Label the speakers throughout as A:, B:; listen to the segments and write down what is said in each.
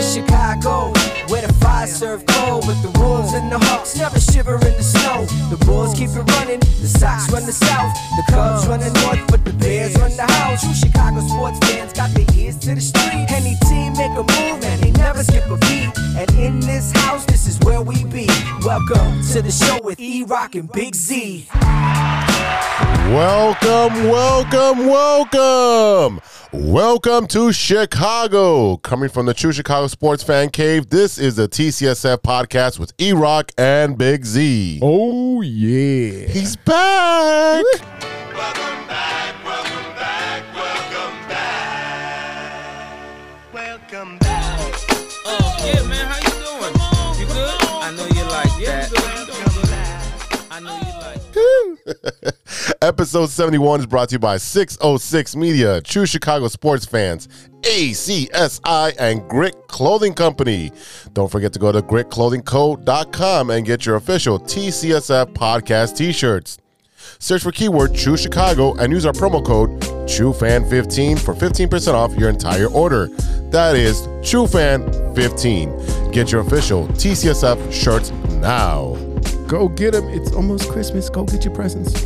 A: Chicago, where the fires serve cold, with the wolves and the hawks never shiver in the snow. The Bulls keep it running, the Sox run the South, the Cubs run the North, but the Bears run the house. You Chicago sports fans got their ears to the street. Any team make a move and they never skip a beat. And in this house, this is where we be. Welcome to the show with E Rock and Big Z.
B: Welcome, welcome, welcome. Welcome to Chicago. Coming from the True Chicago Sports Fan Cave, this is the TCSF podcast with E Rock and Big Z.
C: Oh yeah.
B: He's back.
D: Welcome back, welcome back, welcome back. Welcome back,
E: Oh, yeah, man, how you doing? you good? I know you like that.
D: welcome back.
E: I know you like
B: Episode 71 is brought to you by 606 Media, True Chicago Sports Fans, ACSI, and Grit Clothing Company. Don't forget to go to gritclothingco.com and get your official TCSF podcast t shirts. Search for keyword True Chicago and use our promo code TrueFan15 for 15% off your entire order. That is TrueFan15. Get your official TCSF shirts now.
C: Go get him. It's almost Christmas. Go get your presents.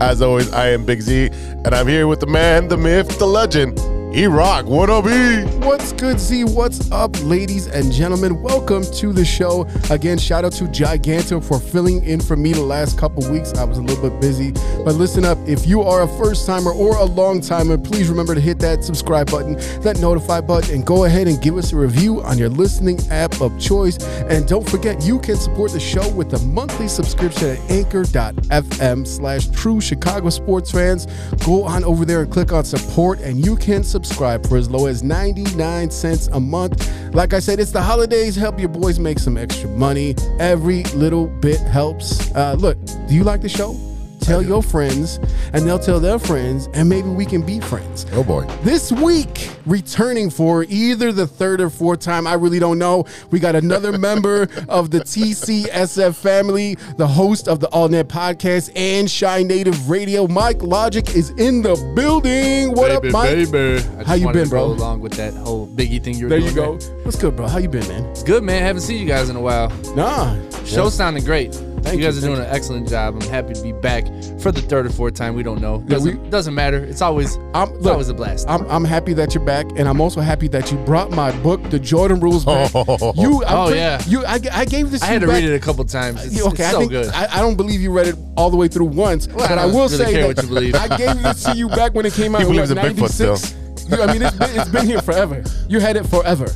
B: As always, I am Big Z, and I'm here with the man, the myth, the legend, E Rock. What up, E?
C: What's good, Z? What's up, ladies and gentlemen? Welcome to the show. Again, shout out to Giganto for filling in for me the last couple weeks. I was a little bit busy. But listen up, if you are a first timer or a long timer, please remember to hit that subscribe button, that notify button, and go ahead and give us a review on your listening app of choice. And don't forget, you can support the show with a monthly subscription at anchor.fm slash true Chicago sports fans. Go on over there and click on support, and you can subscribe for as low as 99 cents a month. Like I said, it's the holidays. Help your boys make some extra money. Every little bit helps. Uh, look, do you like the show? Tell your friends, and they'll tell their friends, and maybe we can be friends.
B: Oh boy.
C: This week, returning for either the third or fourth time, I really don't know. We got another member of the TCSF family, the host of the All Net podcast and Shy Native Radio. Mike Logic is in the building. What up, Mike?
F: I just
C: How you
F: wanted
C: been,
F: to go
C: bro?
F: Along with that whole Biggie thing you were
C: There you
F: doing.
C: go.
F: man.
C: What's good, bro? How you been, man?
F: It's good, man. Haven't seen you guys in a while.
C: Nah.
F: Show sounding great.
C: Thank
F: you guys
C: you,
F: are doing
C: thank
F: an excellent job. I'm happy to be back for the third or fourth time. We don't know.
C: Yeah, we-
F: Doesn't, doesn't matter. It's always
C: I'm,
F: it's
C: look,
F: always a blast.
C: I'm, I'm happy that you're back, and I'm also happy that you brought my book, The Jordan Rules, back.
B: Oh.
C: you, I'm
F: Oh,
C: pretty-
F: yeah.
C: you, I, I gave this.
F: I
C: to
F: had
C: you
F: to
C: back-
F: read it a couple times. It's,
C: Yeah, okay,
F: it's
C: I
F: so
C: think
F: good.
C: I, I don't believe you read it all the way through once, but I,
F: don't
C: will
F: really
C: say
F: care
C: that
F: what you believe.
C: I gave this to you back when it came out.
B: He believes
C: what,
B: in Bigfoot still.
C: 96? You, I mean, it's been, it's been here forever. You had it forever.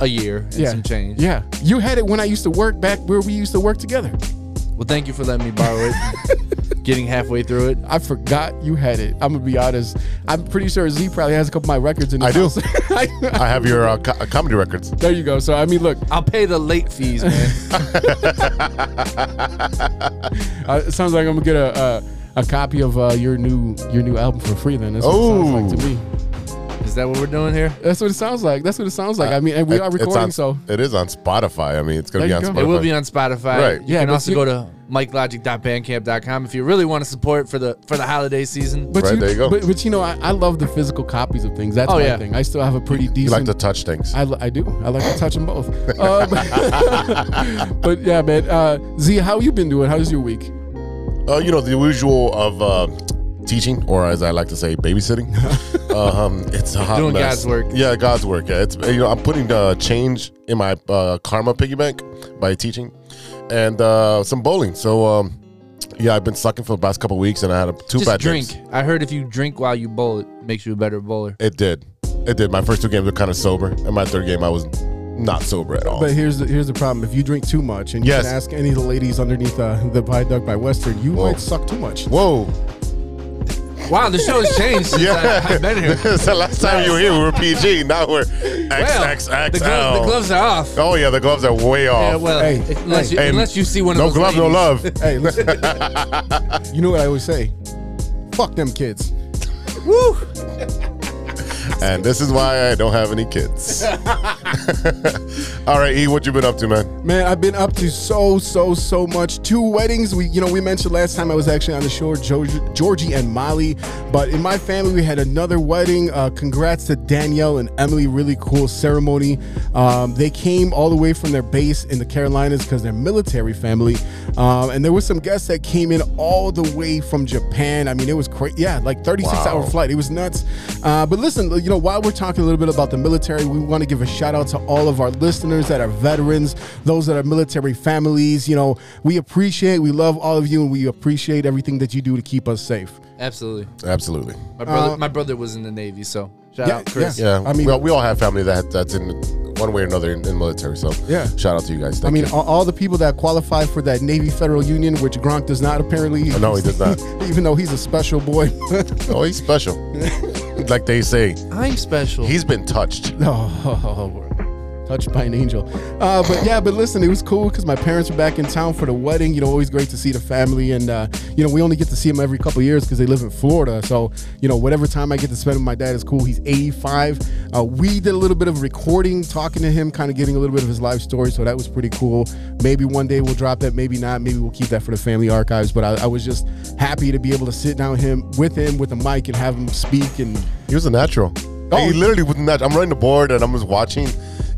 F: a year and
C: Yeah,
F: some change.
C: Yeah, you had it when I used to work back where we used to work together.
F: Well, thank you for letting me borrow it. Getting halfway through it.
C: I forgot you had it. I'm gonna be honest. I'm pretty sure Z probably has a couple of my records in.
B: I
C: His
B: do.
C: house.
B: I have your uh, co- comedy records.
C: there you go. So I mean, look,
F: I'll pay the late fees, man.
C: uh, it sounds like I'm gonna get a. a a copy of uh, your new your new album for free. Then that's what it sounds like
B: Oh.
C: to me.
F: Is that what we're doing here?
C: That's what it sounds like. That's what it sounds like. I mean, and we
B: It-
C: are
B: it's
C: recording,
B: on-
C: so
B: it is on Spotify. I mean, it's gonna
C: There
B: be
C: you
B: on
C: go.
B: Spotify.
F: It will be on Spotify.
B: Right.
F: You
C: Yeah,
F: can
C: but
F: also
C: you-
F: go to mikelogic.bandcamp.com if you really want to support for the for the holiday season.
C: But
B: Right, there you go.
C: But, but you know, I, I love the physical copies of things. That's
F: Oh,
C: my
F: yeah.
C: thing. I still have a pretty
B: You like
C: decent.
B: to touch things.
C: I, li- I do. I like to touch them both. Uh, but, but yeah, man. Uh, Z, how you been doing? How's your week?
B: Uh, you know the usual of uh, teaching, or as I like to say, babysitting. um, it's a hot
F: Doing
B: mess.
F: God's work.
B: Yeah, God's work. Yeah, it's you know I'm putting uh, change in my uh, karma piggy bank by teaching, and uh, some bowling. So um, yeah, I've been sucking for the past couple weeks, and I had a, two
F: Just
B: bad
F: drink.
B: Games.
F: I heard if you drink while you bowl, it makes you a better bowler.
B: It did. It did. My first two games were kind of sober, and my third game I was not sober at all.
C: But here's the here's the problem. If you drink too much, and
B: Yes.
C: you can ask any of the ladies underneath uh, the viaduct by Western, you
B: Whoa.
C: might suck too much.
B: Whoa!
F: Wow, the show has changed since
B: Yeah,
F: I, have been here.
B: it's the last time you were here. We were PG. Now we're XXXL.
F: the, gloves, the gloves are off.
B: Oh yeah, the gloves are way off.
F: Yeah, well,
C: Hey,
F: unless,
C: hey.
F: you, unless you see one
B: no
F: of those
B: glove, no
F: ladies.
B: love.
C: Hey, listen. you know what I always say? Fuck them kids.
B: and this is why I don't have any kids. All right, E, what you been up to, man?
C: Man, I've been up to so so so much. Two weddings. We you know we mentioned last time I was actually on the show, Georgie, Georgie and Molly. But in my family, we had another wedding. Uh, congrats to Danielle and Emily. Really cool ceremony. Um, they came all the way from their base in the Carolinas because they're military family. Um, and there were some guests that came in all the way from Japan. I mean, it was crazy. Yeah, like 36 hour
B: Wow.
C: flight flight. It was nuts. Uh, but listen, you know, while we're talking a little bit about the military, we want to give a shout out to all of our listeners that are veterans, those that are military families. You know, we appreciate, we love all of you, and we appreciate everything that you do to keep us safe.
F: Absolutely.
B: Absolutely.
F: My brother, my brother was in the Navy, so shout
C: yeah,
F: out Chris.
C: yeah.
B: Yeah,
C: I
B: I
C: mean-
B: mean, we all, we all have family that that's in one way or another in, in military. So
C: Yeah.
B: shout out to you guys. Thank
C: I mean,
B: you.
C: all, all the people that qualify for that Navy Federal Union, which Gronk does not apparently.
B: Oh, No, he does not.
C: even though he's a special boy.
B: oh, he's special. like they say,
F: I'm special.
B: he's been touched.
C: Oh, touched by an angel. Uh, but yeah, but listen, it was cool because my parents were back in town for the wedding. You know, always great to see the family, and uh, you know, we only get to see them every couple years because they live in Florida. So you know, whatever time I get to spend with my dad is cool. He's 85. Uh, we did a little bit of recording, talking to him, kind of getting a little bit of his life story. So that was pretty cool. Maybe one day we'll drop that. Maybe not. Maybe we'll keep that for the family archives. But I, I was just happy to be able to sit down with him with him with a mic and have him speak and
B: He was a natural.
C: Oh.
B: he literally was not. I'm running the board and I'm just watching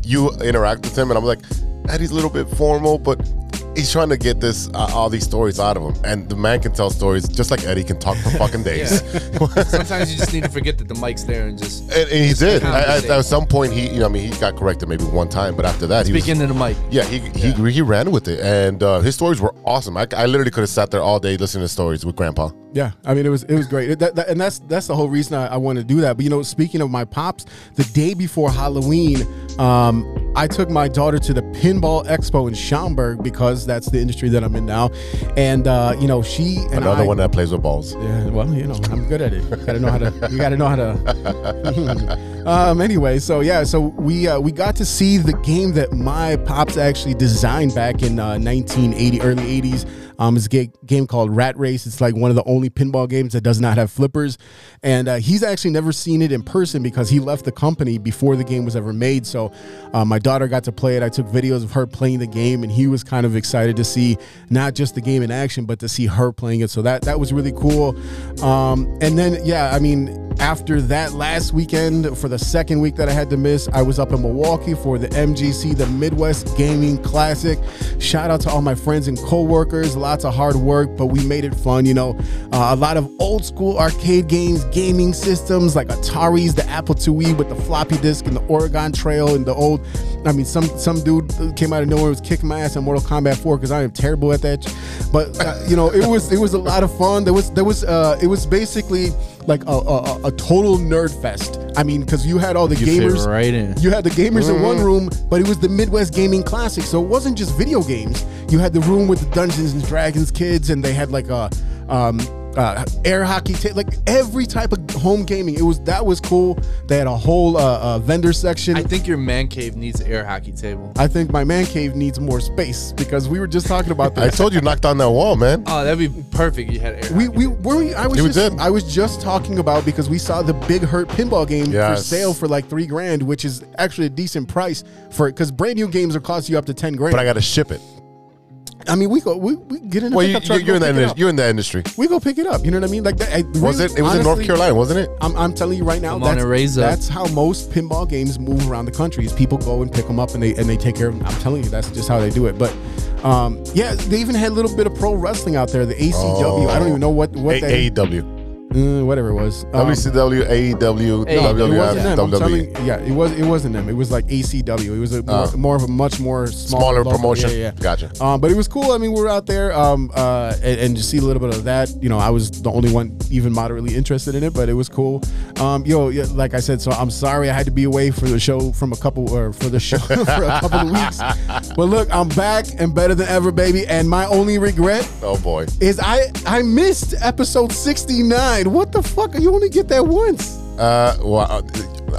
B: you interact with him, and I'm like, Eddie's a little bit formal, but he's trying to get this uh, all these stories out of him, and the man can tell stories just like Eddie can talk for fucking days.
F: Sometimes you just need to forget that the mic's there and just
B: And, and he did.
F: kinda
B: At, at,
F: sick.
B: at some point, he, you know, I mean, he got corrected maybe one time, but after that, he
F: speak
B: was,
F: into the mic.
B: yeah, he, he he ran with it, and uh, his stories were awesome. I, I literally could have sat there all day listening to stories with Grandpa.
C: Yeah, I mean it was it was great, It- that, that- and that's that's the whole reason I, I wanted to do that. But you know, speaking of my pops, the day before Halloween, um, I took my daughter to the Pinball Expo in Schaumburg because that's the industry that I'm in now, and uh, you know she and
B: Another
C: I,
B: one that plays with balls.
C: yeah, well, you know, I'm good at it. Gotta know how to. You gotta know how to. um. Anyway, so yeah, so we uh, we got to see the game that my pops actually designed back in uh, 1980, early 80s. Um, it's a ga- game called Rat Race. It's like one of the only pinball games that does not have flippers, and uh, he's actually never seen it in person because he left the company before the game was ever made. So, uh, my daughter got to play it. I took videos of her playing the game, and he was kind of excited to see not just the game in action, but to see her playing it. So that that was really cool. Um, and then yeah, I mean, after that last weekend for the second week that I had to miss, I was up in Milwaukee for the MGC, the Midwest Gaming Classic. Shout out to all my friends and coworkers. Lots of hard work, but we made it fun. You know, uh, a lot of old school arcade games, gaming systems like Atari's, the Apple IIe with the floppy disk and the Oregon Trail and the old. I mean, some some dude came out of nowhere was kicking my ass in Mortal Kombat 4 because I am terrible at that. But uh, you know, it was it was a lot of fun. There was there was uh, it was basically like a, a, a- a total nerd fest. I mean, because you had all the
F: You fit
C: gamers
F: right in.
C: You had the gamers in
B: Mm.
C: one room, but it was the Midwest Gaming Classic, so it wasn't just video games. You had the room with the Dungeons and Dragons kids, and they had like a. Um, uh, air hockey, ta- like every type of home gaming, it was that was cool. They had a whole uh, uh, vendor section.
F: I think your man cave needs an air hockey table.
C: I think my man cave needs more space because we were just talking about
B: I
C: that.
B: told you, knock down that wall, man.
F: Oh, that'd be perfect. if You had an air.
C: we
F: hockey
C: we
F: table.
C: were we, I was
B: We
C: just,
B: did.
C: I was just talking about because we saw the Big Hurt pinball game for
B: Yes.
C: sale for like three grand, which is actually a decent price for because brand new games will cost you up to ten grand.
B: But I got to ship it.
C: I, mean, we go we, we get in a
B: Well, you,
C: pickup truck.
B: you- you're in
C: go
B: that
C: pick it
B: industry.
C: up.
B: You're in that industry.
C: we go pick it up. You know what I mean? Like that. I
B: Was
C: really-
B: it? It was in North
C: honestly,
B: Carolina, wasn't it?
C: I'm, I'm telling you right now,
F: Come on
C: that's,
F: and raise up.
C: that's how most pinball games move around the country. Is people go and pick them up and they and they take care of them. I'm telling you, that's just how they do it. But um, yeah, they even had a little bit of pro wrestling out there, the ACW. I don't even know what what that
B: Oh. A- AEW,
C: Mm, whatever it was. Um,
B: WCW, AEW,
F: Hey, it
C: it
F: wasn't
B: WWF,
C: E wasn't them. I'm
B: WWE.
C: telling- yeah, it was it wasn't them. It was like ACW. It was a more,
B: Oh.
C: more of a much more small,
B: Smaller
C: local-
B: promotion.
C: Yeah, yeah.
B: Gotcha.
C: Um, but it was cool. I mean, we were out there, um, uh, and, and just see a little bit of that. You know, I was the only one even moderately interested in it, but it was cool. Um, yo, yeah, like I said, so I'm sorry I had to be away for the show from a couple or for the show for a couple of weeks. But look, I'm back and better than ever, baby. And my only regret
B: Oh boy,
C: is I I missed episode 69. What the fuck? You only get that once.
B: uh, well, uh,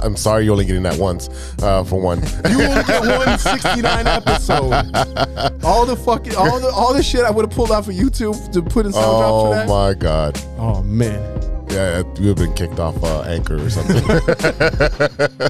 B: I'm sorry you're only getting that once. Uh, for one,
C: You only get one 69 episode. All the fucking all the all the shit I would have pulled out for YouTube to put in sound drops for
B: oh
C: that.
B: my god,
C: Oh man.
B: yeah, we've been kicked off uh, Anchor or something.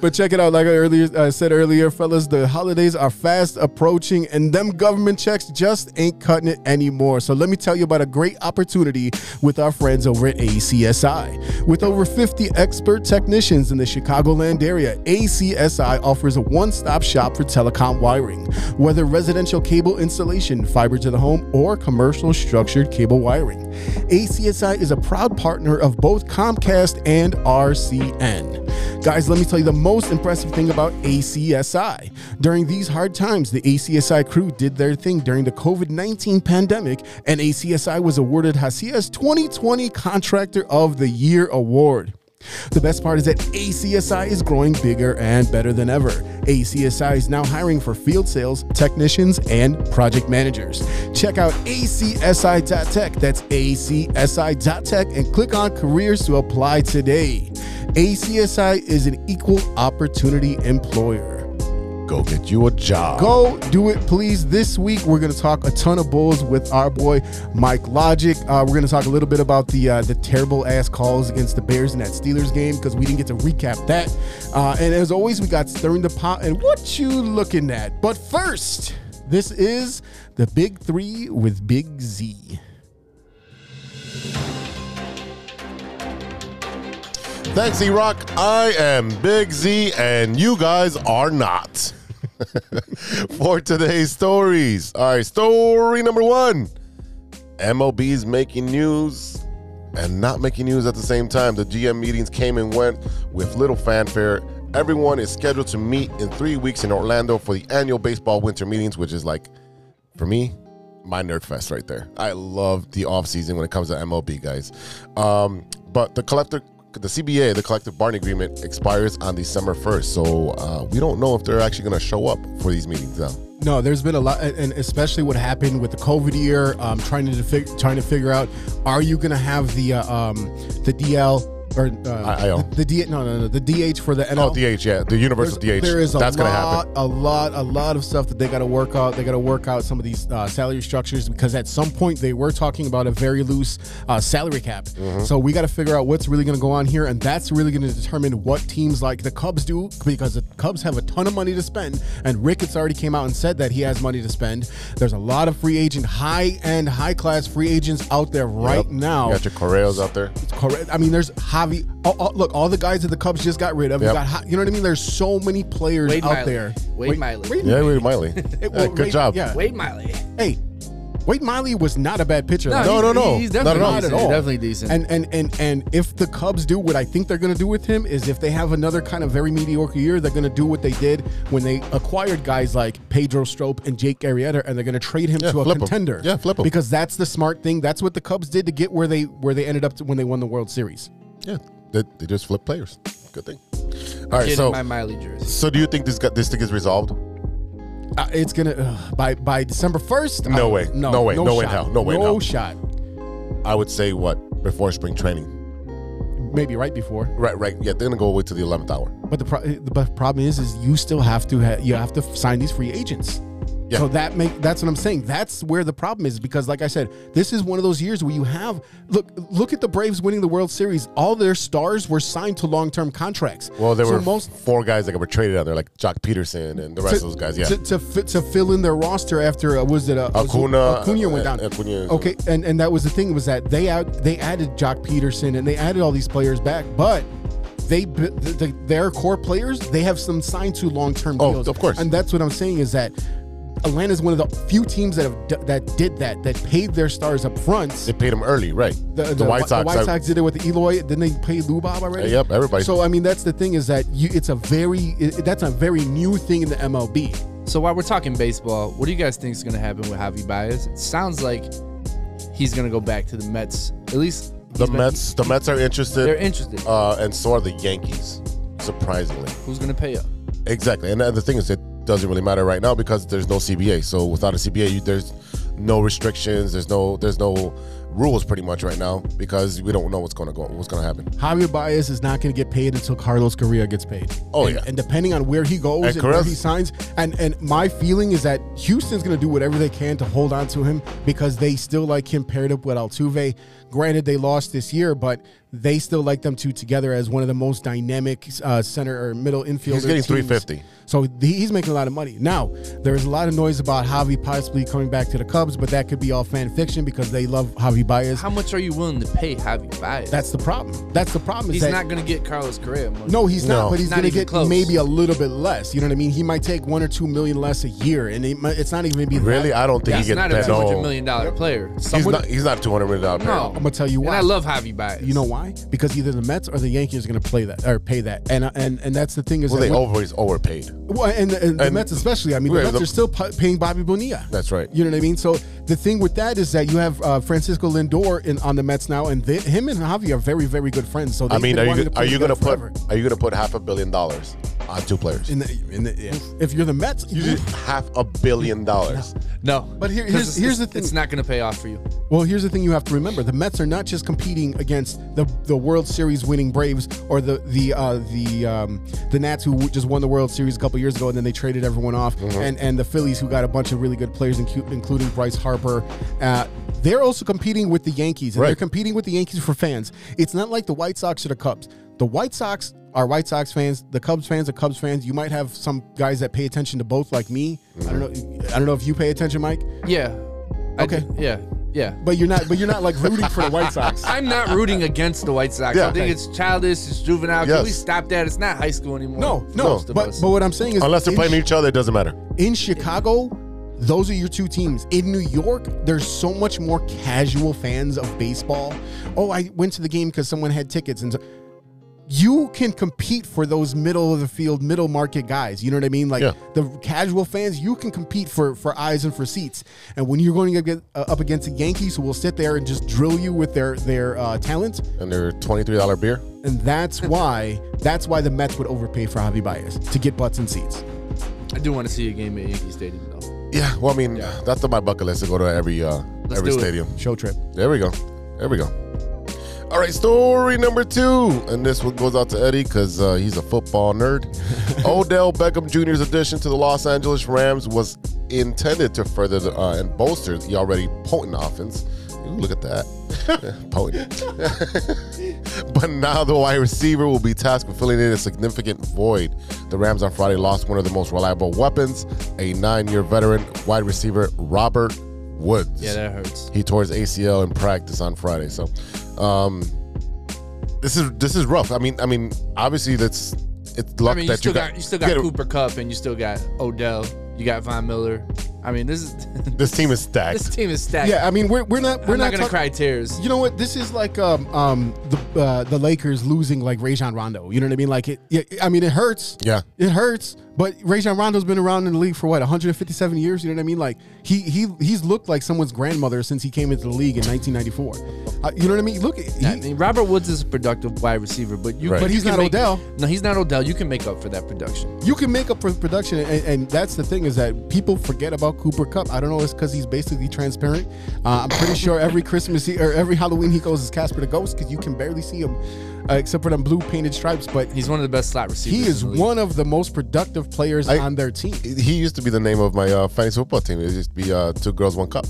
C: But check it out. Like I earlier I said earlier, fellas, the holidays are fast approaching, and them government checks just ain't cutting it anymore. So let me tell you about a great opportunity with our friends over at ACSI. With over 50 expert technicians in the Chicagoland area, ACSI offers a one-stop shop for telecom wiring. Whether residential cable installation, fiber to the home, or commercial structured cable wiring, ACSI is a proud partner of both Comcast and RCN. Guys, let me tell you the most impressive thing about ACSI. During these hard times, the ACSI crew did their thing during the COVID 19 pandemic, and ACSI was awarded Hacia's 2020 Contractor of the Year award. The best part is that ACSI is growing bigger and better than ever. ACSI is now hiring for field sales, technicians, and project managers. Check out acsi.tech, that's acsi.tech, and click on careers to apply today. ACSI is an equal opportunity employer.
B: Go get you a job.
C: Go do it, please. This week we're going to talk a ton of bulls with our boy Mike Logic. Uh, we're going to talk a little bit about the uh, the terrible ass calls against the Bears in that Steelers game because we didn't get to recap that. Uh, and as always, we got stirring the pot and what you looking at. But first, this is the Big Three with Big Z.
B: Thanks, Z Rock. I am Big Z, and you guys are not. For today's stories. All right, story number one MLB is making news and not making news at the same time. The GM meetings came and went with little fanfare. Everyone is scheduled to meet in three weeks in Orlando for the annual baseball winter meetings, which is like, for me, my nerd fest right there. I love the offseason when it comes to MLB guys. Um, but the collector, the CBA, the collective bargaining agreement, expires on December 1st. So uh, we don't know if they're actually going to show up for these meetings now.
C: No, there's been a lot, and- and especially what happened with the COVID year, um, trying to defig- trying to figure out are you going to have the uh, um, the DL or uh,
B: I- IL.
C: the D no no no the DH for the
B: Oh,
C: NL.
B: DH, yeah, the universal
C: There's-
B: DH.
C: There is a
B: That's
C: lot,
B: going to happen.
C: a lot, a lot of stuff that they got to work out. They got to work out some of these uh, salary structures because at some point they were talking about a very loose uh, salary cap.
B: Mm-hmm.
C: So we got to figure out what's really going to go on here, and that's really going to determine what teams like the Cubs do because the Cubs have a ton of money to spend, and Ricketts already came out and said that he has money to spend. There's a lot of free agent, high end, high class free agents out there right
B: Yep.
C: now.
B: You got your Correos out there.
C: Correct. I mean, there's Javi. Oh, oh, look, all the guys that the Cubs just got rid of. You
B: Yep.
C: got, Ho- you know what I mean? There's so many players
F: Wade
C: out
F: Miley.
C: there.
F: Wade Miley.
B: Yeah, Wade Miley. Yeah,
C: well,
B: good
C: Wade-
B: job.
C: yeah.
F: Wade Miley.
C: Hey, Wade Miley was not a bad pitcher. though.
B: No,
F: he's-
B: no, no.
F: He's
B: Not at
F: definitely
B: all.
F: decent.
B: Not at all.
F: He's definitely decent.
C: And and and and if the Cubs do what I think they're going to do with him is if they have another kind of very mediocre year, they're going to do what they did when they acquired guys like Pedro Strop and Jake Arrieta, and they're going to trade him
B: Yeah,
C: to a
B: flip 'em.
C: contender.
B: Yeah, flip 'em.
C: Because that's the smart thing. That's what the Cubs did to get where they where they ended up to when they won the World Series.
B: Yeah, they, they just flip players. Good thing. All right,
F: Get
B: so
F: in my Miley jersey.
B: so do you think this got this thing is resolved?
C: Uh, it's gonna ugh, by by December first.
B: No way. No way. No way in
C: shot.
B: hell. No way in
C: No
B: hell.
C: shot.
B: I would say what before spring training.
C: Maybe right before.
B: Right, right. Yeah, they're gonna go away to the eleventh hour.
C: But the pro- the bu- problem is, is you still have to ha- you have to f- sign these free agents.
B: Yeah.
C: So that make that's what I'm saying. That's where the problem is because, like I said, this is one of those years where you have look look at the Braves winning the World Series. All their stars were signed to long term contracts.
B: Well, there
C: So
B: were four guys that were traded out there, like Jock Peterson and the rest of those guys. Yeah,
C: To, to, fit, to fill in their roster after uh, was it uh, was it-
B: Acuna,
C: Acuna
B: uh,
C: went down.
B: Acuna, so-
C: Okay, and and that was the thing was that they out they added Jock Peterson and they added all these players back, but. They, b- the, the, their core players, they have some signed to long term
B: Oh,
C: deals.
B: of course.
C: and that's what I'm saying is that Atlanta's one of the few teams that have d- that did that, that paid their stars up front.
B: they paid him early, right?
C: The, the, White Sox, the White
B: I-
C: Sox did it with Eloy. Then they paid Lubob already.
B: Yep, everybody.
C: So I mean, that's the thing is that you, it's a very it, that's a very new thing in the MLB.
F: So while we're talking baseball, what do you guys think is going to happen with Javi Baez? It sounds like he's going to go back to the Mets. At least he's
B: the
F: been-
B: Mets, the Mets are
F: They're
B: interested,
F: interested.
B: uh, and so are the Yankees. Surprisingly,
F: Who's going to pay up?
B: exactly. And uh, the other thing is, it doesn't really matter right now because there's no CBA. So without a CBA, you, there's no restrictions. There's no there's no rules pretty much right now because we don't know what's gonna go what's gonna happen.
C: Javier Baez is not going to get paid until Carlos Correa gets paid.
B: Oh,
C: and,
B: yeah.
C: and depending on where he goes and,
B: And
C: where
B: Correa's-
C: he signs, and and my feeling is that Houston's going to do whatever they can to hold on to him because they still like him paired up with Altuve. Granted, they lost this year, but They still like them two together as one of the most dynamic uh, center or middle infield.
B: He's getting
C: teams.
B: 350.
C: So he- he's making a lot of money. Now, there's a lot of noise about Javi possibly coming back to the Cubs, but that could be all fan fiction because they love Javi Baez.
F: How much are you willing to pay Javi Baez?
C: That's the problem. That's the problem. Is
F: He's
C: that,
F: not going to get Carlos Correa money.
C: No, he's
B: No.
C: not. But he's
F: Not
C: going to
F: even
C: get
F: close.
C: maybe a little bit less. You know what I mean? He might take one or two million less a year, and it might, it's not even be that-
B: Really, I don't think
F: he's
B: he
F: not
B: gets
F: a
B: that.
F: two hundred
B: No,
F: million dollar player.
B: he's
C: Someone-
B: not. He's not two hundred million dollar.
F: No,
C: I'm gonna tell you
F: And
C: why.
F: I love Javi Baez.
C: You know why? Because either the Mets or the Yankees are going to play that or pay that, and uh, and and that's the thing is
B: well,
C: that
B: they
C: when-
B: over. He's overpaid.
C: Well, and, and the
B: And-
C: Mets especially. I mean,
B: Right,
C: the Mets
B: the-
C: are still p- paying Bobby Bonilla.
B: That's right.
C: You know what I mean? So the thing with that is that you have uh, Francisco Lindor in on the Mets now, and they, him and Javi are very, very good friends. So
B: I
C: they've
B: mean,
C: been
B: are you
C: wanting to play
B: are you
C: together
B: gonna put
C: forever.
B: are you gonna put half a billion dollars on two players?
C: in the, in the if, if you're the Mets?
B: You
C: you-
B: did half a billion dollars.
F: No.
C: But here-
F: 'Cause
C: here's-
F: it's-
C: here's the
F: it's- It's
C: thing.
F: not going to pay off for you.
C: Well, here's the thing you have to remember: the Mets are not just competing against the the World Series winning Braves or the the uh, the um, the Nats who just won the World Series a couple years ago and then they traded everyone off, and and the Phillies who got a bunch of really good players, incu- including Bryce Harper. Uh, they're also competing with the Yankees, and
B: Right.
C: they're competing with the Yankees for fans. It's not like the White Sox or the Cubs. The White Sox are White Sox fans. The Cubs fans are Cubs fans. You might have some guys that pay attention to both, like me. I don't know. I don't know if you pay attention, Mike,
F: Yeah. I
C: Okay.
F: d- yeah. Yeah.
C: but you're not. But you're not like rooting for the White Sox.
F: I'm not rooting against the White Sox.
B: Yeah.
F: I think it's childish. It's juvenile.
B: Yes.
F: Can we stop that? It's not high school anymore.
C: No,
F: for
C: no.
F: most of
C: But
F: us.
C: but what I'm saying is,
B: Unless they're
C: in,
B: playing each other, it doesn't matter.
C: in Chicago, those are your two teams. In New York, there's so much more casual fans of baseball. Oh, I went to the game because someone had tickets, and so, you can compete for those middle of the field, middle market guys. You know what I mean? Like
B: Yeah.
C: the casual fans, you can compete for for eyes and for seats. And when you're going against, uh, up against the Yankees, who will sit there and just drill you with their their uh, talent,
B: And their twenty three dollar beer.
C: and that's why that's why the Mets would overpay for Javi Baez to get butts and seats.
F: I do want to see a game at Yankee Stadium, though.
B: Yeah. Well, I mean, that's on my bucket list to go to every uh,
F: Let's
B: every
F: do it.
B: stadium.
C: Show trip.
B: There we go. There we go. All right, story number two, and this one goes out to Eddie because uh, he's a football nerd. Odell Beckham Jr.'s addition to the Los Angeles Rams was intended to further the, uh, and bolster the already potent offense. Ooh, look at that. potent. but now the wide receiver will be tasked with filling in a significant void. The Rams on Friday lost one of the most reliable weapons, a nine year veteran wide receiver, Robert Woods.
F: Yeah, that hurts.
B: He tore his ACL in practice on Friday. So, um, this is this is rough. I mean, I mean, obviously that's it's luck
F: I mean, you
B: that
F: still
B: you got,
F: got, you still got
B: get-
F: Cooper Cup, and you still got Odell. You got Von Miller. I mean, this is
B: This team is stacked.
F: this team is stacked.
C: Yeah, I mean we're, we're not we're
F: we're not,
C: not,
F: gonna
C: talk-
F: cry tears.
C: You know what? This is like um um the uh, the Lakers losing like Rajon Rondo. You know what I mean? Like it. Yeah, I mean it hurts.
B: Yeah.
C: it hurts. But Rajon Rondo's been around in the league for what 157 years. You know what I mean? Like he he he's looked like someone's grandmother since he came into the league in 1994. Uh, you know what I mean? Look, he,
F: I mean, Robert Woods is a productive wide receiver, but you
B: Right.
C: but
F: you
C: he's
F: can
C: not
F: make-
C: Odell.
F: No, he's not Odell. You can make up for that production.
C: you can make up for production, and, and that's the thing is that people forget about Cooper Cup. I don't know, it's because he's basically transparent. Uh, I'm pretty sure every Christmas he, or every Halloween he goes as Casper the Ghost because you can barely see him, uh, except for them blue painted stripes. But
F: He's one of the best slot receivers.
C: he is
F: in the league.
C: one of the most productive players
B: I-
C: on their team.
B: he used to be the name of my uh, fantasy football team. It used to be uh, two girls, one cup.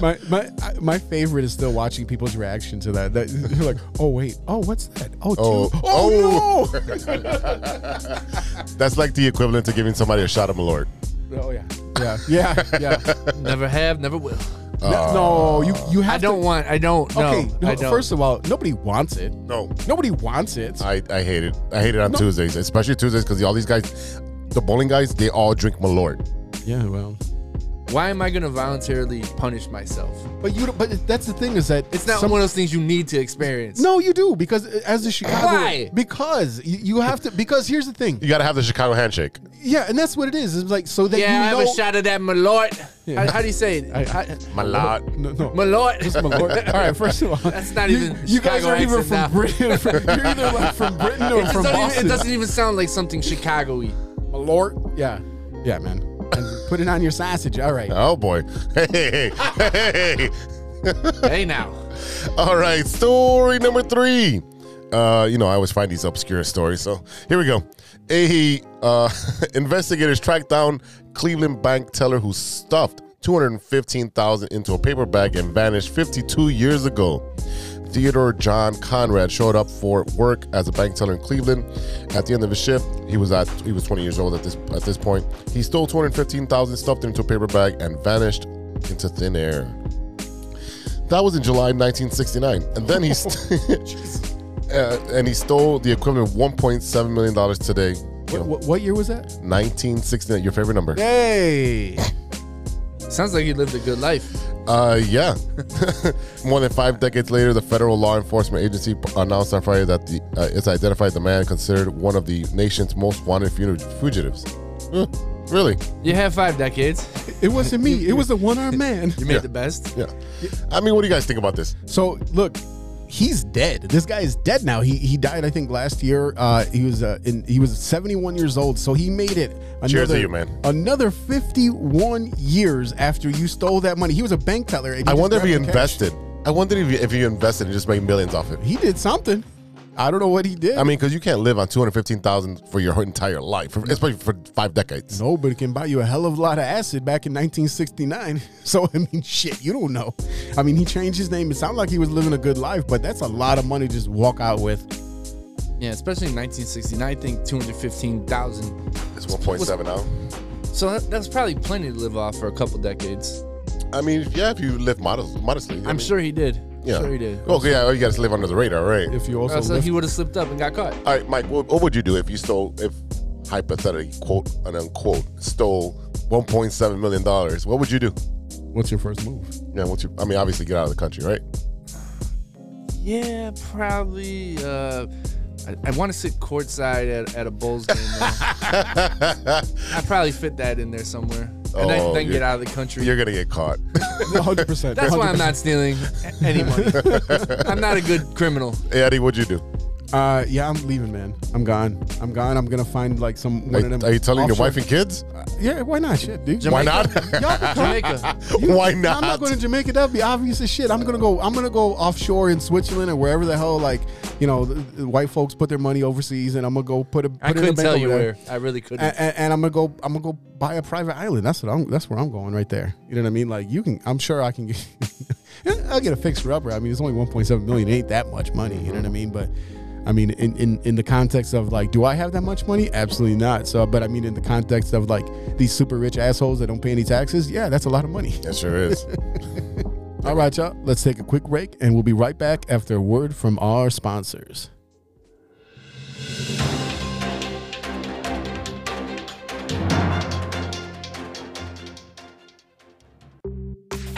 C: My my I- my favorite is still watching people's reaction to that. That they're like, oh wait, oh what's that? Oh, two-
B: Oh, oh."
C: oh, no!
B: That's like the equivalent to giving somebody a shot of Malort.
C: oh yeah, yeah, Uh, yeah, yeah.
F: never have, never will.
C: no, you you have.
F: I don't
C: to,
F: want. I don't. No,
C: okay, no,
F: I don't.
C: first of all, nobody wants it.
B: No,
C: Nobody wants it.
B: I, I hate it. I hate it on
C: No.
B: Tuesdays, especially Tuesdays, because all these guys, the bowling guys, they all drink Malort.
C: Yeah, well,
F: why am I gonna voluntarily punish myself?
C: but you. don't- But that's the thing is that
F: It's not
C: some-
F: one of those things you need to experience.
C: No, you do because as a Chicago,
F: Why?
C: Because you, you have to. Because here's the thing.
B: You got to have the Chicago handshake.
C: Yeah, and that's what it is. It's like so that
F: Yeah, I
C: you
F: have
C: know.
F: a shot of that Malort.
C: Yeah.
F: How, how do you say it?
C: I-
F: I-
B: Malort.
C: No, no.
F: Malort.
C: Just Malort. All right, first of all,
F: That's not
C: you,
F: even
C: You guys
F: Chicago
C: aren't even
F: accent
C: from
F: now.
C: Britain. You're either like from Britain or
F: It
C: from
F: doesn't even-
C: Boston.
F: it doesn't even sound like something Chicago-y.
C: Malort. Yeah, yeah, man. And put it on your sausage. All right.
B: Oh boy. Hey, hey, hey.
F: hey now.
B: All right, story number three. Uh, you know, I always find these obscure stories. So here we go. A uh, investigators tracked down Cleveland bank teller who stuffed 215,000 into a paper bag and vanished 52 years ago. Theodore John Conrad showed up for work as a bank teller in Cleveland. At the end of his shift, he was at he was 20 years old at this at this point. He stole 215,000, stuffed it into a paper bag, and vanished into thin air. That was in July 1969, and then
C: Oh,
B: he st- uh, and he stole the equivalent of 1.7 million dollars today. You know,
C: What, what, what year was that?
B: 1969, your favorite number?
C: Hey,
F: Sounds like he lived a good life.
B: Uh, yeah. More than five decades later, the federal law enforcement agency announced on Friday that the, uh, it's identified the man considered one of the nation's most wanted funi- fugitives. Huh, really?
F: You had five decades.
C: it wasn't me. It was the one-armed man.
F: You made
B: Yeah.
F: the best.
B: Yeah. I mean, what do you guys think about this?
C: So look, he's dead. This guy is dead now. He he died, I think, last year. Uh, he was uh, in, he was 71 years old. So he made it. Another,
B: Cheers to you, man.
C: Another 51 years after you stole that money. He was a bank teller. and
B: I
C: just
B: wonder if
C: grabbed
B: he
C: the cash.
B: invested. I wonder if he, if he invested and just made millions off it.
C: He did something. I don't know what he did.
B: I mean, because you can't live on two hundred fifteen thousand for your whole entire life, especially for five decades.
C: no, but it can buy you a hell of a lot of acid back in 1969. So I mean, shit, you don't know. I mean, he changed his name. It sounded like he was living a good life, but that's a lot of money to just walk out with.
F: Yeah, especially in 1969. I think 215,000.
B: It's one point seven now.
F: So that, that's probably plenty to live off for a couple decades.
B: I mean, yeah, if you live modest, modestly, I
F: I'm
B: mean,
F: sure he did.
B: Yeah.
F: Sure he did.
B: Well, yeah, oh, you got to live under the radar, right?
C: If you
F: Or
C: also
F: else
C: lift-
F: Uh, he would have slipped up and got caught.
B: All right, Mike, what, what would you do if you stole, if hypothetically, quote and unquote, stole $1.7 million? What would you do?
C: what's your first move?
B: Yeah, what you, I mean, obviously, get out of the country, right?
F: Yeah, probably. Uh, I, I want to sit courtside at, at a Bulls game. Though. I probably fit that in there somewhere, and
B: Oh,
F: then, then
B: you're-
F: get out of the country.
B: You're going to get caught.
C: 100. percent
F: That's why I'm not stealing any money. I'm not a good criminal.
B: Eddie, what'd you do?
C: Uh, yeah, I'm leaving, man. I'm gone. I'm gone. I'm gonna find like some one
B: Are,
C: of them.
B: are you telling your
C: offshore-
B: wife and kids?
C: yeah, why not? Shit, dude.
B: Why not?
F: Jamaica.
C: Y'all can come.
F: Jamaica.
B: Why
C: No, I'm
B: not?
C: not going to Jamaica. That'd be obvious as shit. I'm gonna go. I'm gonna go offshore in Switzerland or wherever the hell, like you know, the, the white folks put their money overseas, and I'm gonna go put a. Put it in
F: I
C: a
F: couldn't
C: bank
F: tell
C: over
F: you
C: there. Uh,
F: where. I really couldn't.
C: And, and, and I'm gonna go. I'm gonna go buy a private island. That's what I'm. That's where I'm going right there. You know what I mean? Like you can. I'm sure I can get. I'll get a fixer upper. I mean, it's only 1.7 million. It ain't that much money. You know what I mean? But I mean, in, in in the context of like, do I have that much money? Absolutely not. So, but I mean, in the context of like these super rich assholes that don't pay any taxes, yeah, that's a lot of money.
B: That sure is.
C: All right, y'all. Let's take a quick break, and we'll be right back after a word from our sponsors.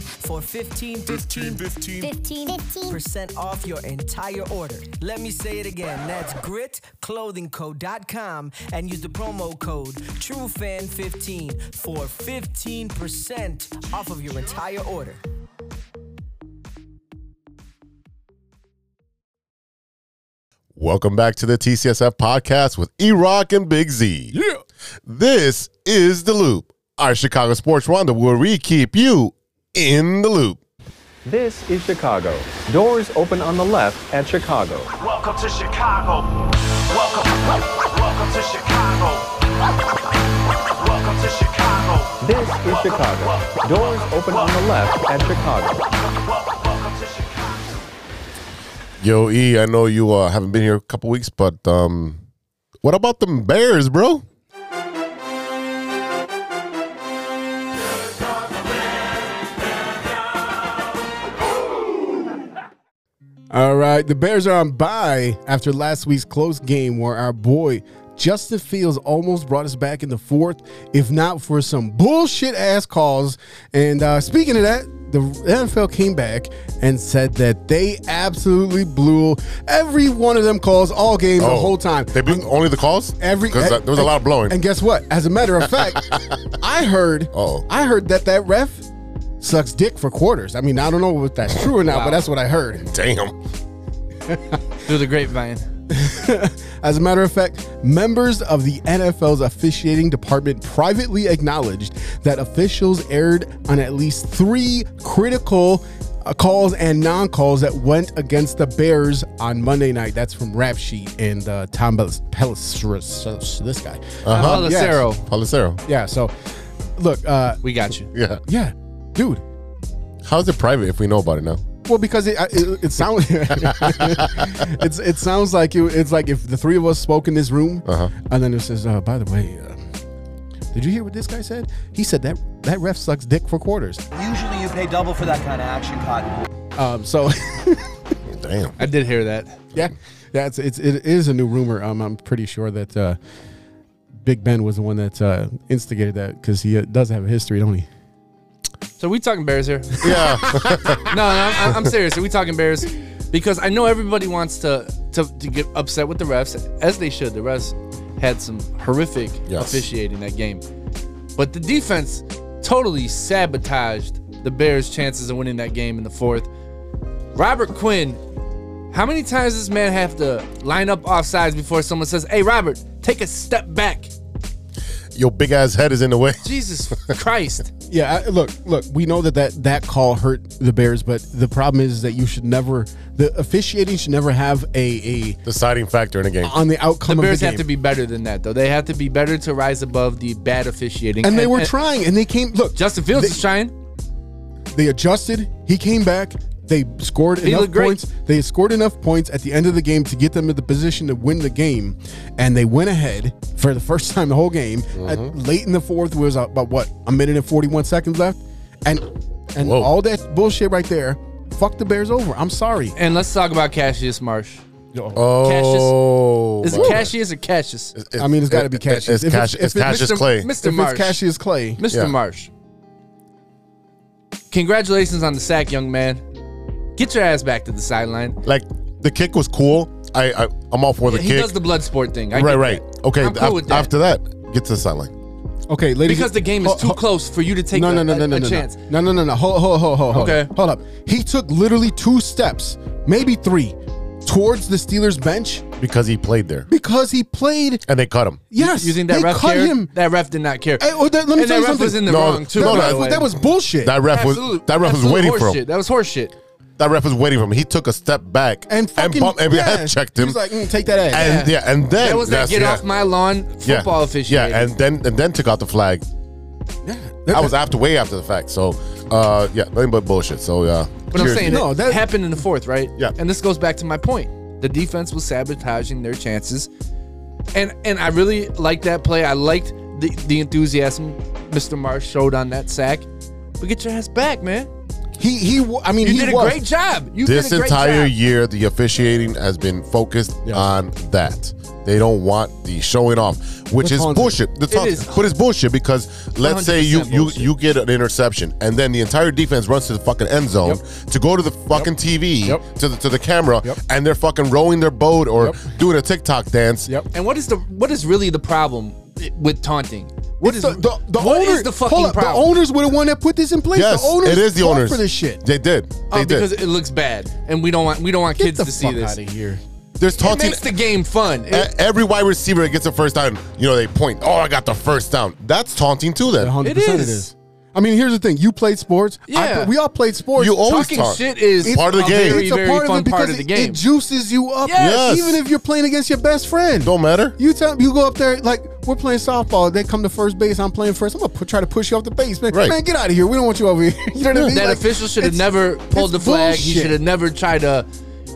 A: for 15
G: 15. 15.
A: percent off your entire order. Let me say it again. That's gritclothingco.com and use the promo code TrueFan15 for 15% off of your entire order.
B: Welcome back to the TCSF podcast with E Rock and Big Z. Yeah. This is The Loop, our Chicago Sports Rondo, where we keep you in the loop.
H: This is Chicago. Doors open on the left at Chicago.
D: Welcome to Chicago. Welcome, welcome to Chicago. Welcome to Chicago.
H: This is Chicago. Doors open on the left at Chicago.
D: Wel- Welcome to Chicago.
B: Yo, E, I know you uh, haven't been here a couple weeks, but um, what about them Bears, bro?
C: All right, the Bears are on bye after last week's close game where our boy Justin Fields almost brought us back in the fourth, if not for some bullshit ass calls. And uh, speaking of that, the NFL came back and said that they absolutely blew every one of them calls all game the whole time.
B: Oh, They blew only the calls?
C: Every
B: Because there was a lot of blowing.
C: And guess what? As a matter of fact, I heard
B: Uh-oh.
C: I heard that that ref sucks dick for quarters. I mean, I don't know if that's true or not, but that's what I heard.
B: Damn.
C: uh,
F: Through the grapevine.
C: As a matter of fact, members of the NFL's officiating department privately acknowledged that officials erred on at least three critical uh, calls and non calls that went against the Bears on Monday night. That's from Rap Sheet and uh, Tom Bel- Pelissero. This guy.
F: Uh-huh.
B: Uh huh.
C: Uh-huh. yes.
F: Pelissero.
B: Palacero.
C: Yeah, so look, uh,
F: We got you.
B: Yeah.
C: yeah, dude.
B: How's it private if we know about it now?
C: Well, because it I- it, it sounds it's it sounds like it, it's like if the three of us spoke in this room, and then it says, uh, "By the way, uh, did you hear what this guy said? He said that that ref sucks dick for quarters."
A: Usually you pay double for that kind of action, Cotton.
C: Um, so
B: Damn.
F: I did hear that.
C: yeah, that's it's it is a new rumor. Um, I'm pretty sure that uh, Big Ben was the one that uh, instigated that because he uh, does have a history, don't he?
F: So we talking Bears here?
B: Yeah.
F: no, no I'm, I'm serious. Are we talking Bears? Because I know everybody wants to, to to get upset with the refs, as they should. The refs had some horrific
B: Yes.
F: officiating that game, but the defense totally sabotaged the Bears' chances of winning that game in the fourth. Robert Quinn, how many times does this man have to line up offsides before someone says, "Hey, Robert, take a step back"?
B: Your big ass head is in the way.
F: Jesus Christ!
C: Yeah, I, look, look. We know that, that that call hurt the Bears, but the problem is that you should never. The officiating should never have a a
B: Deciding factor in a game.
C: on the outcome
F: The
C: of
F: Bears
C: the game.
F: have to be better than that, though. They have to be better to rise above the bad officiating.
C: and they were trying, and they came. Look,
F: Justin Fields
C: They-
F: is trying.
C: they adjusted. He came back. They scored enough
F: looked great.
C: points. They scored enough points at the end of the game to get them in the position to win the game, and they went ahead for the first time the whole game. At-
F: Mm-hmm.
C: late in the fourth was about what a minute and forty-one seconds left, and and
B: Whoa.
C: all that bullshit right there. Fuck the Bears over. I'm sorry.
F: And let's talk about Cassius Marsh.
B: Oh.
F: Is
B: my
F: it
B: God.
F: Cassius or Cassius?
C: I mean, it's got to be Cassius.
B: It's,
C: If
B: Cash, it's,
C: if
B: Cassius
F: Mr.
B: Clay.
F: Mr.
C: If
F: Marsh.
C: it's Cassius Clay,
F: Mr.
B: Yeah.
F: Marsh. Congratulations on the sack, young man. Get your ass back to the sideline.
B: Like the kick was cool. I, I I'm all for the
F: He
B: kick.
F: does the blood sport thing. I
B: right,
F: get
B: right.
F: that.
B: Okay.
F: I'm cool
B: af-
F: with that.
B: After that, Oh, get to the sideline.
C: okay, ladies,
F: because the game is
C: Ho-
F: too
C: ho-
F: close for you to take
C: No,
F: a,
C: no, no,
F: a-
C: no, no,
F: a
C: no, no,
F: chance.
C: no, no, no, no. Hold, hold, hold, hold, hold.
F: Okay.
C: Hold up. He took literally two steps, maybe three, towards the Steelers bench
B: Because he played there.
C: because he played.
B: And they cut him.
C: Yes,
F: Using that
C: they
F: ref
C: cut
F: care,
C: him.
F: that ref did not care.
C: Hey, oh, that- let me tell
F: and that
C: you
F: ref
C: something.
F: was in the
B: No,
F: wrong too.
B: no,
F: by
B: that-
F: the way.
C: that was bullshit.
B: That ref was
F: Absolute-
B: that ref was
F: absolute
B: waiting for
F: horseshit.
B: him.
F: That was horseshit.
B: That ref was waiting for him. He took a step back
C: and fucking
B: bumped and
C: yeah.
B: head checked him.
C: He's like, mm, take that ass.
B: and yeah. and then
F: That was that
B: that's-
F: get
B: yeah.
F: off my lawn
B: Yeah.
F: football officiating.
B: Yeah, and then and then took out the flag.
C: That-
B: I was after way after the fact. So uh yeah, nothing but bullshit. So yeah.
F: But I'm saying
C: No,
F: it
C: that-
F: happened in the fourth, right?
B: Yeah.
F: And this goes back to my point. The defense was sabotaging their chances. And and I really liked that play. I liked the, the enthusiasm Mr. Marsh showed on that sack. But get your ass back, man.
C: he he. wa- I mean,
F: You
C: he
F: did a
C: was.
F: great job. You
B: this
F: did a great
B: entire
F: job.
B: year the officiating has been focused on that they don't want the showing off which is
C: taunting.
B: bullshit the taunt-
F: is.
B: but it's bullshit because let's say you
F: 100%
B: you
F: bullshit.
B: you get an interception and then the entire defense runs to the fucking end zone to go to the fucking tv
C: Yep.
B: to the to the camera
C: Yep.
B: and they're fucking rowing their boat or
C: Yep.
B: doing a tiktok dance
C: Yep.
F: And what is the what is really the problem with taunting? What is
C: The, the, the
F: what
C: owner,
F: is the fucking
C: hold up,
F: problem?
C: The owners were the one that put this in place.
B: yes
C: the owners
B: it is the
C: fought
B: owners
C: for this shit.
B: they did
F: Oh,
B: they
F: because
B: did
F: it looks bad, and we don't want we don't want
C: Get
F: kids
C: the
F: to see
C: fuck
F: this.
C: out of here.
B: there's
F: It
B: taunting
F: makes the game fun. It-
B: E- Every wide receiver that gets a first down, you know, they point, oh, I got the first down. That's taunting too, then.
C: 100% it
F: It
C: is.
F: is.
C: I mean, here's the thing. You played sports. I
F: Yeah.
C: pl- we all played sports.
B: You always
F: talking
B: taunt.
F: shit is
B: It's part of the
F: a
B: game.
F: Very,
C: it's a
F: very
C: part
F: fun
C: of it because
F: part of the
C: it,
F: game.
C: it juices you up.
B: Yes.
C: Even if you're playing against your best friend.
B: Don't matter.
C: You tell you go up there like we're playing softball. They come to first base. I'm playing first. I'm gonna put, try to push you off the base, man.
B: Right.
C: Man, get out of here. We don't want you over here. You know what I mean?
F: that
C: Like,
F: official should have
C: it's-
F: never pulled the
C: it's
F: flag. He
C: bullshit.
F: should have never tried to.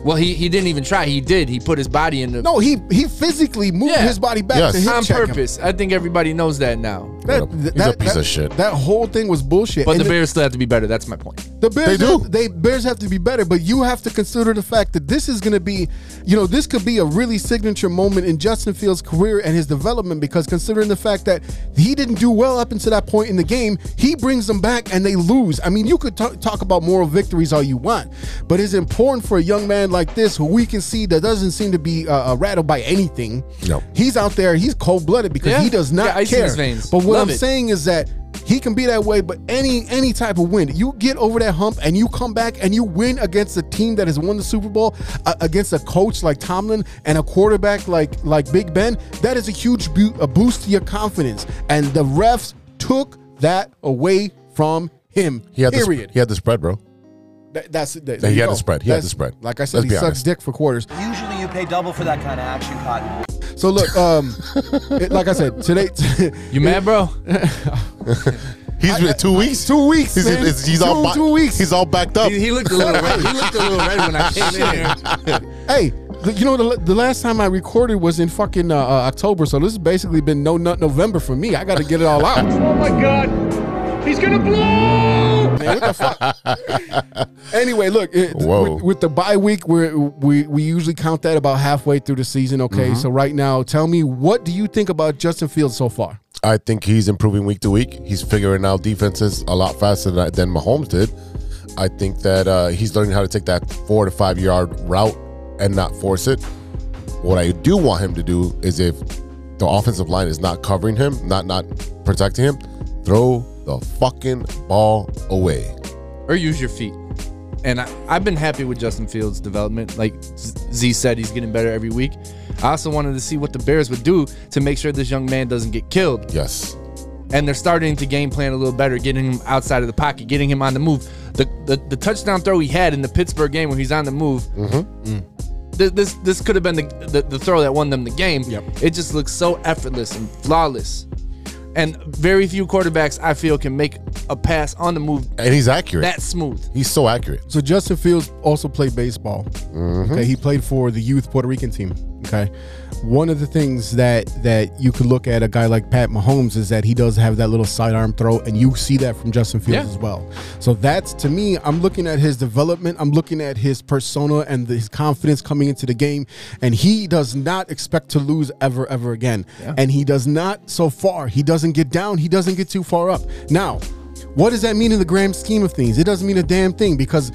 F: Well, he, he didn't even try. He did. He put his body in the
C: No, he he physically moved
F: Yeah.
C: his body back
B: Yes.
C: to hit
F: on
C: check him.
F: purpose. I think everybody knows that now.
C: That,
B: He's a
C: that-
B: piece
C: that-
B: of shit.
C: That whole thing was bullshit.
F: But
C: And
F: the
C: it-
F: Bears still have to be better. That's my point.
C: The Bears
B: They do.
C: Have, they Bears have to be better, but you have to consider the fact that this is going to be, you know, this could be a really signature moment in Justin Fields' career and his development because considering the fact that he didn't do well up until that point in the game, he brings them back and they lose. I mean, you could ta- talk about moral victories all you want, but it's important for a young man like this who we can see that doesn't seem to be uh, uh, rattled by anything.
B: No.
C: He's out there, he's cold blooded because
F: Yeah.
C: he does not
F: Yeah, ice in
C: care.
F: his veins.
C: But what
F: Love
C: I'm
F: it.
C: saying is that He can be that way, but any any type of win, you get over that hump and you come back and you win against a team that has won the Super Bowl, uh, against a coach like Tomlin and a quarterback like like Big Ben. That is a huge bu- a boost to your confidence. And the refs took that away from him.
B: He had, the,
C: period.
B: sp- he had the spread, bro.
C: Th- that's that,
B: he
C: there you
B: had
C: go.
B: to spread. He had
C: That's-
B: to spread.
C: Like I said,
B: Let's
C: he
B: be
C: sucks
B: honest.
C: dick for quarters.
A: Usually you pay double for that kind of action, Cotton.
C: So look, um, it- like I said, today
F: You mad, bro?
B: He's been two weeks.
C: two weeks,
B: He's,
C: man.
B: he's- he's
C: two,
B: all ba-
C: two weeks.
B: He's all backed up.
F: He, he looked a little red. He looked a little red when I came in here.
C: hey, the, you know the, the last time I recorded was in fucking uh, uh, October, so this has basically been no nut November for me. I got to get it all out.
I: Oh my god! He's gonna blow!
C: man. What the fuck? anyway, look, it,
B: Whoa.
C: with, with the bye week, we're, we we usually count that about halfway through the season. Okay, so right now, tell me what do you think about Justin Fields so far?
B: I think he's improving week to week. He's figuring out defenses a lot faster than, than Mahomes did. I think that uh, he's learning how to take that four to five yard route and not force it. What I do want him to do is if the offensive line is not covering him, not not protecting him, throw the fucking ball away.
F: or use your feet. And I, I've been happy with Justin Fields' development. Like Z Z said, he's getting better every week. I also wanted to see what the Bears would do to make sure this young man doesn't get killed.
B: Yes.
F: And they're starting to game plan a little better, getting him outside of the pocket, getting him on the move. The the, the touchdown throw he had in the Pittsburgh game where he's on the move.
C: Mm-hmm.
F: Mm. th- This this could have been the, the the throw that won them the game. It just looks so effortless and flawless, and very few quarterbacks I feel can make a pass on the move
B: And he's accurate.
F: that smooth.
B: he's so accurate.
C: So Justin Fields also played baseball. Okay, he played for the youth Puerto Rican team. Okay, one of the things that that you could look at a guy like Pat Mahomes is that he does have that little sidearm throw, and you see that from Justin Fields
F: Yeah.
C: as well. So that's to me, I'm looking at his development. I'm looking at his persona and his confidence coming into the game, and he does not expect to lose ever, ever again. And he does not so far. He doesn't get down. He doesn't get too far up. Now. What does that mean in the grand scheme of things? It doesn't mean a damn thing because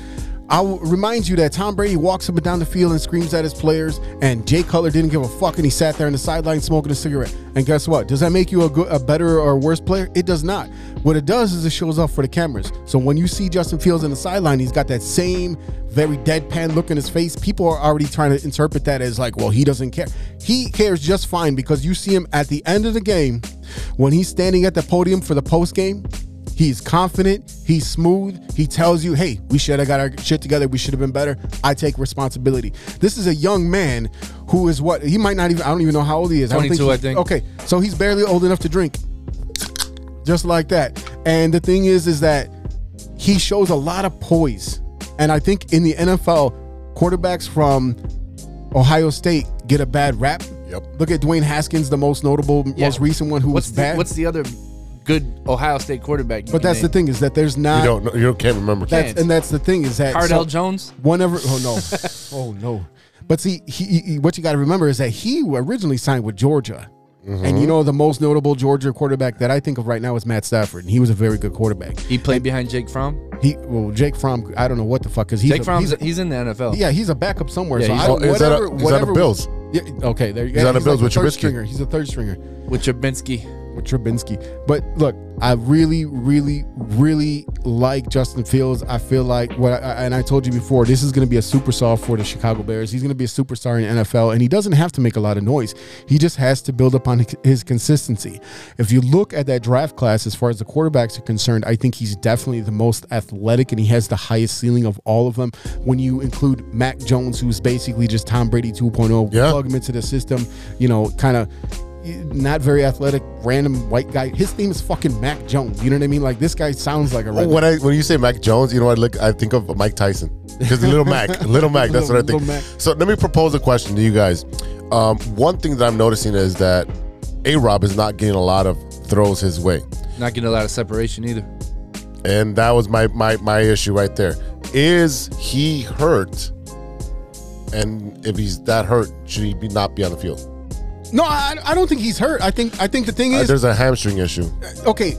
C: I will remind you that Tom Brady walks up and down the field and screams at his players, and Jay Cutler didn't give a fuck, and he sat there on the sideline smoking a cigarette. And guess what? Does that make you a good, a better or worse player? It does not. What it does is it shows up for the cameras. So when you see Justin Fields on the sideline, he's got that same very deadpan look in his face. People are already trying to interpret that as like, well, he doesn't care. He cares just fine because you see him at the end of the game when he's standing at the podium for the post game. He's confident. He's smooth. He tells you, hey, we should have got our shit together. We should have been better. I take responsibility. This is a young man who is what? He might not even, I don't even know how old he is. I don't
F: 22,
C: he's-
F: I think.
C: Okay. So he's barely old enough to drink. Just like that. And the thing is, is that he shows a lot of poise. And I think in the NFL, quarterbacks from Ohio State get a bad rap.
B: Yep.
C: Look at Dwayne Haskins, the most notable,
F: Yeah.
C: most recent one who
F: what's
C: was
F: the,
C: bad.
F: What's the other good Ohio State quarterback?
C: but that's the thing is that there's not
B: You don't know, you don't, can't remember.
C: That's
F: Can't.
C: and that's the thing is that
F: Cardell
C: so-
F: Jones.
C: Whenever, oh no, oh no. But see, he, he- he- what you got to remember is that he originally signed with Georgia,
B: Mm-hmm.
C: and you know the most notable Georgia quarterback that I think of right now is Matt Stafford, and he was a very good quarterback.
F: He played behind Jake Fromm.
C: He well, Jake Fromm, I don't know what the fuck is he?
F: Jake Fromm's he's, in the NFL.
C: yeah, he's a backup somewhere.
F: Yeah,
C: so
F: he's-
C: I don't,
B: Oh, he's on the-
C: whatever,
B: he's on the
C: whatever-
B: Bills.
C: Yeah, okay, there you go.
B: He's on the Bills
C: like
B: with
C: third
B: Trubisky.
C: stringer. He's a third stringer.
F: with Trubinsky.
C: with Trubinsky. But look, I really, really, really like Justin Fields. I feel like what, I, I- and I told you before, this is going to be a superstar for the Chicago Bears. He's going to be a superstar in the NFL, and he doesn't have to make a lot of noise. He just has to build upon his consistency. If you look at that draft class, as far as the quarterbacks are concerned, I think he's definitely the most athletic, and he has the highest ceiling of all of them. When you include Mac Jones, who's basically just Tom Brady 2.0,
B: Yeah.
C: plug him into the system, you know, kind of not very athletic, random white guy. His name is fucking Mac Jones. You know what I mean? Like this guy sounds like a
B: Oh,
C: red.
B: when I when you say Mac Jones, you know I look I think of Mike Tyson because little Mac, little Mac, that's what I
C: Little
B: think.
C: Mac.
B: So let me propose a question to you guys. Um, one thing that I'm noticing is that A Rob is not getting a lot of throws his way,
F: Not getting a lot of separation either.
B: and that was my my my issue right there. Is he hurt? And if he's that hurt, should he be not be on the field?
C: no, I, I don't think he's hurt. I think I think the thing
B: Uh,
C: is
B: there's a hamstring issue.
C: okay.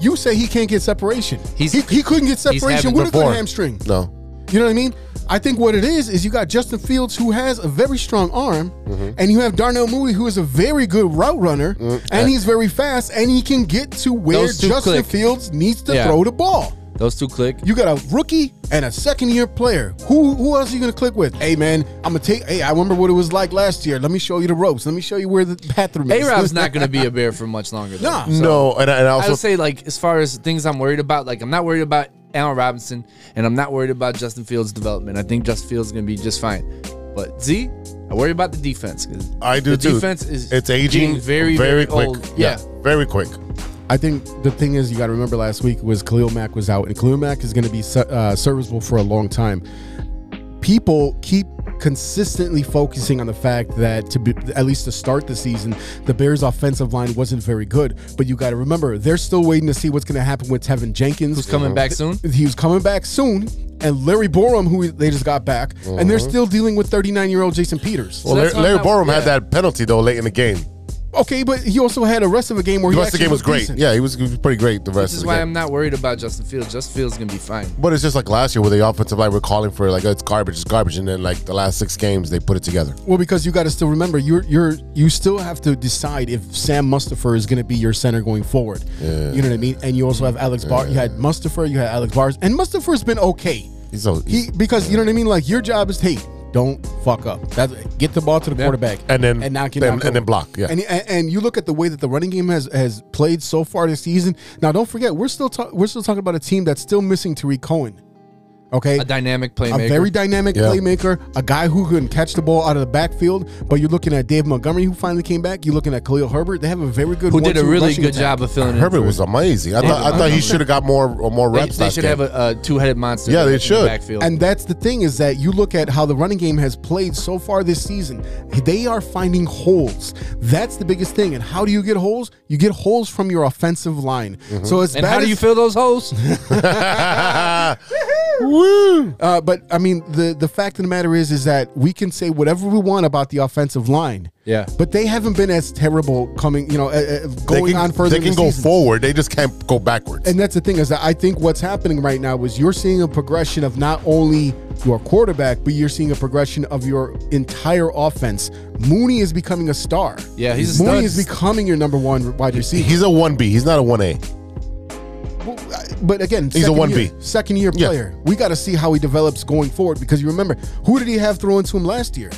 C: You say he can't get separation.
F: He's-
C: he, he couldn't get
F: having-
C: separation with a
B: Before.
C: good hamstring.
B: No,
C: You know what I mean? I think what it is is you got Justin Fields who has a very strong arm,
F: Mm-hmm.
C: and you have Darnell Mooney who is a very good route runner, and he's very fast, and he can get to where
F: Mm, Those two
C: Justin
F: click.
C: Fields needs to
F: Yeah.
C: throw the ball.
F: Those two click.
C: You got a rookie and a second year player. Who who else are you gonna click with? Hey man, I'm gonna take. Hey, I remember what it was like last year. Let me show you the ropes. Let me show you where the bathroom
F: A
C: is.
F: Rob's not going to be a bear for much longer. though.
C: Nah.
B: no, and, I- and I
F: I
B: also
F: would say like as far as things I'm worried about, like I'm not worried about Allen Robinson and I'm not worried about Justin Fields' development. I think Justin Fields is gonna be just fine. But Z, I worry about the defense. 'cause
B: I do
F: the
B: too.
F: Defense is
B: it's
F: getting
B: aging
F: very very, old. Yeah.
B: very quick.
C: I think the thing is, you got to remember last week was Khalil Mack was out, and Khalil Mack is going to be su- uh, serviceable for a long time. People keep consistently focusing on the fact that to be, at least to start the season, the Bears' offensive line wasn't very good. But you got to remember, they're still waiting to see what's going to happen with Tevin Jenkins,
F: Who's coming back soon?
C: He was coming back soon. And Larry Borum, who they just got back, and
B: Uh-huh.
C: they're still dealing with 39 year old Jason Peters.
B: Well,
F: that's
B: Larry, Larry
F: not-
B: Borum had
F: yeah.
B: that penalty though late in the game.
C: Okay, but he also had a rest of a game where
B: The
C: he
B: rest of the
C: actually
B: game was great.
C: decent.
B: Yeah, he was, he was pretty great. The rest
F: This
B: of
F: is
B: the
F: why
B: game.
F: I'm not worried about Justin Fields. Justin Fields is gonna be fine.
B: But it's just like last year where the offensive line were calling for like it's garbage, it's garbage, and then like the last six games they put it together.
C: Well, because you got to still remember, you're you're you still have to decide if Sam Mustafer is going to be your center going forward. You know what I mean? And you also have Alex Bar. You had Mustafer, you had Alex Bars, and Mustafer's been okay.
B: He's so
C: He because you know what I mean. Like your job is, hey, don't fuck up. That's get the ball to the quarterback,
B: And then-
C: and knock it
B: then-
C: knock it
B: and
C: over.
B: then block, yeah.
C: and, and and you look at the way that the running game has has played so far this season. Now, don't forget, we're still ta- we're still talking about a team that's still missing Tariq Cohen. Okay,
F: A dynamic playmaker.
C: a very dynamic
B: Yeah.
C: playmaker, a guy who can catch the ball out of the backfield. But you're looking at Dave Montgomery, who finally came back. You're looking at Khalil Herbert. They have a very good
F: who did a
C: one-two
F: really
C: rushing
F: good
C: attack.
F: job of filling in.
B: Herbert was amazing. I thought I thought he should have got more uh, more
F: They,
B: reps.
F: they
B: last
F: should
B: game.
F: have a, a two-headed monster.
B: Yeah, they
F: in the
B: should.
F: Backfield.
C: And that's the thing is that you look at how the running game has played so far this season. They are finding holes. That's the biggest thing. And how do you get holes? You get holes from your offensive line.
B: Mm-hmm.
C: So as
F: And
C: bad
F: how do
C: as-
F: you fill those holes?
C: Uh, but I mean, the the fact of the matter is, is that we can say whatever we want about the offensive line.
F: Yeah.
C: But they haven't been as terrible coming, you know, uh, uh,
B: They
C: going
B: can-
C: on further.
B: They
C: in
B: can
C: the
B: go
C: season.
B: forward. They just can't go backwards.
C: And that's the thing is that I think what's happening right now is you're seeing a progression of not only your quarterback, but you're seeing a progression of your entire offense. Mooney is becoming a star.
F: Yeah, he's a
C: Mooney
F: stud.
C: is becoming your number one wide receiver.
B: he's a one B. He's not a one A.
C: But again,
B: He's a
C: second
B: 1B.
C: year- second year
B: Yeah.
C: player. We got to see how he develops going forward because you remember who did he have throwing to him last year?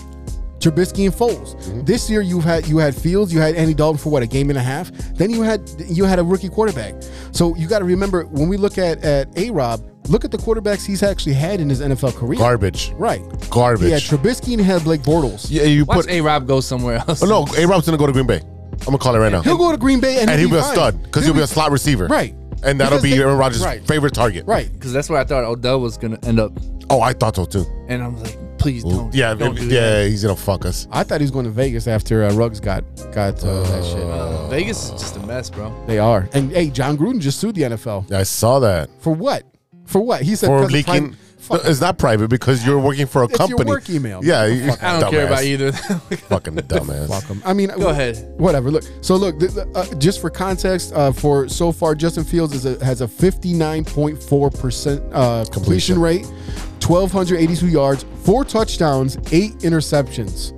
C: Trubisky and Foles.
B: Mm-hmm.
C: This year you had you had Fields, you had Andy Dalton for what a game and a half. Then you had you had a rookie quarterback. So you got to remember when we look at at a Rob, look at the quarterbacks he's actually had in his NFL career.
B: Garbage.
C: Right.
B: Garbage.
C: He had Trubisky and he had Blake Bortles.
B: Yeah, you
F: Watch
B: put.
F: A Rob go somewhere else.
B: Oh no, A Rob's gonna go to Green Bay. I'm gonna call it right now.
C: He'll go to Green Bay and,
B: and he'll be a
C: fine.
B: stud because he'll be a slot receiver.
C: Right.
B: And that'll
C: Because
B: be
C: they-
B: Aaron Rodgers'
C: right.
B: favorite target.
C: right.
F: Because that's where I thought Odell was gonna end up,
B: Oh, I thought so too.
F: and I'm like, please don't.
B: Yeah,
F: don't
B: if-
F: do
B: yeah, he's gonna fuck us.
C: I thought he was going to Vegas after uh, Ruggs got got uh, that shit.
F: that. Vegas is just a mess, bro.
C: They are. And hey, John Gruden just sued the NFL
B: I saw that.
C: for what? For what? He said
B: for
C: 'cause of
B: leaking.
C: private- fuck,
B: No, it's not private because you're working for a
C: your
B: company.
C: work email.
B: Yeah, you-
F: I don't
B: dumbass.
F: care about either.
B: Fucking dumbass.
C: fuck 'em. I mean,
F: Go ahead.
C: Whatever. Look. So look. th- th- uh, just for context, uh, for so far, Justin Fields is a, has a fifty nine point four percent uh, completion
B: Completion.
C: rate, twelve hundred eighty two yards, four touchdowns, eight interceptions,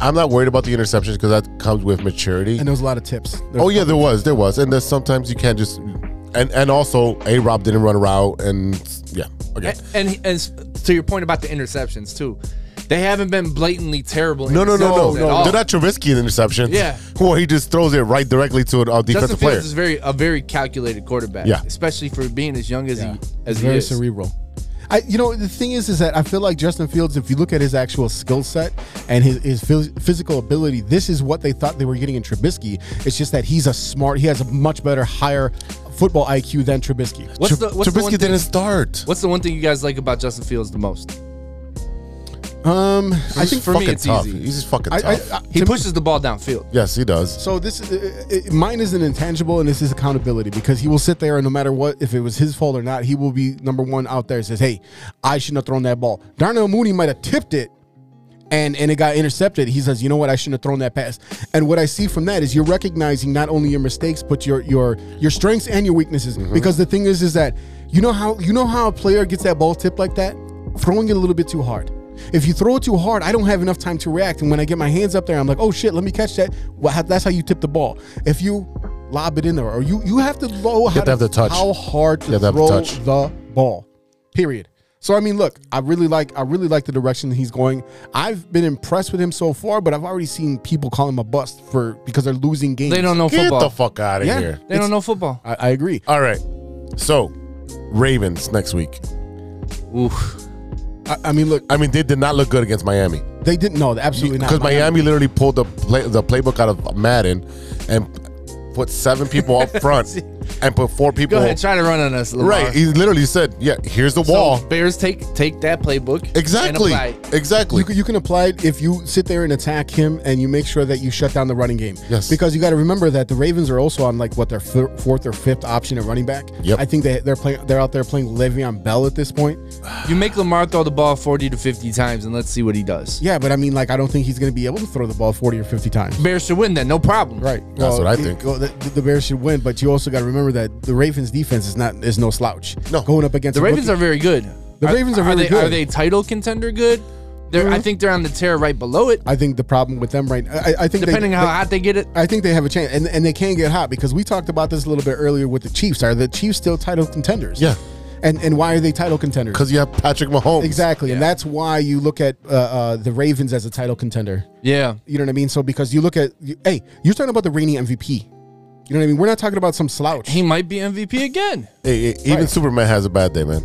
B: I'm not worried about the interceptions because that comes with maturity.
C: and there was a lot of tips. There-
B: Oh yeah, there was, there was, and there's sometimes you can't just, and and also a Rob didn't run a route, and yeah, okay.
F: and, and and s- to your point about the interceptions too, they haven't been blatantly terrible.
B: No, no, no, no,
F: interceptions at all.
B: no. They're not Trubisky in interceptions.
F: Oh. Yeah.
B: Well, he just throws it right directly to a uh,
F: Justin
B: defensive player.
F: Fields is very a very calculated quarterback.
B: Yeah.
F: especially for being as young as he as he
C: very
F: is.
C: cerebral. I, you know, the thing is, is that I feel like Justin Fields. If you look at his actual skill set and his, his phys- physical ability, this is what they thought they were getting in Trubisky. It's just that he's a smart. He has a much better, higher football IQ than Trubisky.
F: What's
B: Tru-
F: the what's the,
B: Trubisky
F: one thing,
B: didn't start.
F: what's the one thing you guys like about Justin Fields the most?
C: Um, I
B: He's
C: think
F: for me,
B: fucking
F: it's
B: tough.
F: easy.
B: He's just fucking
C: I, I,
B: tough.
C: I,
F: He
C: to-
F: pushes the ball downfield.
B: yes, he does.
C: So this uh, uh, mine is an intangible, and this is accountability because he will sit there and no matter what, if it was his fault or not, he will be number one out there. And says, "Hey, I shouldn't have thrown that ball." Darnell Mooney might have tipped it, and and it got intercepted. He says, "You know what? I shouldn't have thrown that pass." And what I see from that is you're recognizing not only your mistakes but your your your
B: Mm-hmm.
C: strengths and your weaknesses. Because the thing is, is that you know how you know how a player gets that ball tipped like that. throwing it a little bit too hard. If you throw it too hard, I don't have enough time to react. And when I get my hands up there, I'm like, oh shit, let me catch that. Well, how- that's how you tip the ball. If you lob it in there, or you you have to know how,
B: have to have the touch.
C: how hard to
B: You have to have the
C: throw
B: touch.
C: the ball. Period. So I mean, look, I really like I really like the direction he's going. I've been impressed with him so far, but I've already seen people call him a bust for because they're losing games.
F: They don't know
B: Get
F: football.
B: the fuck out of
C: Yeah.
B: here.
F: they don't know football.
C: I, I agree.
B: All right. So, Ravens next week.
F: Oof.
C: I, I mean, look,
B: I mean, they did not look good against Miami
C: they didn't know absolutely not
B: because Miami, literally pulled the play, the playbook out of Madden and put seven people up front and put four people.
F: Go ahead, try to run on us, Lamar.
B: right. He literally said, "Yeah, here's the
F: So
B: wall."
F: Bears take take that playbook. and
B: Exactly.
F: apply it.
B: Exactly.
C: You can, you can apply it if you sit there and attack him and you make sure that you shut down the running game.
B: Yes.
C: Because you got to remember that the Ravens are also on like what their fir- fourth or fifth option at running back.
B: Yep.
C: I think they, they're playing. They're out there playing Le'Veon Bell at this point.
F: You make Lamar throw the ball 40 to 50 times and let's see what he does.
C: Yeah, but I mean, like, I don't think he's going to be able to throw the ball forty or fifty times.
F: Bears should win that, no problem.
C: Right.
B: That's what I
C: the-
B: think.
C: well, the, the Bears should win, but you also got to remember that the Ravens defense is not is no slouch.
B: No.
C: Going up against
F: The
C: a
F: Ravens
C: rookie-
F: are very good.
C: The Ravens are very
F: they,
C: good. Mm-hmm.
F: Are they title contender good? They're, I think they're on the tear right below it,
C: I think the problem with them right. I, I think they-
F: depending how
C: they-
F: hot they get it.
C: I think they have a chance, and, and they can get hot because we talked about this a little bit earlier with the Chiefs. Are the Chiefs still title contenders?
B: Yeah.
C: And and why are they title contenders?
B: Because you have Patrick Mahomes.
C: exactly, and that's why you look at uh, uh, the Ravens as a title contender.
F: Yeah.
C: You know what I mean? So because you look at, you, hey, you're talking about the reigning MVP. You know what I mean? We're not talking about some slouch.
F: He might be MVP again.
B: Hey, hey, even
C: Right.
B: Superman has a bad day, man.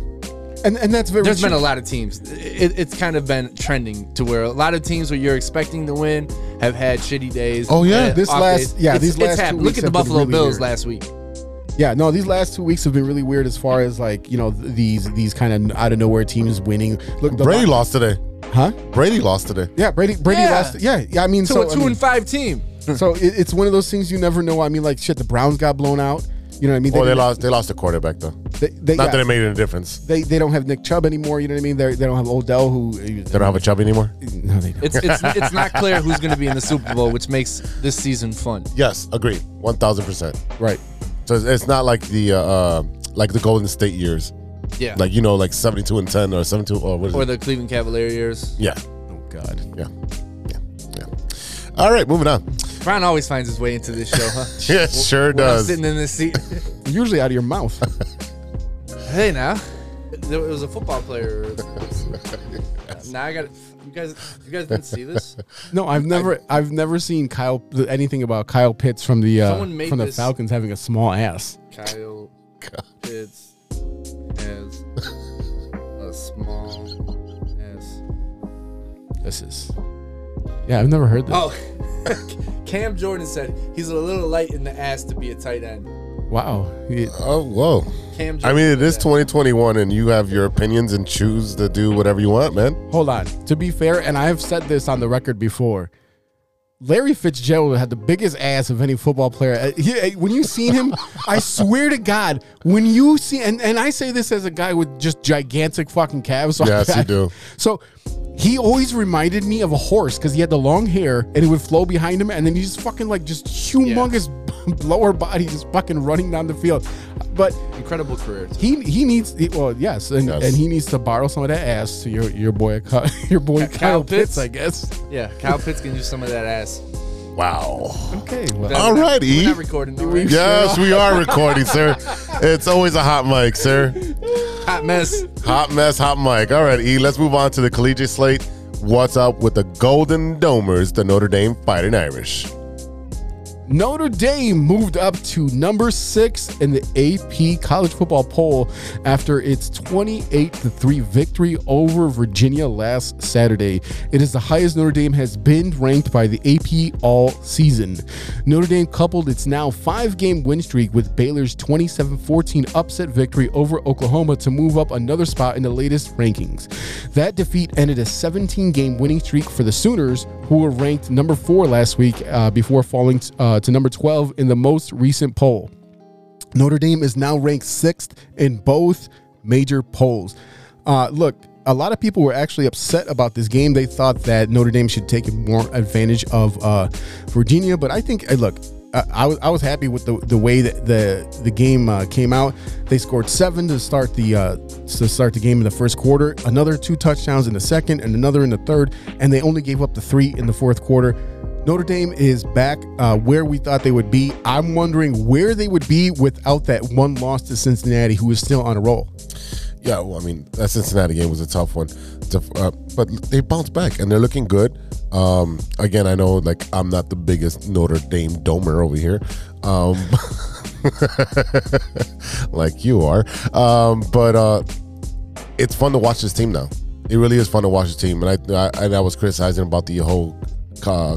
C: and and that's very.
F: There's been
C: true.
F: a lot of teams. It, it's kind of been trending to where a lot of teams where you're expecting to win have had shitty days.
B: Oh, yeah.
F: uh,
C: This
F: off
C: last-
F: days.
C: yeah,
F: It's-
C: these
F: it's
C: last two
F: happened.
C: weeks
F: Look at the
C: have been
F: Buffalo
C: really
F: Bills
C: weird.
F: last week.
C: Yeah, no, these last two weeks have been really weird as far as like you know th- these these kind of out of nowhere teams winning. Look, the
B: Brady
C: Lions-
B: lost today.
C: huh?
B: Brady lost today.
C: Yeah, Brady. Brady
F: Yeah.
C: lost. Yeah, yeah. I mean,
F: To
C: so
F: a
C: I
F: two
C: mean-
F: and five team.
C: So it, it's one of those things you never know. I mean, like shit, the Browns got blown out. You know what I mean?
B: Oh, they
C: didn't-
B: lost. They lost the quarterback though.
C: They, they,
B: Not
C: yeah,
B: that it made any difference.
C: they they don't have Nick Chubb anymore. You know what I mean? They they don't have Odell. Who uh,
B: They don't have a chubby anymore.
C: no, they don't.
F: It's it's, it's not clear who's going to be in the Super Bowl, which makes this season fun.
B: Yes, agree. One thousand percent.
C: right.
B: So it's- it's not like the uh, uh, like the Golden State years,
F: Yeah.
B: like you know, like seventy two and ten or seventy two or what is
F: or
B: it?
F: the Cleveland Cavaliers.
B: yeah,
C: Oh God.
B: yeah, yeah, yeah. All right, moving on.
F: Ron always finds his way into this show, huh?
B: Yeah, sure
F: When I'm
B: does.
F: sitting in this seat.
C: Usually out of your mouth.
F: hey, now there was a football player. now I got you guys. You guys didn't see this?
C: no, I've never I, have never seen Kyle anything about Kyle Pitts from the uh,
F: Someone made
C: from the
F: this-
C: Falcons having a small ass.
F: Kyle Pitts has a small ass.
C: This is. Yeah, I've never heard this.
F: Oh, Cam Jordan said he's a little light in the ass to be a tight end.
C: Wow. It-
B: Oh whoa!
F: Cam. Jordan
B: I mean, it
F: said
B: is
F: that.
B: twenty twenty one, and you have your opinions and choose to do whatever you want, man.
C: Hold on. To be fair, and I have said this on the record before, Larry Fitzgerald had the biggest ass of any football player. Uh, he- uh, when you seen him, I swear to God, when you see, and, and I say this as a guy with just gigantic fucking calves. So
B: Yes,
C: I-
B: you do.
C: So he always reminded me of a horse because he had the long hair and it would flow behind him, and then he just fucking like just humongous lower body just fucking running down the field. But
F: incredible career. too.
C: he he needs he, well yes and,
B: Yes.
C: and he needs to borrow some of that ass to your your boy Ky- your boy Kyle,
F: Kyle
C: Pitts,
F: Pitts?
C: I guess.
F: Yeah, Kyle Pitts can do some of that ass.
B: Wow.
C: Okay, well,
F: That-
B: All right, E.
F: We're not recording. though, right?
B: Yes, we are recording, sir. It's always a hot mic, sir.
F: Hot mess.
B: Hot mess, hot mic. All right, E, let's move on to the collegiate slate. What's up with the Golden Domers, the Notre Dame Fighting Irish?
C: Notre Dame moved up to number six in the AP college football poll after its 28 3 victory over Virginia last Saturday. It is the highest Notre Dame has been ranked by the AP all season. Notre Dame coupled its now five game win streak with Baylor's 27 14 upset victory over Oklahoma to move up another spot in the latest rankings. That defeat ended a 17 game winning streak for the Sooners, who were ranked number four last week uh, before falling uh, to number 12 in the most recent poll. Notre Dame is now ranked sixth in both major polls. Uh, look, a lot of people were actually upset about this game. They thought that Notre Dame should take more advantage of uh, Virginia, but I think, uh, look, I- I, I was I was happy with the, the way that the the game uh, came out. They scored seven to start the uh, to start the game in the first quarter. Another two touchdowns in the second, and another in the third. And they only gave up the three in the fourth quarter. Notre Dame is back uh, where we thought they would be. I'm wondering where they would be without that one loss to Cincinnati, who is still on a roll.
B: Yeah, well, I mean that Cincinnati game was a tough one, to, uh, but they bounced back and they're looking good. Um, again, I know like I'm not the biggest Notre Dame domer over here, um, like you are, um, but uh, it's fun to watch this team now. It really is fun to watch this team, and I, I and I was criticizing about the whole uh,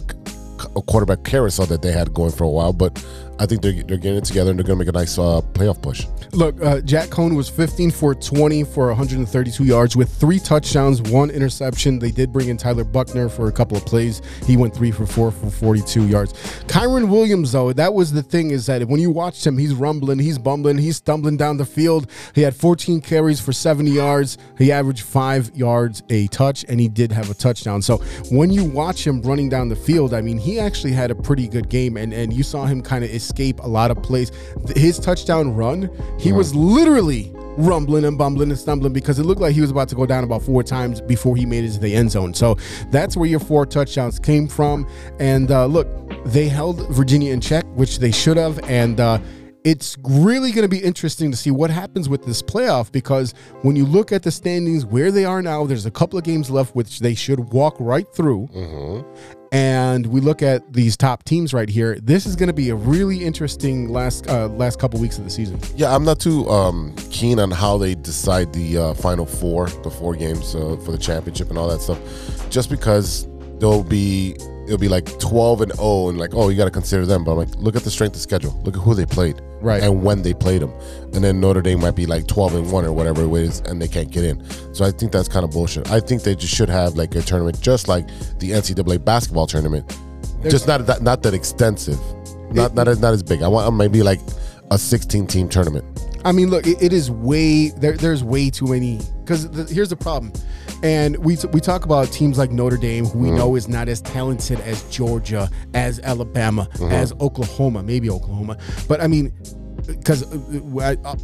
B: quarterback carousel that they had going for a while, but I think they're, they're getting it together and they're going to make a nice uh, playoff push.
C: Look, uh, Jack Cohn was 15 for 20 for 132 yards with three touchdowns, one interception. They did bring in Tyler Buckner for a couple of plays. He went three for four for 42 yards. Kyron Williams, though, that was the thing is that when you watched him, he's rumbling, he's bumbling, he's stumbling down the field. He had 14 carries for 70 yards. He averaged five yards a touch, and he did have a touchdown. So when you watch him running down the field, I mean, he actually had a pretty good game, and, and you saw him kind of escape a lot of plays. His touchdown run, he was literally rumbling and bumbling and stumbling because it looked like he was about to go down about four times before he made it to the end zone. So that's where your four touchdowns came from. And uh, look, they held Virginia in check, which they should have. And uh, it's really going to be interesting to see what happens with this playoff because when you look at the standings where they are now, there's a couple of games left which they should walk right through and we look at these top teams right here, this is going to be a really interesting last uh, last couple weeks of the season.
B: Yeah, I'm not too um, keen on how they decide the uh, final four, the four games uh, for the championship and all that stuff, just because they'll be it'll be like 12 and 0 and like oh you got to consider them, but I'm like look at the strength of schedule, look at who they played,
C: Right.
B: and when they played them, and then Notre Dame might be like 12 and one or whatever it is, and they can't get in. So I think that's kind of bullshit. I think they just should have like a tournament, just like the NCAA basketball tournament, just not that not that extensive, not not as, not as big. I want maybe like a 16 team tournament.
C: I mean, look, it, it is way there. There's way too many because here's the problem, and we t- we talk about teams like Notre Dame, who we know is not as talented as Georgia, as Alabama, as Oklahoma, maybe Oklahoma, but I mean. uh, Because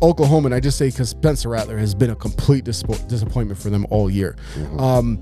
C: Oklahoma, and I just say because Spencer Rattler has been a complete dispo- disappointment for them all year. Um,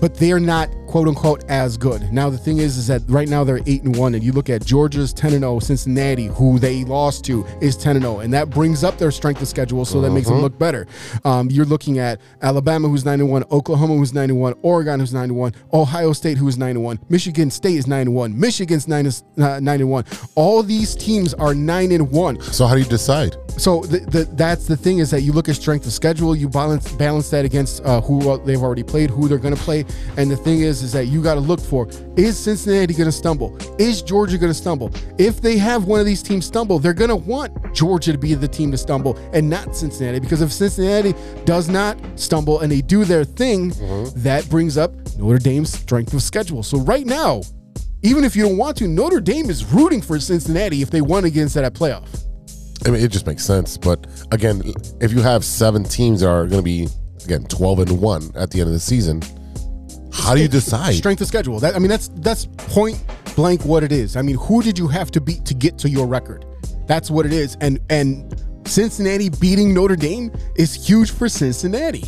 C: but they're not quote unquote as good. Now the thing is, is that right now they're eight and one, and you look at Georgia's ten and zero, Cincinnati, who they lost to, is ten and zero, and that brings up their strength of schedule, so that makes them look better. Um, you're looking at Alabama, who's nine and one, Oklahoma, who's nine and one, Oregon, who's nine and one, Ohio State, who is nine and one, Michigan State is nine and one, Michigan's nine is uh, nine and one. All these teams are nine and one.
B: So how do you decide?
C: So the, the, that's the thing is that you look at strength of schedule, you balance balance that against uh, who uh, they've already played, who they're going to play, and the thing is is that you got to look for is Cincinnati going to stumble? Is Georgia going to stumble? If they have one of these teams stumble, they're going to want Georgia to be the team to stumble and not Cincinnati because if Cincinnati does not stumble and they do their thing, that brings up Notre Dame's strength of schedule. So right now, even if you don't want to, Notre Dame is rooting for Cincinnati if they won against that playoff.
B: I mean, it just makes sense. But again, if you have seven teams that are going to be again 12 and one at the end of the season, how do you decide?
C: strength of schedule. That I mean, that's that's point blank what it is. I mean, who did you have to beat to get to your record? That's what it is. And and Cincinnati beating Notre Dame is huge for Cincinnati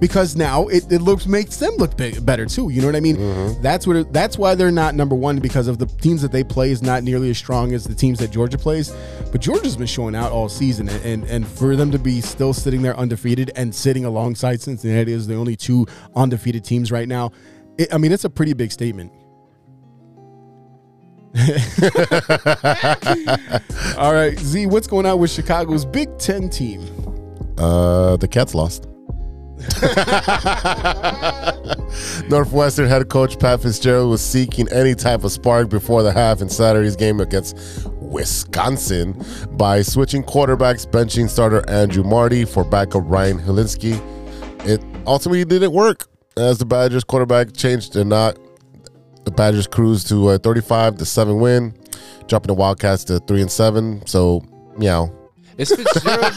C: because now it, it looks makes them look big, better too. You know what I mean? That's what it, that's why they're not number one because of the teams that they play is not nearly as strong as the teams that Georgia plays. But Georgia's been showing out all season, and and, and for them to be still sitting there undefeated and sitting alongside Cincinnati is the only two undefeated teams right now. It, I mean, it's a pretty big statement. all right, Z, what's going on with Chicago's Big Ten team?
B: Uh, the Cats lost. Northwestern head coach Pat Fitzgerald was seeking any type of spark before the half in Saturday's game against Wisconsin by switching quarterbacks, benching starter Andrew Marty for backup Ryan Helinski. It ultimately didn't work as the Badgers quarterback changed to not the Badgers cruised to a 35 to 7 win, dropping the Wildcats to 3 and 7. So, meow.
F: Is Fitzgerald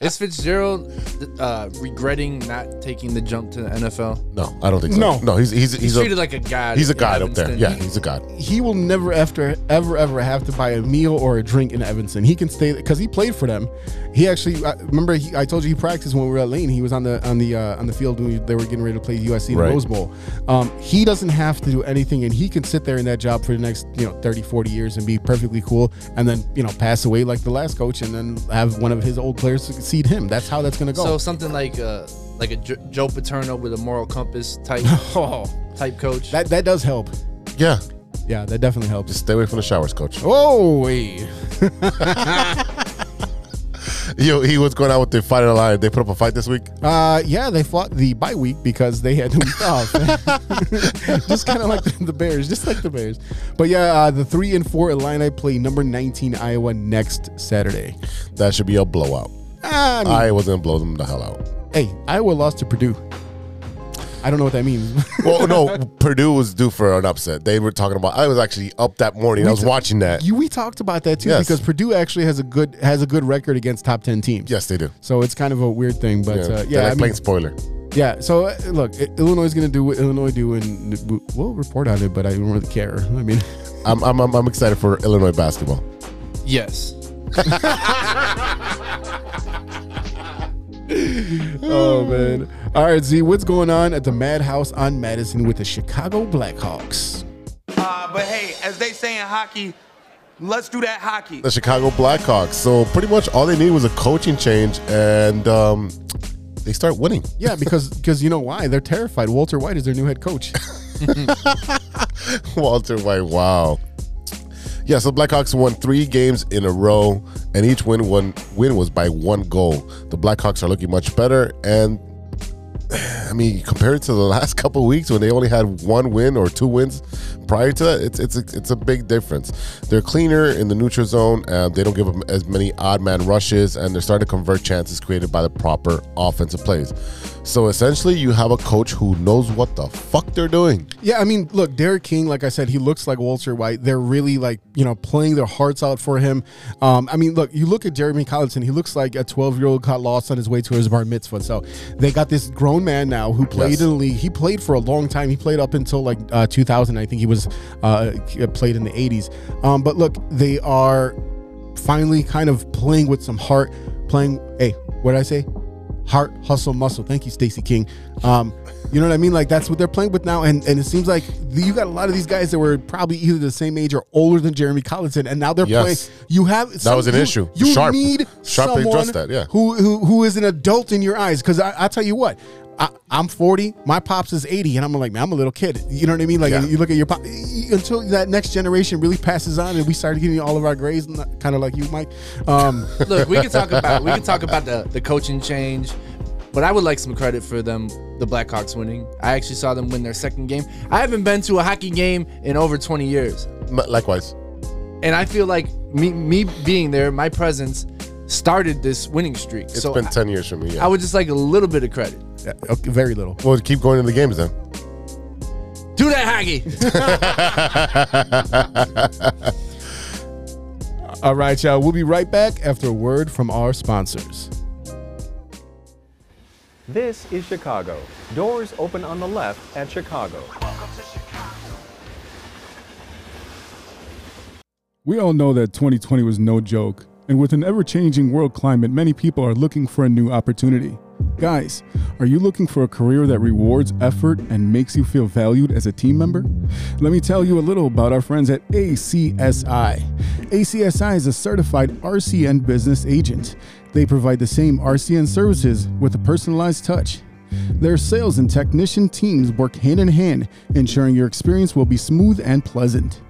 F: is Fitzgerald uh, regretting not taking the jump to the NFL?
B: No, I don't think so.
C: No.
B: no, he's he's he's,
F: He's
B: a,
F: treated like a god.
B: he's a
F: in
B: god up there.
F: Evanston.
B: Yeah, he's a god.
C: he will never after ever ever have to buy a meal or a drink in Evanston. He can stay because he played for them. He actually I, remember he, I told you he practiced when we were at Lane. He was on the on the uh, on the field when they were getting ready to play USC in
B: Right.
C: the Rose Bowl. Um, he doesn't have to do anything, and he can sit there in that job for the next you know 30, 40 years and be perfectly cool, and then you know pass away like the last coach, and then have one of his old players succeed him. That's how that's gonna go.
F: So something like uh like a Jo- Joe Paterno with a moral compass type
C: oh,
F: type coach.
C: that that does help.
B: Yeah,
C: Yeah, that definitely helps.
B: just stay away from the showers, coach.
C: Oh, wait.
B: Yo, he was going out with the fight of the line. They put up a fight this week.
C: Uh, yeah, they fought the bye week because they had the week off. just kind of like the, the Bears, just like the Bears. But yeah, uh, the three and four Illini play number nineteen Iowa next Saturday.
B: That should be a blowout.
C: Ah, I mean,
B: I was gonna blow them the hell out.
C: hey, Iowa lost to Purdue. I don't know what that means.
B: Well, no, Purdue was due for an upset. They were talking about. I was actually up that morning. I was watching that.
C: you, we talked about that too
B: Yes.
C: because Purdue actually has a good has a good record against top ten teams.
B: yes, they do.
C: So it's kind of a weird thing, but
B: Yeah,
C: yeah, uh,
B: they're
C: yeah,
B: like
C: I mean-
B: playing spoiler.
C: Yeah. So uh, look, I- Illinois is going to do what Illinois do, and w- we'll report on it. But I don't really care. I mean,
B: I'm, I'm, I'm, I'm excited for Illinois basketball.
F: yes.
C: oh man. All right, Z. What's going on at the Madhouse on Madison with the Chicago Blackhawks?
E: Uh, but hey, as they say in hockey, let's do that hockey.
B: The Chicago Blackhawks. So pretty much all they needed was a coaching change, and um, they start winning.
C: Yeah, because because you know why? They're terrified. Walter White is their new head coach.
B: Walter White. Wow. Yeah, so Blackhawks won three games in a row, and each win one win was by one goal. The Blackhawks are looking much better, and I mean, compared to the last couple weeks when they only had one win or two wins prior to that, it's it's a, it's a big difference. They're cleaner in the neutral zone. Um, they don't give them as many odd man rushes, and they're starting to convert chances created by the proper offensive plays. So essentially, you have a coach who knows what the fuck they're doing.
C: yeah, I mean, look, Derek King. Like I said, he looks like Walter White. They're really like you know playing their hearts out for him. Um, I mean, look, you look at Jeremy Collinson. He looks like a twelve year old got lost on his way to his bar mitzvah. So they got this grown man now who played
B: Yes.
C: in the league. He played for a long time. He played up until like uh, 2000. I think he was uh, played in the 80s. Um, but look, they are finally kind of playing with some heart, playing. Hey, what did I say? Heart, hustle, muscle. Thank you, Stacey King. Um, you know what I mean? Like that's what they're playing with now, and and it seems like the, you got a lot of these guys that were probably either the same age or older than Jeremy Collinson, and now they're
B: Yes.
C: playing. You have that
B: was an issue.
C: You
B: Sharp.
C: need
B: Sharp they
C: someone
B: addressed that, yeah.
C: who, who who is an adult in your eyes. Because I, I tell you what, I, I'm 40, my pops is 80, and I'm like, man, I'm a little kid. You know what I mean? Like,
B: Yeah.
C: you look at your pop until that next generation really passes on, and we start getting all of our grades, kind of like you, Mike. Um,
F: Look, we can talk about we can talk about the the coaching change, but I would like some credit for them the Blackhawks winning. I actually saw them win their second game. I haven't been to a hockey game in over 20 years.
B: M- Likewise.
F: and I feel like me me being there, my presence started this winning streak.
B: It's
F: so
B: been
F: I-
B: 10 years for me. Yeah.
F: I would just like a little bit of credit.
C: yeah, okay, very little.
B: well, keep going to the games then.
F: Do that, Haggy.
C: All right, y'all. We'll be right back after a word from our sponsors.
H: This is Chicago. Doors open on the left at Chicago.
J: We all know that 2020 was no joke, and with an ever changing world climate, many people are looking for a new opportunity. Guys, are you looking for a career that rewards effort and makes you feel valued as a team member? Let me tell you a little about our friends at ACSI. ACSI is a certified RCN business agent. They provide the same RCN services with a personalized touch. Their sales and technician teams work hand in hand, ensuring your experience will be smooth and pleasant.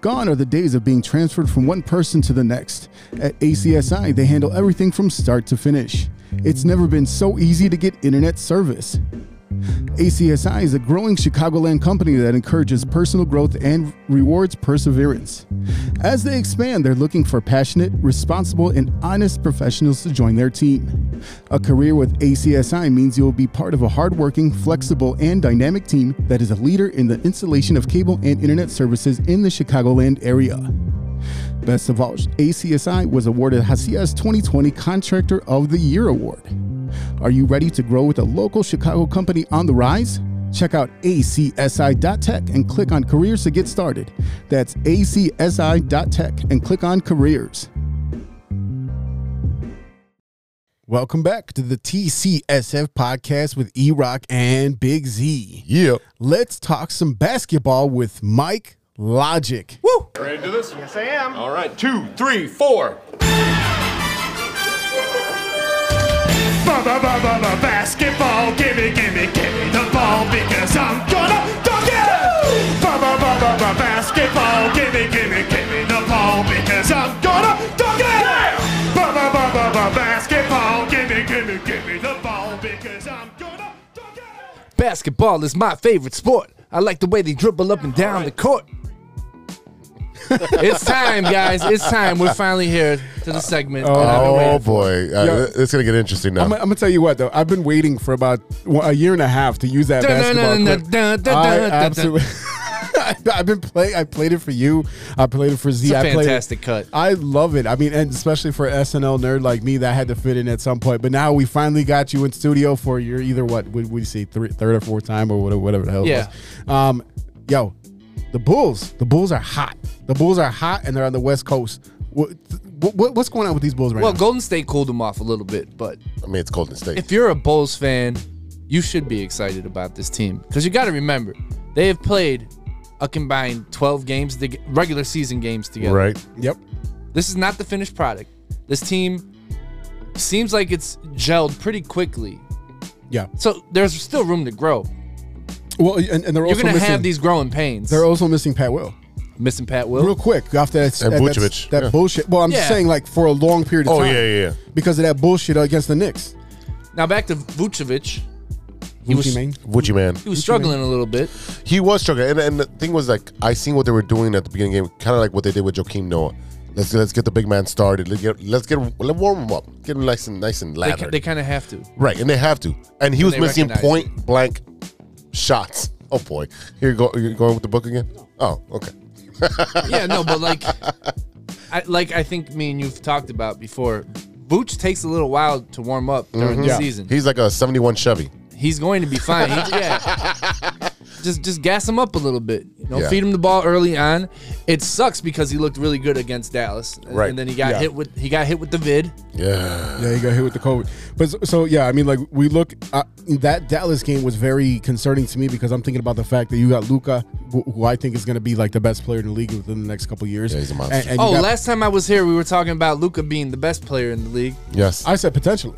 J: Gone are the days of being transferred from one person to the next. At ACSI, they handle everything from start to finish. It's never been so easy to get internet service. ACSI is a growing Chicagoland company that encourages personal growth and rewards perseverance. As they expand, they're looking for passionate, responsible, and honest professionals to join their team. A career with ACSI means you will be part of a hardworking, flexible, and dynamic team that is a leader in the installation of cable and internet services in the Chicagoland area.
C: Best of all, ACSI was awarded Hacia's 2020 Contractor of the Year Award. Are you ready to grow with a local Chicago company on the rise? Check out acsi.tech and click on careers to get started. That's acsi.tech and click on careers. Welcome back to the TCSF podcast with E Rock and Big Z.
B: Yeah.
C: Let's talk some basketball with Mike Logic.
I: Woo! Ready to do this? Yes, I am. All right, two, three, four. Basketball, gimme, gimme, gimme the ball because I'm gonna dunk it! Basketball, gimme, gimme, gimme the ball because I'm gonna dunk it! Basketball, gimme, gimme, gimme the ball because I'm gonna dunk it!
F: Basketball is my favorite sport. I like the way they dribble up and down the court. it's time, guys. It's time. We're finally here to the segment. that I've been
B: Oh
F: waiting for.
B: boy, uh,
C: Yeah.
B: th- it's gonna get interesting now.
C: I'm, gonna- I'm gonna tell you what though. I've been waiting for about well, a year and a half to use that
F: Dun, dun,
C: basketball
F: dun,
C: clip.
F: dun, dun,
C: I
F: dun, dun,
C: absolutely. I've been playing. I played it for you. I played it for Z.
F: It's a
C: I played it-
F: fantastic cut.
C: I love it. I mean, and especially for SNL nerd like me, that had to fit in at some point. But now we finally got you in studio for your either what would we say three, third or fourth time or whatever, whatever the hell.
F: Yeah.
C: It was. Um, yo, the Bulls. The Bulls are hot. The Bulls are hot, and they're on the West Coast. What, what, what's going on with these Bulls right
F: Well,
C: now?
F: Golden State cooled them off a little bit, but
B: I mean, it's Golden State.
F: if you're a Bulls fan, you should be excited about this team because you got to remember they have played a combined 12 games, the regular season games together.
B: right?
C: Yep.
F: This is not the finished product. This team seems like it's gelled pretty quickly.
C: Yeah.
F: So there's still room to grow.
C: Well, and, and they're
F: You're
C: also
F: going to
C: missing,
F: have these growing pains.
C: They're also missing Pat Will.
F: missing Pat Will.
C: Real quick, after that,
B: And
C: that, that's-
B: Vucevic,
C: that
B: yeah.
C: bullshit. Well, I'm just
F: Yeah.
C: saying, like for a long period of
B: Oh
C: time.
B: yeah, yeah, yeah.
C: Because of that bullshit against the Knicks.
F: Now back to Vucevic.
C: He
F: was-
B: Would man?
F: He was struggling a little bit.
B: He was struggling, and, and the thing was like I seen what they were doing at the beginning of the game, kind of like what they did with Joakim Noah. Let's let's get the big man started. Let's get let's get let's warm him up, get him nice and nice and
F: They,
B: lathered.
F: they kind of have to.
B: right, and they have to. And he was
F: they
B: missing
F: recognize
B: point blank shots. Oh boy, here you go. You're going with the book again? Oh, okay.
F: yeah, no, but like, I, like I think me and you've talked about before. Vooch takes a little while to warm up during the
C: Yeah.
F: season.
B: He's like a '71 Chevy.
F: He's going to be fine. He- yeah, just just gas him up a little bit. You know,
B: Yeah.
F: feed him the ball early on. It sucks because he looked really good against Dallas, and-
B: Right.
F: And then he got
C: Yeah.
F: hit with he got hit with the vid.
B: Yeah,
C: Yeah, he got hit with the COVID. But so, so yeah, I mean, like we look uh, that Dallas game was very concerning to me because I'm thinking about the fact that you got Luca, who, who I think is going to be like the best player in the league within the next couple of years.
B: Yeah, he's a
C: And-
B: monster.
C: and you
F: Oh,
C: got-
F: last time I was here, we were talking about Luca being the best player in the league.
B: yes.
C: I said potentially.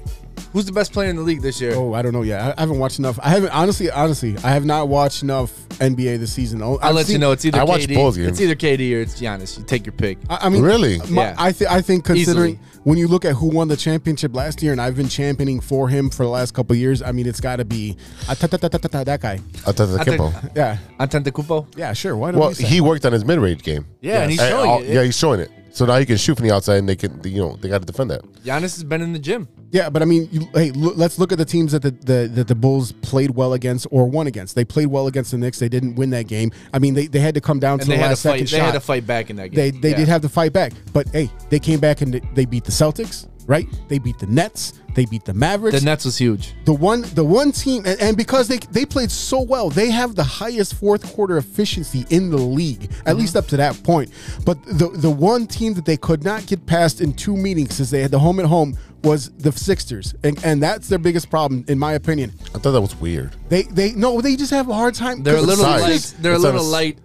F: Who's the best player in the league this year?
C: Oh, I don't know yet. I, I haven't watched enough. I haven't honestly, honestly, I have not watched enough NBA this season. Oh, I'll
F: I'll let you know. It's either
B: I watched
F: KD,
B: both games.
F: it's either KD or it's Giannis. You take your pick.
C: I, I mean,
B: Really?
C: my-
F: Yeah.
C: I th- I think considering
F: Easily.
C: when you look at who won the championship last year, and I've been championing for him for the last couple of years. I mean, it's got to be uh, ta- ta- ta- ta- ta- ta- that guy.
B: Antetokounmpo.
C: Yeah,
F: Antetokounmpo.
C: yeah, sure. Why don't
B: Well,
C: we say-
B: he worked on his mid-range game.
F: Yeah, and he's
B: And
F: showing
B: all-
F: it.
B: Yeah, he's showing it. So now he can shoot from the outside, and they can, you know, they got to defend that.
F: Giannis has been in the gym.
C: Yeah, but I mean, you, hey, look, let's look at the teams that the, the that the Bulls played well against or won against. They played well against the Knicks. They didn't win that game. I mean, they, they had to come down to
F: and they
C: the
F: had to
C: last
F: fight.
C: second
F: They had
C: shot.
F: to fight back in that
C: They
F: game.
C: they
F: Yeah.
C: did have to fight back, but hey, they came back and they beat the Celtics, right? They beat the Nets. They beat the Mavericks.
F: the Nets was huge.
C: the one the one team and, and because they they played so well they have the highest fourth quarter efficiency in the league at
F: Mm-hmm.
C: least up to that point but the the one team that they could not get past in two meetings since they had the home and home was the Sixers and, and that's their biggest problem in my opinion
B: I thought that was weird.
C: they they no they just have a hard time
F: They're a
C: 'cause
F: little
C: the
B: size.
F: light.
C: Sixers-
F: They're a
B: It's on
F: little
B: a s-
F: light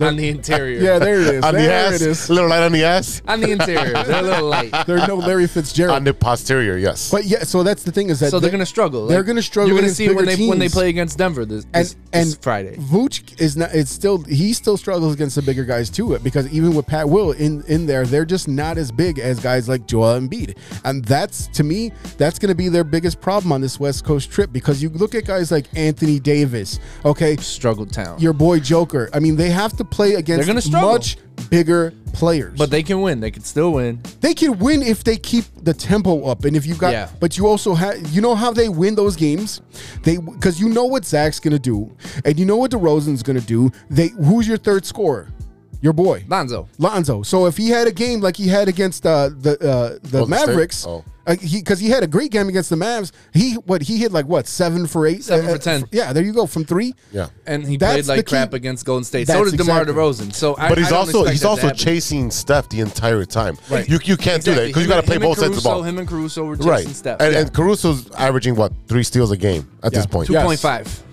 F: on the interior.
C: yeah there it is
B: on the
C: there
B: ass,
C: it is
B: little light on the ass,
F: on the interior. They're a little light.
C: there's no Larry Fitzgerald
B: on the posterior. Yes,
C: but yeah so that's the thing is that
F: So they're
C: they-
F: gonna struggle.
C: they're
F: Like,
C: gonna struggle
F: You're gonna
C: against
F: see when
C: bigger
F: they when they
C: teams.
F: play against Denver this,
C: and
F: this,
C: and
F: this Friday.
C: Vooch is not. It's still he still struggles against the bigger guys too. Because even with Pat Will in in there, they're just not as big as guys like Joel Embiid, and that's to me that's going to be their biggest problem on this West Coast trip. Because you look at guys like Anthony Davis, okay,
F: Struggle town.
C: your boy Joker. I mean, they have to play against
F: gonna struggle.
C: much bigger players,
F: but they can win. They can still win.
C: they can win if they keep the tempo up and if you got
F: Yeah.
C: but you also have you know how they win those games they because you know what zach's gonna do and you know what DeRozan's gonna do they who's your third scorer Your boy.
F: Lonzo.
C: Lonzo. So if he had a game like he had against uh, the uh, the
B: Oh, the State?
C: Mavericks,
B: Oh.
C: uh, he because he had a great game against the Mavs. He what he hit like what seven for eight,
F: Seven for
C: Uh,
F: 10.
C: yeah, there you go from three.
B: Yeah.
F: And he
C: That's
F: played
C: the
F: like
C: key.
F: crap against Golden State. so
C: That's
F: did DeMar
C: exactly-
F: DeRozan. So I,
B: But he's
F: I don't
B: also
F: expect
B: he's
F: that to
B: also
F: happen.
B: chasing Steph the entire time.
F: Right.
B: You you can't do that
F: Exactly.
B: because you
F: Him
B: got to
F: and-
B: play
F: him and
B: both sides of the
F: Caruso-
B: ball.
F: Him and Caruso were chasing
B: Right.
F: Steph.
B: And,
F: Yeah.
B: and Caruso's averaging what three steals a game at
C: Yeah.
B: this point.
C: Two Yes.
F: 2.5.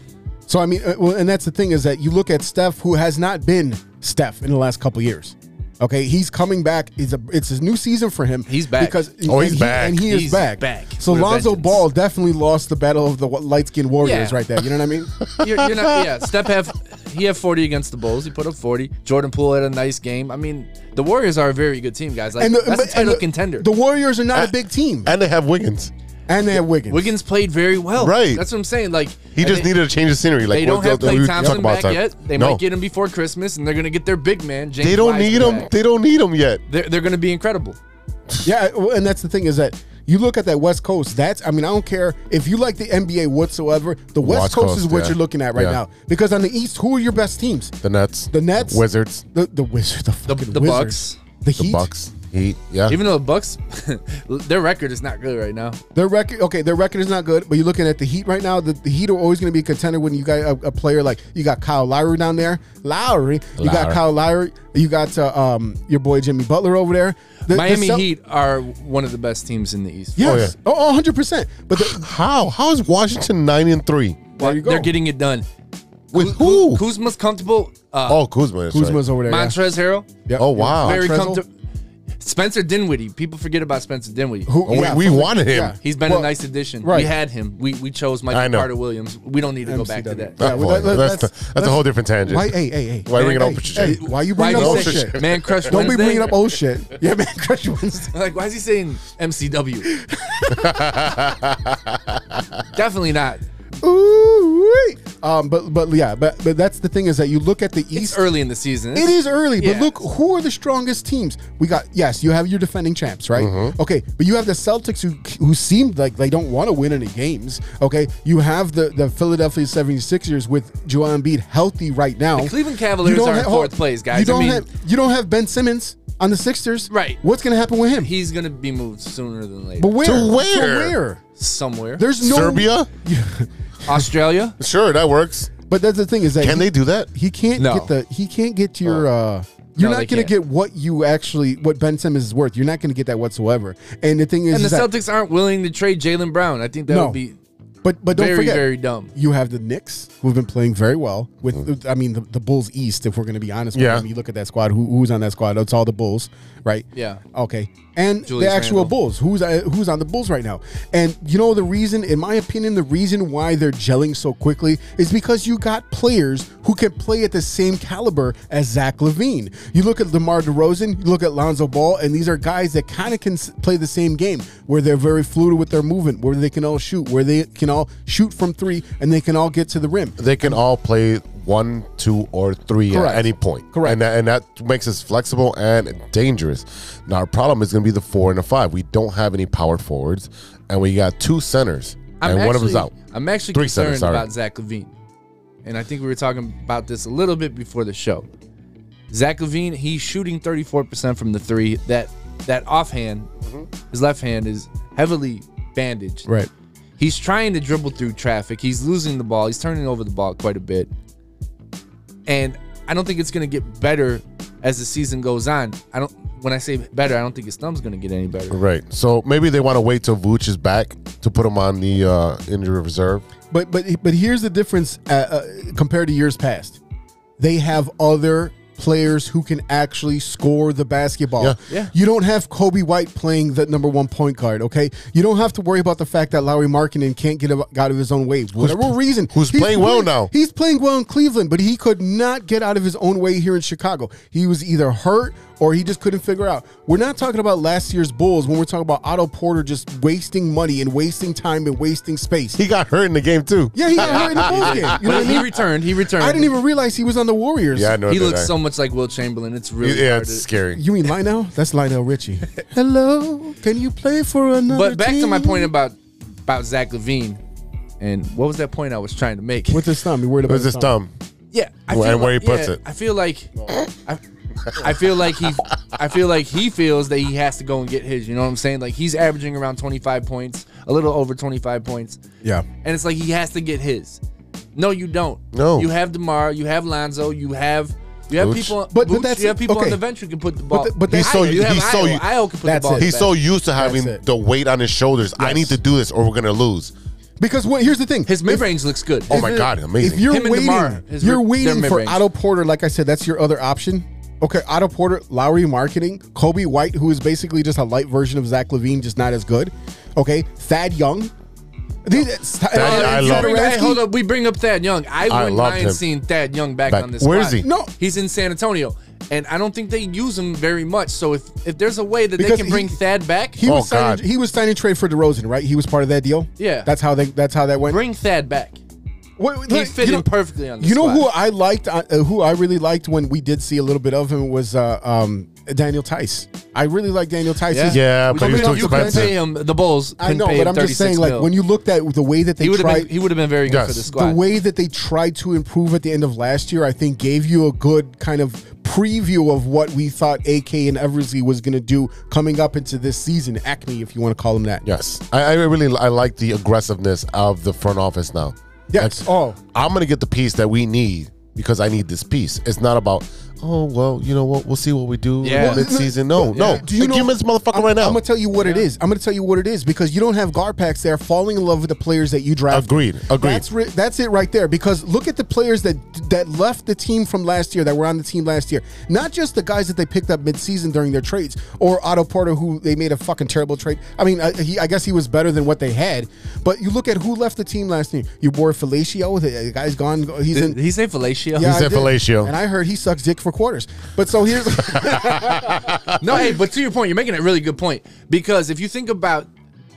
C: So I mean, uh, well, and that's the thing is that you look at Steph, who has not been Steph in the last couple years. Okay, he's coming back. It's a it's a new season for him.
F: He's back.
C: because
B: Oh, he's
C: and he,
B: back.
C: and he is
F: He's
C: back.
F: back
C: So
F: with a
C: Lonzo
F: vengeance.
C: Ball definitely lost the battle of the light skinned warriors
F: Yeah.
C: right there. You know what I mean?
F: You're, you're not, yeah, Steph have he had 40 against the Bulls. He put up 40. Jordan Poole had a nice game. I mean, the Warriors are a very good team, guys. Like that's a
C: but-
F: title
C: the-
F: contender.
C: The Warriors are not a big team,
B: And they have Wiggins.
C: and they have Wiggins.
F: Wiggins played very well.
B: Right.
F: That's what I'm saying. Like
B: He
F: and
B: just
F: they-
B: needed a change of scenery. Like
F: They
B: what
F: don't have
B: the- we
F: Clay
B: were
F: Thompson
B: talking about
F: back
B: time.
F: yet. They
B: no.
F: might get him before Christmas, and they're gonna get their big man. James
B: They don't need
F: Wiseman
B: him.
F: back.
B: They don't need him yet.
F: They're, they're gonna be incredible.
C: Yeah, well, and that's the thing is that you look at that West Coast. That's I mean I don't care if you like the NBA whatsoever. The West
B: Watch
C: Coast,
B: Coast,
C: is what
B: yeah.
C: you're looking at right
B: Yeah.
C: now because on the East, who are your best teams?
B: The Nets.
C: The Nets,
B: Wizards.
C: the the Wizards, the
F: The,
C: fucking
F: the
C: Wizards,
F: Bucks,
C: the
B: The
C: Heat,
B: Bucks. Heat. Yeah.
F: even though the Bucks, their record is not good right now.
C: Their record, okay, their record is not good, but you're looking at the Heat right now. The, the Heat are always going to be a contender when you got a, a player like you got Kyle Lowry down there. Lowry, you got
B: Lowry.
C: Kyle Lowry, you got uh, um your boy Jimmy Butler over there. The- the
F: Miami
C: Cel-
F: Heat are one of the best teams in the East.
C: yes, oh, 100 percent. But the,
B: How? How is Washington nine and three
C: there you go.
F: They're getting it done.
B: with who?
F: Kuzma's comfortable. Uh,
B: Oh, Kuzma. that's right.
C: Kuzma's over there. yeah.
F: Montrez Harrell,
C: Yep.
B: Oh, wow.
F: very
C: Montrezl.
F: comfortable. Spencer Dinwiddie. People forget about Spencer Dinwiddie.
C: Who-
B: Oh, we-
C: yeah,
B: we
C: fucking-
B: wanted him.
C: yeah.
F: He's been
C: Well,
F: a nice addition.
C: right.
F: We had him. We we chose
B: I
F: Michael
B: know.
F: Carter Williams. We don't need to go back to
C: MCW.
F: that.
B: Oh,
C: Yeah, well,
B: boy,
C: let- let-
B: that's,
C: let's-
B: the- that's a whole different tangent.
C: Why, hey, hey, hey.
B: Why
C: hey,
B: bringing
C: hey,
B: up
C: hey,
B: shit?
C: Why you
F: Why
C: bringing
F: you
C: up old
F: say
C: shit?
F: Man Crush
C: Don't be
F: Wednesday?
C: bringing up old shit. Yeah, man, Crush Wednesday.
F: Like, why is he saying MCW? Definitely not.
C: Ooh, um, but but yeah, but but that's the thing is that you look at the East.
F: It's early in the season.
C: It is early, but
F: Yeah.
C: look, who are the strongest teams? We got yes, you have your defending champs, right?
F: Mm-hmm.
C: Okay, but you have the Celtics who who seemed like they don't want to win any games. Okay, you have the the Philadelphia 76ers with Joel Embiid healthy right now.
F: The Cleveland Cavaliers
C: You don't
F: are in
C: have- hold-
F: fourth place, guys.
C: You
F: I
C: don't
F: mean-
C: have you don't have Ben Simmons on the Sixers,
F: Right.
C: What's gonna happen with him?
F: He's gonna be moved sooner than later.
C: but where?
B: To
C: To
B: where?
C: where?
F: Somewhere.
C: There's no
B: Serbia?
F: Australia.
B: Sure, that works.
C: But that's the thing is that
B: Can
C: he-
B: they do that?
C: He can't
F: No. Oh.
C: get the. He can't get your. uh You're
F: No,
C: not
F: they
C: going to
F: can't.
C: get what you actually what Ben Simmons is worth. You're not going to get that whatsoever. And the thing is,
F: And the
C: is that-
F: Celtics aren't willing to trade Jalen Brown. I think that
C: No.
F: would be
C: but but don't
F: very,
C: forget,
F: very dumb. Mm-hmm.
C: You have the Knicks who've been playing very well with. I mean, the, the Bulls East. If we're going to be honest,
B: Yeah.
C: with them. You look at that squad. Who, who's on that squad? It's all the Bulls, right?
F: Yeah.
C: Okay. And
F: Julius
C: the actual
F: Randle.
C: Bulls. Who's uh, who's on the Bulls right now? And you know the reason, in my opinion, the reason why they're gelling so quickly is because you got players who can play at the same caliber as Zach Levine. You look at Lamar DeRozan, you look at Lonzo Ball, and these are guys that kind of can s- play the same game, where they're very fluid with their movement, where they can all shoot, where they can all shoot from three, and they can all get to the rim.
B: They can all play one, two, or three
C: Correct.
B: at any point.
C: Correct.
B: And that, and that makes us flexible and dangerous. Now, our problem is going to be the four and the five. We don't have any power forwards, and we got two centers, and one of them's out.
F: I'm actually
B: Three centers,
F: concerned
B: sorry.
F: about Zach Levine. And I think we were talking about this a little bit before the show. Zach Levine, he's shooting 34% from the three. That that offhand,
B: Mm-hmm.
F: his left hand is heavily bandaged.
C: Right.
F: He's trying to dribble through traffic. He's losing the ball. He's turning over the ball quite a bit. And I don't think it's going to get better as the season goes on. I don't when I say better, I don't think his thumb's going to get any better.
B: Right. So maybe they want to wait till Vooch is back to put him on the uh, injury reserve.
C: But but but here's the difference uh, uh, compared to years past. They have other players who can actually score the basketball.
B: Yeah.
F: Yeah.
C: You don't have Kobe White playing the number one point guard. Okay, you don't have to worry about the fact that Lowry Markkinen can't get out of his own way, whatever reason.
B: who's
C: He's
B: playing well now.
C: He's playing well in Cleveland, but he could not get out of his own way here in Chicago. He was either hurt or he just couldn't figure out. We're not talking about last year's Bulls when we're talking about Otto Porter just wasting money and wasting time and wasting space.
B: He got hurt in the game too.
C: Yeah, he got hurt in the Bulls game. You know
F: But
C: what I
F: he
C: mean?
F: returned. He returned.
C: I didn't even realize he was on the Warriors.
B: Yeah, I know.
F: he
B: that
F: looks
B: I-
F: so much like Will Chamberlain. It's really
B: Yeah,
F: hard
B: it's
F: to-
B: scary.
C: You mean Lionel? That's Lionel Richie. Hello, can you play for another?
F: But back to my
C: team?
F: point about about Zach Levine, and what was that point I was trying to make?
C: with his thumb, you worried about
B: Where's his thumb?
F: yeah, I
B: Where-
F: feel
B: where he
F: like-
B: puts
F: yeah,
B: it.
F: I feel like I, I feel like he, I feel like he feels that he has to go and get his. You know what I'm saying? Like he's averaging around 25 points, a little over 25 points,
C: Yeah.
F: and it's like he has to get his. No, you don't.
B: No.
F: you have Demar, you have Lonzo, you have. You have
B: Vooch.
F: people,
C: But- but
F: but,
C: that's-
F: you have people
C: okay.
F: on the bench who can put the
C: But
F: ball.
C: th- but
B: He's
C: that's-
B: so
F: you have
B: he's so
F: Io. Io can put the
C: That's
F: ball.
C: it.
F: in the
B: he's
F: basket.
B: so used to having
C: it.
B: the weight on his shoulders. I need to do this or we're gonna lose.
C: Because what, here's the thing.
F: His
C: If-
F: mid range looks good.
B: Oh my god, amazing!
C: If you're
F: Him and
C: waiting,
F: DeMar, his
C: you're
F: mid-
C: waiting
F: their
C: for
F: mid-range.
C: Otto Porter. Like I said, that's your other option. Okay, Otto Porter, Lowry Marketing, Kobe White, who is basically just a light version of Zach Levine, just not as good. Okay, Thad Young. These, uh,
B: Thad- I
F: You
B: love-
F: bring-
C: Satoransky-
F: hey, hold up. We bring up Thad Young. I
B: I
F: wouldn't
B: loved
F: mind
B: him.
F: seeing Thad Young back,
B: Back-
F: on this.
B: Where is
F: spot.
B: he?
C: No.
F: he's in San Antonio, and I don't think they use him very much. So if if there's a way that
C: Because
F: they can
C: he-
F: bring Thad back,
C: He
B: Oh,
C: was signing,
B: God.
C: he was signing trade for DeRozan, right? He was part of that deal.
F: Yeah.
C: that's how they that's how that went.
F: bring Thad back.
C: Wait, wait,
F: He
C: look,
F: fit
C: you
F: in
C: know-
F: perfectly on. This
C: You know who
F: squad.
C: I liked, uh, uh, who I really liked when we did see a little bit of him was uh, um, Daniel Tice. I really like Denial Tice.
F: Yeah.
B: yeah,
F: We
B: but he was
F: couldn't-
B: too
F: you couldn't
B: expensive.
F: pay him. The Bulls.
C: I
F: couldn't
C: know,
F: pay
C: but
F: him
C: I'm just
F: 36
C: saying, like
F: mil.
C: when you looked at the way that they
F: he would have
C: tried,
F: been he would have been very good
B: Yes.
F: for the
B: The
F: squad.
C: the way that they tried to improve at the end of last year, I think gave you a good kind of preview of what we thought AK and Eversley was going to do coming up into this season, Acme, if you want to call him that.
B: Yes, I, I really I like the aggressiveness of the front office now.
C: Yes.
B: Like,
C: Oh.
B: I'm gonna get the piece that we need because I need this piece. It's not about oh well, you know what? We'll see what we do
F: Yeah.
B: mid season. No, no.
C: Do you
B: Like,
C: know?
B: give him this motherfucker
C: I'm,
B: right now?
C: I'm gonna tell you what it is. I'm gonna tell you what it is because you don't have guard packs that are falling in love with the players that you draft.
B: Agreed. Agreed.
C: That's ri- that's it right there. Because look at the players that that left the team from last year that were on the team last year. Not just the guys that they picked up midseason during their trades or Otto Porter, who they made a fucking terrible trade. I mean, I, he, I guess he was better than what they had. But you look at who left the team last year. You bore Felicio. The the guy's gone. He's in.
F: Did he say fellatio?
C: Yeah,
B: He said
C: I did.
B: fellatio.
C: And I heard he sucks dick for quarters. But so here's.
F: No, hey, but to your point, you're making a really good point because if you think about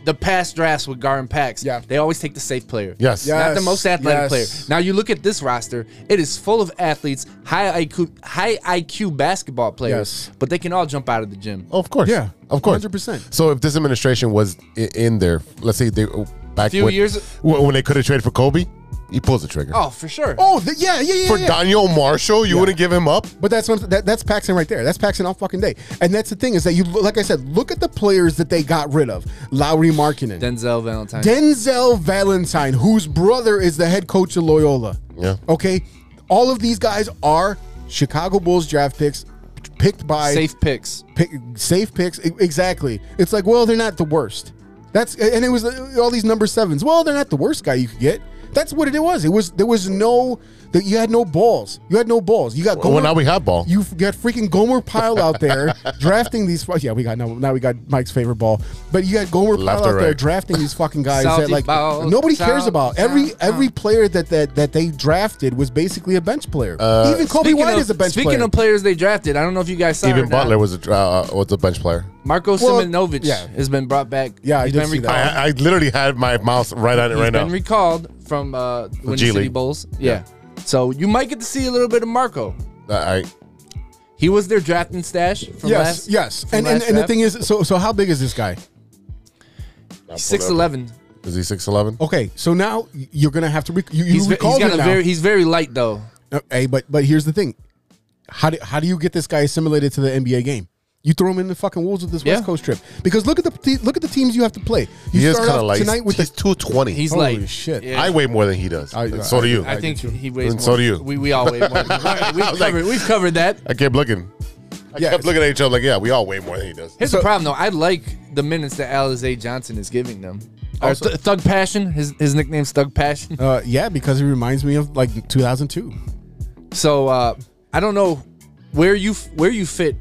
F: the past drafts with Gar and Pax,
C: Yeah.
F: they always take the safe player.
B: Yes.
F: Not the
C: Yes,
F: most
C: yes.
F: athletic player. Now you look at this roster, it is full of athletes, high IQ, high IQ basketball players,
C: Yes. Oh.
F: but they can all jump out of the gym.
B: of course.
C: Yeah,
B: Of course.
C: 100%.
B: So if this administration was i- in there, let's say they uh, back
F: Few
B: when,
F: years-
B: when when they could have traded for Kobe, he pulls the trigger.
F: Oh, for sure.
C: oh, the, yeah, yeah, yeah.
B: for
C: yeah.
B: Daniel Marshall, you wouldn't give him up.
C: But that's what, that, that's Paxton right there. That's Paxton all fucking day. And that's the thing is that you like I said, look at the players that they got rid of. Lowry Markinen,
F: Denzel Valentine.
C: Denzel Valentine, whose brother is the head coach of Loyola.
B: Yeah.
C: Okay. All of these guys are Chicago Bulls draft picks picked by
F: safe picks.
C: pick, safe picks. E- Exactly. It's like, well, they're not the worst. That's and it was uh, all these number sevens. Well, they're not the worst guy you could get. That's what it was. It was there was no that you had no balls. You had no balls. You got
B: Well, now we have ball.
C: You f- got freaking Gomer Pyle out there drafting these. fu- Yeah, we got now. Now we got Mike's favorite ball. But you got Gomer
B: Left
C: Pyle out
B: or
C: there
B: right.
C: drafting these fucking guys that
F: Salty
C: like
F: balls,
C: nobody cares
F: salty
C: about. Every
F: balls.
C: every player that that that they drafted was basically a bench player.
B: Uh,
C: Even Kobe
F: Speaking
C: White
F: of-
C: is a bench
F: Speaking
C: player.
F: of players they drafted, I don't know if you guys saw.
B: Even
F: or not,
B: Butler was a uh, was a bench player.
F: Marco
C: Well,
F: Simonovic
C: yeah.
F: has been brought back.
C: Yeah, I
F: He's
C: did
F: been
C: see that.
F: recalled.
B: I, I literally had my mouse right on it
F: He's
B: right now.
F: been recalled from uh, Windy
B: G
F: City
B: League.
F: Bulls. Yeah. So you might get to see a little bit of Marco.
B: Uh, I,
F: He was their drafting stash from
C: yes,
F: last.
C: yes.
F: from
C: And and,
F: last
C: and the
F: draft.
C: thing is, so so how big is this guy?
F: six eleven.
B: is he six eleven?
C: Okay, so now you're gonna have to rec- you, you
F: He's, ve- he's
C: recall
F: got
C: him
F: a
C: now.
F: very he's very light though.
C: Uh, hey, but but here's the thing: how do how do you get this guy assimilated to the NBA game? You throw him in the fucking wolves with this
F: Yeah.
C: West Coast trip because look at the te- look at the teams you have to play. You
B: He is
C: start
B: kind of
C: off
B: like
C: tonight with
B: he's
C: the
B: two twenty.
F: He's
C: Holy
F: light.
C: shit.
F: Yeah.
B: I weigh more than he does.
C: I-
B: and so do you.
F: I, think he weighs.
B: And so
F: more.
B: do you.
F: We we all weigh more. We've
B: was like-
F: covered, we've covered that.
B: I kept looking. I
C: Yeah,
B: kept
C: it's-
B: looking at each other like, yeah, we all weigh more than he does.
F: Here's the problem though. I like the minutes that Alize Johnson is giving them.
C: Oh,
F: Or Th- Thug Passion. His his nickname's Thug Passion.
C: uh, yeah because it reminds me of like 2002.
F: So uh, I don't know where you where you fit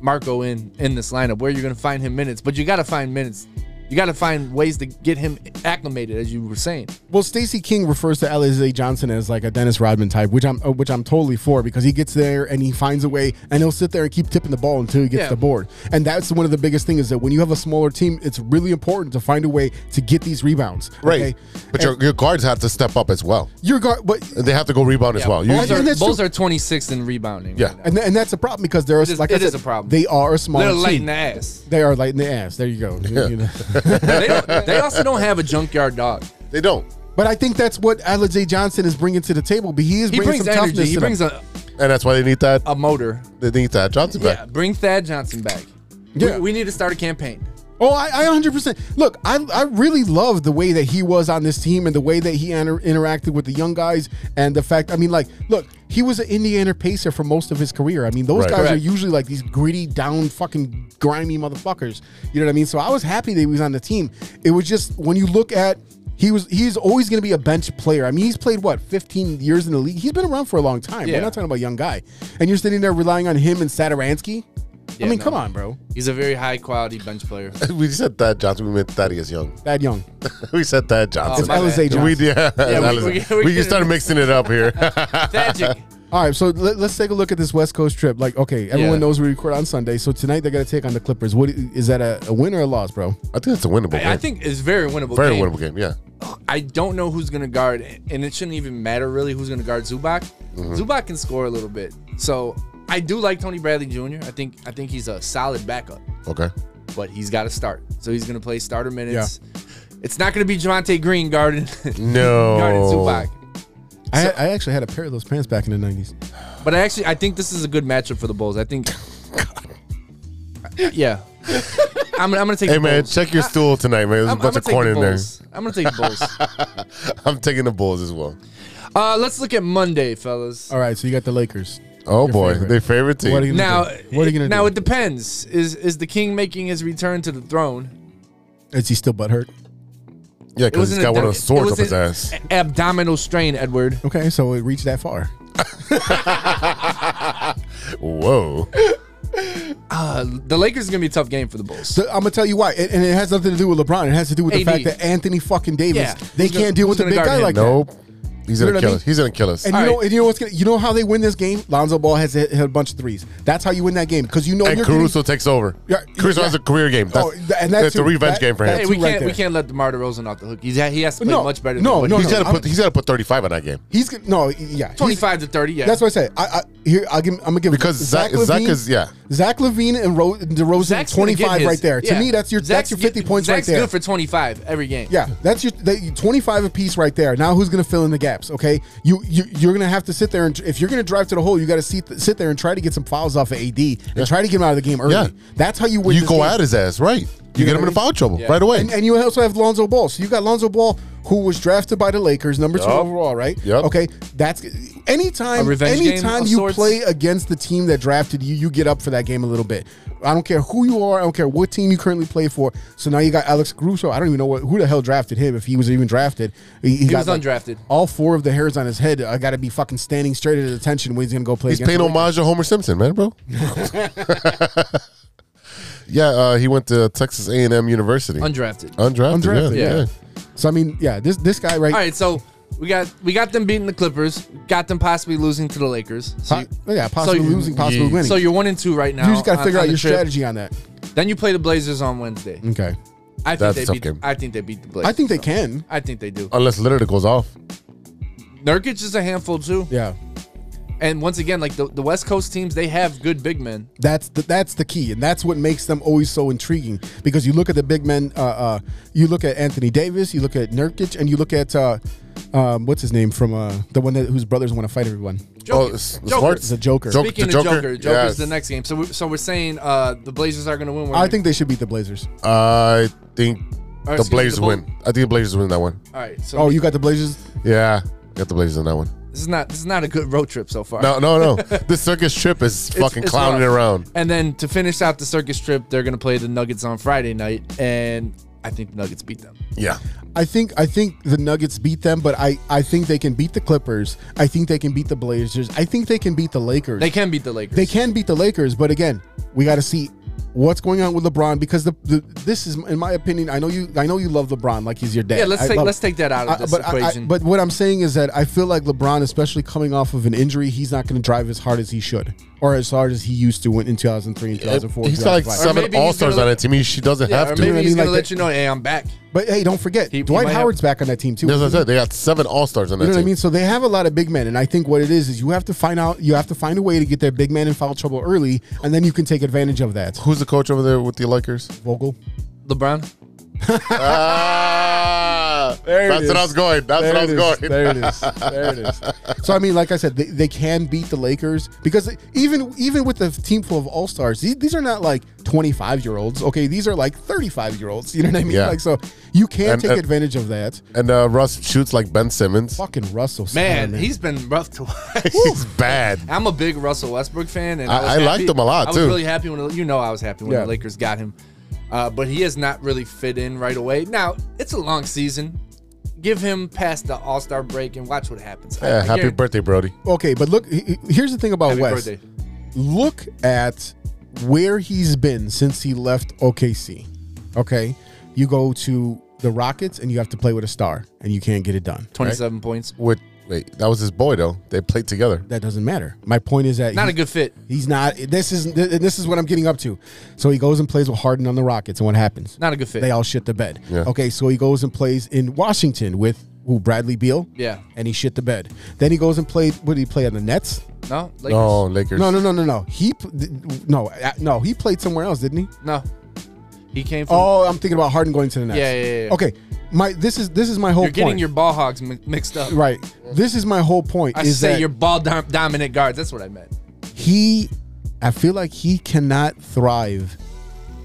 F: Marco in in this lineup, where you're gonna find him minutes, but you gotta find minutes. You gotta find ways to get him acclimated, as you were saying.
C: Well, Stacey King refers to Alize Johnson as like a Dennis Rodman type, which I'm uh, which I'm totally for because he gets there and he finds a way and he'll sit there and keep tipping the ball until he gets
F: Yeah.
C: the board. And that's one of the biggest things is that when you have a smaller team, it's really important to find a way to get these rebounds.
B: Right.
C: okay?
B: But your, your guards have to step up as well.
C: Your guard, but
B: They have to go rebound as well. You-
F: Bulls,
C: and
F: are,
C: that's
F: Bulls
C: true.
F: are 26th in rebounding.
B: Yeah.
F: now.
C: and, th- and that's a problem because there are
F: is-
C: like I
F: it is
C: said,
F: a problem.
C: They are a smaller
F: They're light
C: team.
F: in the ass.
C: They are light in the ass. There you go. You know.
F: they, don't- they also don't have a junkyard dog.
B: they don't.
C: But I think that's what Alize Johnson is bringing to the table. But he is
F: He
C: bringing
F: brings
C: some
F: energy.
C: toughness.
F: He
C: to
F: brings
C: them.
F: a
B: And that's why they need that.
F: A motor.
B: They need that Johnson back.
F: Uh, Yeah, bring Thad Johnson back.
C: Yeah.
F: We, we need to start a campaign.
C: Oh, I, I 100%. Look, I, I really love the way that he was on this team and the way that he inter- interacted with the young guys and the fact, I mean, like, look, he was an Indiana Pacer for most of his career. I mean, those
B: Right.
C: guys are
F: Correct.
C: usually like these gritty, down, fucking grimy motherfuckers. You know what I mean? So I was happy that he was on the team. It was just when you look at he was he's always going to be a bench player. I mean, he's played what 15 years in the league. He's been around for a long time. We're
F: Yeah.
C: not talking about a young guy, and you're sitting there relying on him and Saturansky.
F: Yeah,
C: I mean,
F: no.
C: come on, bro.
F: He's a very high quality bench player.
B: We said that Johnson. We meant Thaddeus Young.
C: That young.
B: we said that Johnson.
C: It's
F: Oh, my
C: Alize
F: bad.
C: Johnson.
B: We did.
F: we-
B: that was-
F: we-
B: we,
F: we
B: can start mixing it up here.
F: Thadjic.
C: All right, so let, us take a look at this West Coast trip. Like, okay, everyone
F: Yeah.
C: knows we record on Sunday, so tonight they're gonna take on the Clippers. What is that a, a win or a loss, bro?
B: I think it's a winnable game.
F: I think it's very winnable.
B: very
F: game.
B: winnable game. Yeah.
F: I don't know who's gonna guard, and it shouldn't even matter really who's gonna guard Zubac.
B: Mm-hmm.
F: Zubac can score a little bit, so I do like Tony Bradley Jr. I think I think he's a solid backup,
B: Okay.
F: but he's got to start. So he's gonna play starter minutes. It's not gonna be Javante Green guarding guarding
B: No.
F: Zubac.
C: I, I actually had a pair of those pants back in the nineties.
F: But I actually I think this is a good matchup for the Bulls. I think. yeah. I'm, gonna- I'm gonna take.
B: Hey
F: the
B: man,
F: Bulls.
B: check your stool tonight, man. There's
F: I'm,
B: a bunch
F: I'm
B: of
F: gonna
B: corn in
F: take the
B: there.
F: Bulls. I'm gonna take the Bulls.
B: I'm taking the Bulls as well.
F: Uh, let's look at Monday, fellas.
C: All right, so you got the Lakers.
B: Oh boy,
C: favorite.
B: their favorite team.
C: What are you gonna
F: Now,
C: do? What are you gonna
F: now
C: do?
F: it depends. Is is the king making his return to the throne?
C: is he still butthurt?
B: yeah, because he's
F: an
B: got one of
F: abdo-
B: those swords
F: it
B: up
F: was
B: his
F: an
B: ass.
F: a- Abdominal strain, Edward.
C: Okay, so it reached that far.
B: Whoa.
F: Uh, the Lakers is gonna be a tough game for the Bulls.
C: So I'm gonna tell you why, and, and it has nothing to do with LeBron. It has to do with the
F: AD.
C: fact that Anthony fucking Davis.
F: Yeah.
C: They
F: Who's gonna-
C: can't deal with
F: who's
C: a big
F: gonna
C: guy
F: guard
C: like
F: him?
C: that.
B: Nope. He's
C: You know
B: gonna
C: what I
B: kill
C: mean?
B: us. He's gonna kill us.
C: And you
F: All
C: know,
F: right.
C: and you know what's gonna, you know how they win this game? Lonzo Ball has hit, hit a bunch of threes. That's how you win that game because you know
B: And
C: you're getting-
B: Caruso takes over.
C: Yeah,
B: Caruso
C: yeah.
B: has a career game. That's,
C: Oh, th- and that's
B: that's a
C: who-
B: revenge
C: that-
B: game for
C: that-
B: him.
F: Hey, we
C: two right
F: can't we
C: there.
F: can't let Demar Derozan off the hook. He's he has to play
C: No,
F: much better.
C: no,
F: than
C: no,
F: what
B: he's
F: he-
C: no.
B: gotta
C: I'm-
B: put. He's gotta put 35 in that game
C: He's gonna- no, yeah, he's-
F: Twenty-five to thirty. Yeah,
C: That's what I say. I, I here I'll give. I'm gonna give
B: because Zach, Zach, is yeah.
C: Zach Levine and Ro- DeRozan
F: Zach's gonna get
C: 25
F: his-
C: right there.
F: yeah.
C: To me, that's your
F: Zach's
C: that's your
F: good-
C: 50 points
F: Zach's
C: right there.
F: good for twenty-five every game.
C: yeah, that's your they, 25 apiece right there. Now who's gonna fill in the gaps? Okay, you, you you're gonna have to sit there and if you're gonna drive to the hole, you got to sit sit there and try to get some fouls off of AD and try to get him out of the game early.
B: Yeah.
C: That's how you win.
B: You
C: this
B: go
C: game.
B: at his ass, right? You, get him
C: know what
B: in
C: I mean?
B: foul trouble
F: Yeah.
B: right away.
C: And, and you also have Lonzo Ball. So you got Lonzo Ball, who was drafted by the Lakers, number two
B: Yup.
C: overall, right?
B: Yup.
C: Okay, that's
F: A
C: anytime.
F: revenge game
C: Anytime
F: of
C: you
F: sorts?
C: play against the team that drafted you, you get up for that game a little bit. I don't care who you are. I don't care what team you currently play for. So now you got Alex Caruso. I don't even know what, who the hell drafted him if he was even drafted. He, he got,
F: was undrafted.
C: All four of the hairs on his head. I got to be fucking standing straight at attention when he's gonna go play.
B: He's
C: against
B: paying
C: the
B: homage
C: Lakers.
B: to Homer Simpson, man, bro. yeah, uh, he went to Texas A and M University.
F: undrafted.
C: Uh,
B: Undrafted,
C: Undrafted,
B: yeah,
C: yeah.
B: yeah.
C: So I mean, yeah, this this guy right.
F: All right, so we got we got them beating the Clippers, got them possibly losing to the Lakers. So
C: po-
F: you-
C: yeah, possibly
F: you-
C: losing, possibly
B: Yeah.
C: winning.
F: So you're one and two right now.
C: You just got to
F: on-
C: figure
F: on
C: out
F: the
C: your
F: trip.
C: strategy on that.
F: Then you play the Blazers on Wednesday.
C: Okay.
F: I think
B: That's a
F: they
B: tough
F: beat.
B: game.
F: I think they beat the Blazers.
C: I think they Uh, can.
F: I think they do.
B: Unless literally goes off.
F: Nurkic is a handful too.
C: Yeah.
F: And once again, like the, the West Coast teams, they have good big men.
C: That's the that's the key, and that's what makes them always so intriguing. Because you look at the big men, uh, uh, you look at Anthony Davis, you look at Nurkic, and you look at uh, um, what's his name from uh, the one that, whose brothers want to fight everyone.
B: Oh,
F: Jokic.
B: it's-
F: Joker.
B: Smart's-
C: The Joker.
B: Joker-
F: Speaking
B: the
F: of Joker, Joker's
B: yes.
F: the next game. So we, so we're saying uh, the Blazers are going to win. We're
C: I
F: gonna-
C: think they should beat the Blazers.
B: I think
F: Or
B: the
F: excuse me,
B: Blazers
F: the Bull-
B: win. I think the Blazers win that one.
F: All right. So
C: Oh, you got the Blazers.
B: Yeah, got the Blazers in that one.
F: this is not this is not a good road trip so far.
B: No, no, no. this circus trip is
F: It's-
B: fucking
F: it's
B: clowning
F: rough.
B: around.
F: And then to finish out the circus trip, they're going to play the Nuggets on Friday night, and I think the Nuggets beat them.
B: Yeah,
C: I think I think the Nuggets beat them, but I I think they can beat the Clippers. I think they can beat the Blazers. I think they can beat the Lakers.
F: They can beat the Lakers.
C: They can beat the Lakers, but again, we got to see what's going on with LeBron because the, the this is, in my opinion, I know you, I know you love LeBron like he's your dad.
F: Yeah, let's
C: I
F: take
C: love-
F: let's take that out of
C: I-
F: this
C: but I- I-
F: equation.
C: but what I'm saying is that I feel like LeBron, especially coming off of an injury, he's not going to drive as hard as he should, or as hard as he used to in 2003 and 2004.
B: he's got like
C: 2005.
F: Or
B: seven
F: maybe he's
B: All Stars
F: gonna
B: on
F: let-
B: that team. He, she doesn't
F: yeah,
B: have
F: or
B: to.
F: maybe
C: I
F: he's
C: mean, like
F: going to let
C: that-
F: you know, hey, I'm back.
C: But hey, don't forget,
F: He- he
C: Dwight
F: might have-
C: Howard's back on that team too.
B: As I said, they got seven All Stars on that
C: You know what I
B: team.
C: mean? So they have a lot of big men, and I think what it is is you have to find out, you have to find a way to get their big men in foul trouble early, and then you can take advantage of that.
B: Who's the coach over there with the Lakers?
C: Vogel,
F: LeBron.
B: Ah,
C: There it
B: That's what I
C: is.
B: was going. That's
C: There
B: what I was
C: it is.
B: going.
C: There it is. There it is. So I mean, like I said, they, they can beat the Lakers because even even with the team full of all stars, these, these are not like twenty five year olds. Okay, these are like thirty five year olds. You know what I mean?
B: Yeah.
C: Like so, you can
B: And-
C: take
B: and-
C: advantage of that.
B: And uh, Russ shoots like Ben Simmons.
C: Fucking Russell,
F: Man,
C: Simon.
F: he's been rough to watch.
B: He's bad.
F: I'm a big Russell Westbrook fan, and
B: I-
F: I, was
B: I liked
F: happy-
B: him a lot,
F: I
B: too.
F: was really happy when you know I was happy when
C: Yeah.
F: the Lakers got him, uh, but he has not really fit in right away. Now it's a long season. Give him past the All Star break and watch what happens. I-
B: Yeah,
F: I
B: happy
F: guarantee-
B: birthday, Brody.
C: okay, but look, he- he- here's the thing about
F: Happy
C: West.
F: birthday.
C: Look at where he's been since he left OKC. Okay, you go to the Rockets and you have to play with a star, and you can't get it done.
F: Twenty-seven points.
B: With wait, that was his boy though. They played together.
C: That doesn't matter. My point is that
F: Not
C: he-
F: a good fit.
C: He's not. This is this is what I'm getting up to. So he goes and plays with Harden on the Rockets, and what happens?
F: Not a good fit.
C: They all shit the bed.
B: Yeah.
C: Okay, so he goes and plays in Washington with who? Bradley Beal.
F: Yeah.
C: and he shit the bed. Then he goes and played. What did he play on the Nets?
F: No, Lakers.
B: No, Lakers.
C: No, no, no, no, no. He p- th- no uh, no. He played somewhere else, didn't he?
F: no. He came from.
C: Oh, I'm thinking about Harden going to the Nets.
F: Yeah, yeah, yeah, yeah.
C: Okay, my this is this is my whole
F: you're getting
C: point.
F: your ball hogs mi- mixed up.
C: right. This is my whole point.
F: I
C: is
F: say
C: that
F: your ball dom- dominant guards. That's what I meant.
C: he I feel like he cannot thrive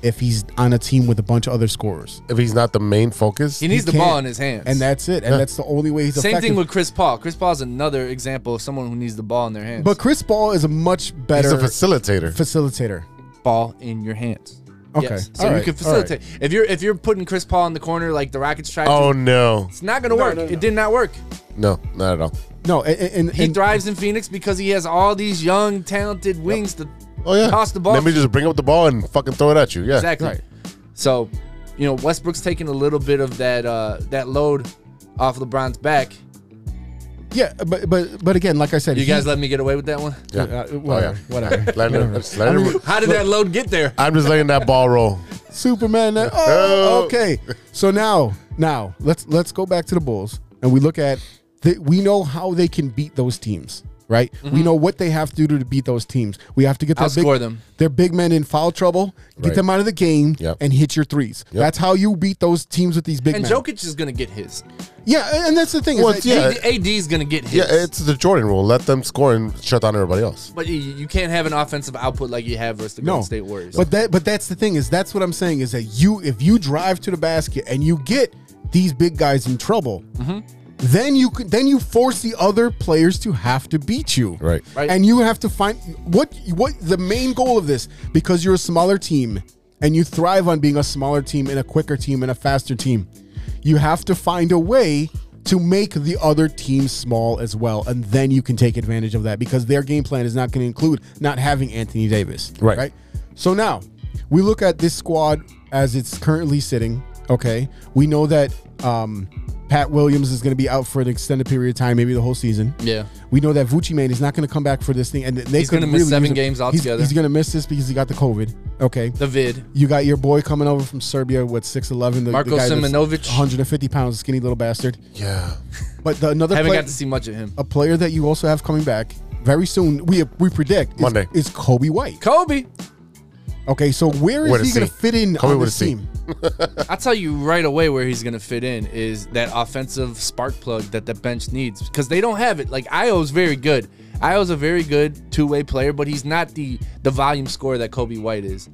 C: if he's on a team with a bunch of other scorers.
B: If he's not the main focus,
F: He needs
C: He
F: the ball
C: can't.
F: in his hands.
C: And that's it. And that's the only way he's
F: same
C: effective.
F: thing with Chris Paul. Chris Paul is another example of someone who needs the ball in their hands.
C: But Chris Paul is a
B: he's
C: much better
B: a facilitator.
C: facilitator.
F: ball in your hands.
C: Okay.
F: So
C: All
F: you
C: right.
F: can
C: All right.
F: facilitate. If you're if you're putting Chris Paul in the corner like the Rockets tried
B: oh
F: to,
B: no,
F: it's not gonna work. It did not work.
B: no, not at all.
C: No, and, and,
F: He
C: and-
F: thrives in Phoenix because he has all these young, talented wings to
B: Oh yeah,
F: Toss the ball.
B: Let me just bring up the ball and fucking throw it at you. Yeah,
F: Exactly. So, you know, Westbrook's taking a little bit of that uh that load off LeBron's back.
C: yeah, but but but again, like I said,
F: You
C: he-
F: guys let me get away with that one?
B: Yeah.
C: uh,
B: Oh,
C: whatever,
B: yeah.
C: whatever.
B: Let him- just let him-
F: How did that load get there?
B: I'm just letting that ball roll.
C: Superman. that-
B: Oh.
C: oh, okay. So now, now let's let's go back to the Bulls and we look at the, we know how they can beat those teams, right?
B: Mm-hmm.
C: We know what they have to do to beat those teams. We have to get their
F: Outscore
C: big,
F: them.
C: their big men in foul trouble, get
B: Right.
C: them out of the game,
B: Yep.
C: and hit your threes.
B: Yep.
C: That's how you beat those teams with these big
F: And
C: men.
F: Jokic is gonna get his.
C: yeah, and- and that's the thing. is
B: Well,
C: that-
B: yeah.
F: AD, AD's gonna get his.
B: Yeah, it's the Jordan rule. Let them score and shut down everybody else.
F: but you, you can't have an offensive output like you have versus the
C: No,
F: Golden State Warriors.
C: but that but that's the thing is that's what I'm saying is that you if you drive to the basket and you get these big guys in trouble,
F: Mm-hmm.
C: then you could then you force the other players to have to beat you,
B: Right.
F: Right.
C: And you have to find what what the main goal of this because you're a smaller team and you thrive on being a smaller team and a quicker team and a faster team. You have to find a way to make the other team small as well, and then you can take advantage of that because their game plan is not going to include not having Anthony Davis.
B: Right.
C: Right. So now we look at this squad as it's currently sitting. Okay. We know that um, Pat Williams is going to be out for an extended period of time, maybe the whole season.
F: Yeah.
C: We know that Vucci Mane is not going to come back for this thing, and they
F: He's
C: could
F: gonna miss
C: really
F: seven
C: use him.
F: games
C: He's-
F: altogether.
C: He's, going to miss this because he got the COVID. Okay.
F: the vid.
C: You got your boy coming over from Serbia with six eleven. The,
F: Marko
C: the guy that's
F: Simonovic.
C: 150 pounds, skinny little bastard.
B: Yeah,
C: But the, another
F: Haven't
C: play-
F: got to see much of him.
C: a player that you also have coming back very soon. We we predict is-
B: Monday.
C: is, Kobe White.
F: Kobe,
C: Okay, so where is
B: With a
C: he going
B: C.
C: to fit in
B: Kobe
C: on
B: with
C: this
B: a C.
C: team?
F: I'll tell you right away where he's gonna fit in is that offensive spark plug that the bench needs because they don't have it. Like Io's very good. Io's a very good two-way player, but he's not the the volume scorer that Kobe White is.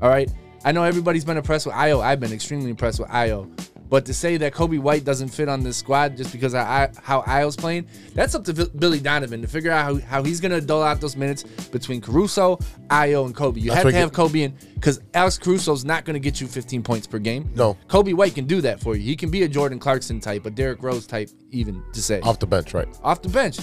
F: All right. I know everybody's been impressed with Io. I've been extremely impressed with Io. But to say that Kobe White doesn't fit on this squad just because of I, how Io's playing, that's up to Vi- Billy Donovan to figure out how, how he's going to dole out those minutes between Caruso, Io, and Kobe. You
B: That's
F: have
B: what
F: to
B: you-
F: have Kobe in because Alex Caruso's not going to get you 15 points per game.
B: No.
F: Kobe White can do that for you. He can be a Jordan Clarkson type, a Derrick Rose type, even to say
B: off the bench, right?
F: off the bench.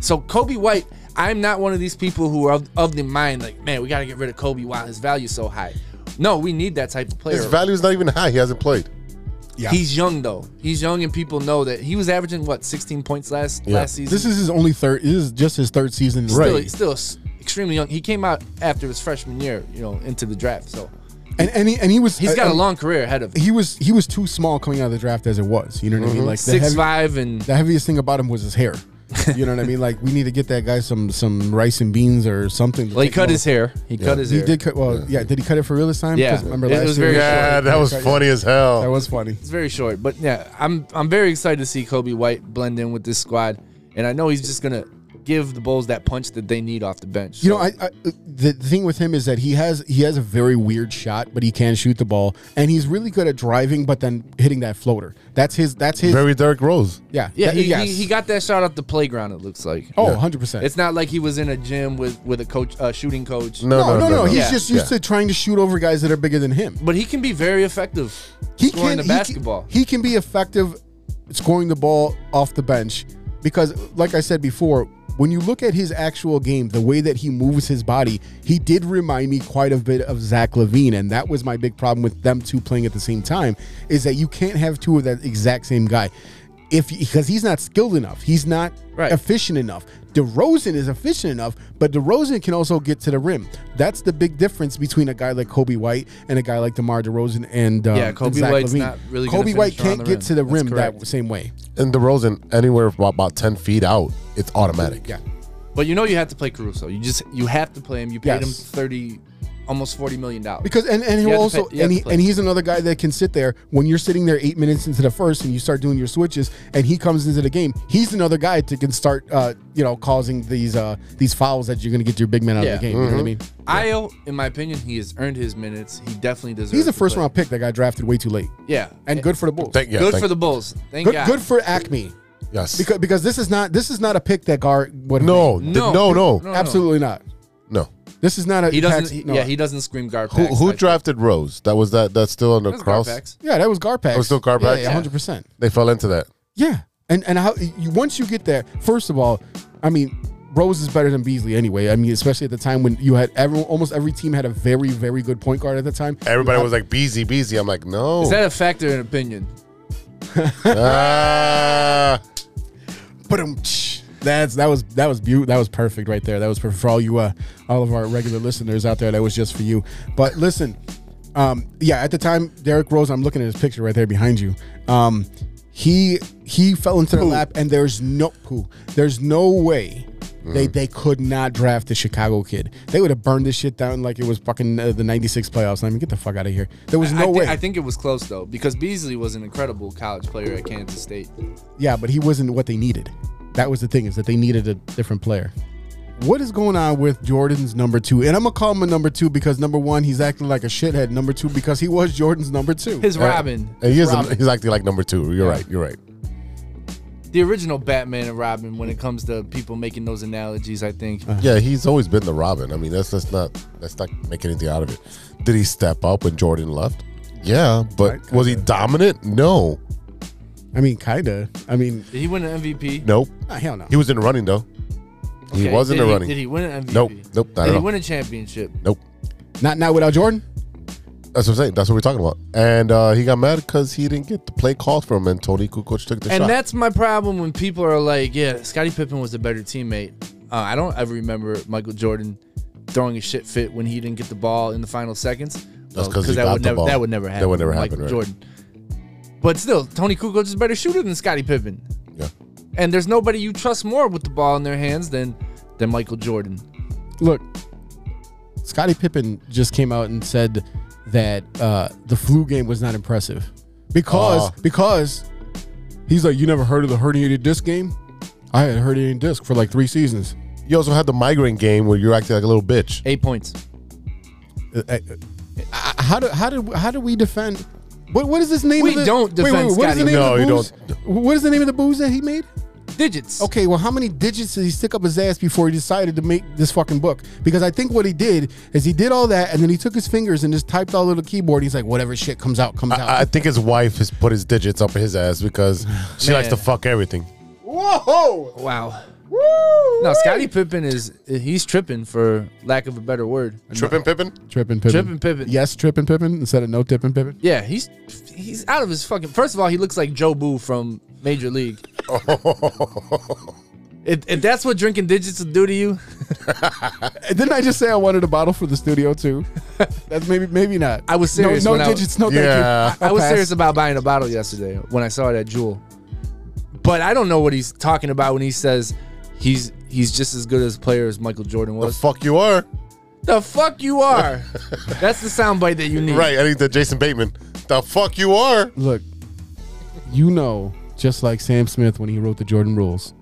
F: So Kobe White, I'm not one of these people who are of, of the mind like, man, we got to get rid of Kobe while his value's so high. No, we need that type of player.
B: His value is not even high. He hasn't played.
F: He's young though. He's young, and people know that he was averaging what 16 points last
B: Yeah.
F: last season.
C: This is his only third. This is just his third season. in the
F: still,
C: league.
F: still s- extremely young. He came out after his freshman year, you know, into the draft. So
C: and and he, and he was
F: he's got a
C: and
F: long career ahead of him.
C: He was he was too small coming out of the draft as it was. You know what I mean? Like the
F: Mm-hmm. Six
C: heavy-
F: five and
C: The heaviest thing about him was his hair. You know what I mean? Like we need to get that guy some some rice and beans or something. to
F: Well, he
C: take
F: cut
C: him
F: his
C: off.
F: hair. He cut his
C: He
F: hair.
C: did cut. Well, yeah. Did he cut it for real this time?
F: Yeah.
C: 'Cause remember
F: It
C: last
F: was
C: year
F: very
C: he
F: short.
B: Yeah, that was funny as hell.
C: That was funny.
F: It's very short, but yeah, I'm I'm very excited to see Kobe White blend in with this squad, and I know he's just gonna give the Bulls that punch that they need off the bench.
C: You know, I, I the thing with him is that he has he has a very weird shot, but he can shoot the ball, and he's really good at driving, but then hitting that floater. That's his. That's his.
B: Very Derrick Rose.
C: yeah.
F: yeah,
C: that-
F: he,
C: yes.
F: he, he got that shot off the playground. It looks like.
C: Oh, 100 percent.
F: It's not like he was in a gym with with a coach, a shooting coach.
B: No,
C: No, no, no. He's
F: Yeah.
C: just used
B: Yeah.
C: to trying to shoot over guys that are bigger than him.
F: but he can be very effective.
C: He can
F: scoring the
C: he can-
F: basketball.
C: He, can be effective scoring the ball off the bench because, like I said before, when you look at his actual game, the way that he moves his body, he did remind me quite a bit of Zach Levine, and that was my big problem with them two playing at the same time. Is that you can't have two of that exact same guy. If because he's not skilled enough, he's not
F: Right.
C: efficient enough. DeRozan is efficient enough, but DeRozan can also get to the rim. That's the big difference between a guy like Kobe White and a guy like DeMar DeRozan and uh,
F: Yeah,
C: and
F: Kobe
C: Zach
F: White's
C: Levine.
F: not really gonna
C: Kobe
F: finish
C: White
F: around
C: can't
F: the
C: get
F: rim.
C: to the
F: That's
C: rim that
F: correct.
C: same way.
B: And DeRozan, anywhere from about 10 feet out, it's automatic.
C: Yeah.
F: But you know you have to play Caruso. You just you have to play him. You paid him
C: Yes.
F: thirty, almost forty million dollars.
C: Because and, and he'll
F: You have to
C: also
F: play- you
C: and
F: have to
C: he,
F: play.
C: and he's another guy that can sit there when you're sitting there eight minutes into the first and you start doing your switches and he comes into the game. He's another guy that can start uh, you know causing these uh, these fouls that you're going to get your big men out
F: Yeah. Mm-hmm.
C: of the game. You know what I mean?
F: Io, in my opinion, he has earned his minutes. He definitely deserves.
C: He's a
F: to
C: first
F: play.
C: round pick that got drafted way too late
F: Yeah,
C: and good for the Bulls.
B: Thank, yeah,
F: good
B: thank-
F: for the Bulls. Thank
C: good,
F: God.
C: good for Acme
B: Yes.
C: because because this is not this is not a pick that guard would have
B: no,
C: made.
B: th- no, no, no,
F: No.
C: absolutely not.
B: no.
C: This is not a
F: He doesn't.
C: tax-
F: he-
C: no.
F: Yeah, he doesn't scream guard.
B: Who,
F: packs
B: who
F: like-
B: drafted Rose? That was that. That's still under
F: That's guard
B: Kraus.
F: packs.
C: Yeah, that was Garpax.
B: That was still Garpax?
C: Yeah, Yeah,
B: Yeah.
C: hundred percent.
B: They fell into that.
C: Yeah, and and how you, once you get there, first of all, I mean, Rose is better than Beasley anyway. I mean, especially at the time when you had every almost every team had a very very good point guard at the time.
B: Everybody was like Beezy, Beezy. I'm like, no.
F: Is that a factor in opinion?
B: Ah.
C: But that's that was that was beautiful. That was perfect right there. That was perfect for all you uh, all of our regular listeners out there. That was just for you. But listen, um, yeah, at the time, Derek Rose. I'm looking at his picture right there behind you. Um, he he fell into their lap, and there's no poo. There's no way.
F: Mm.
C: They, they could not draft the Chicago kid. They would have burned this shit down like it was fucking uh, the '96 playoffs. I mean, get the fuck out of here. There was
F: I-
C: no
F: I, thi-
C: way.
F: I think it was close though, because Beasley was an incredible college player at Kansas State.
C: Yeah, but he wasn't what they needed. That was the thing is that they needed a different player. What is going on with Jordan's number two? And I'm gonna call him a number two because number one, he's acting like a shithead. Number two, because he was Jordan's number two. Uh,
F: His Robin,
B: And he is a, he's acting like number two. You're right. You're right.
F: the original Batman and Robin, when it comes to people making those analogies, I think
B: Yeah, he's always been the Robin. I mean, that's that's not that's not make anything out of it. Did he step up when Jordan left? Yeah, but was he dominant? No,
C: I mean, kinda. I mean,
F: did he win an MVP?
B: nope.
C: ah, hell no.
B: He was in running though. He
F: Okay,
B: was in
F: did
B: the running.
F: Did he win an MVP?
B: Nope, nope, not at
F: Did he
B: all.
F: win a championship?
B: Nope.
C: Not not without Jordan.
B: That's what I'm saying. That's what we're talking about. And uh, he got mad because he didn't get the play called for him, and Tony Kukoc took the
F: And
B: shot.
F: that's my problem when people are like, "Yeah, Scottie Pippen was a better teammate." Uh, I don't ever remember Michael Jordan throwing a shit fit when he didn't get the ball in the final seconds. Well,
B: 'cause he
F: that
B: got
F: would
B: the
F: never
B: ball.
F: that would never
B: That
F: happen.
B: would never
F: with
B: happen,
F: Michael
B: right.
F: Jordan. But still, Tony Kukoc is a better shooter than Scottie Pippen,
B: yeah.
F: and there's nobody you trust more with the ball in their hands than than Michael Jordan.
C: Look, Scottie Pippen just came out and said that uh, the flu game was not impressive because
B: Aw.
F: Oh.
C: because he's like, you never heard of the herniated disc game? I had herniated disc for like three seasons.
B: You also had the migraine game where you're acting like a little bitch.
F: Eight points.
C: Uh, uh, uh, how do how do how do we defend? What what is this name?
F: We
C: of the,
F: don't defend
C: what is the
F: Scotty.
C: name of the
B: No, you
C: booze? What is the name of the booze that he made?
F: Digits.
C: Okay, well, how many digits did he stick up his ass before he decided to make this fucking book? Because I think what he did is he did all that, and then he took his fingers and just typed all over the keyboard. He's like, whatever shit comes out, comes out.
B: I, I think his wife has put his digits up his ass because she likes to
F: Man.
B: fuck everything.
C: Whoa!
F: Wow. No, Scottie Pippen is he's tripping for lack of a better word.
B: Tripping, Pippin.
C: Trippin' Pippin.
F: Trippin' Pippin.
C: Yes, Trippin' Pippin instead of no Tippin' Pippin.
F: Yeah, he's he's out of his fucking. First of all, he looks like Joe Boo from Major League. if, if that's what drinking digits will do to you,
C: Didn't I just say I wanted a bottle for the studio, too? That's maybe maybe not.
F: I was serious
C: No,
F: when
C: no
F: I-
C: digits, no
B: Yeah.
C: thank you.
F: I was
C: Pass.
F: serious about buying a bottle yesterday when I saw it at Jewel. But I don't know what he's talking about when he says he's he's just as good as a player as Michael Jordan was. The
B: fuck you are.
F: The fuck you are. That's the soundbite that you need.
B: Right, I need the Jason Bateman. The fuck you are.
C: Look, you know, just like Sam Smith when he wrote the Jordan Rules,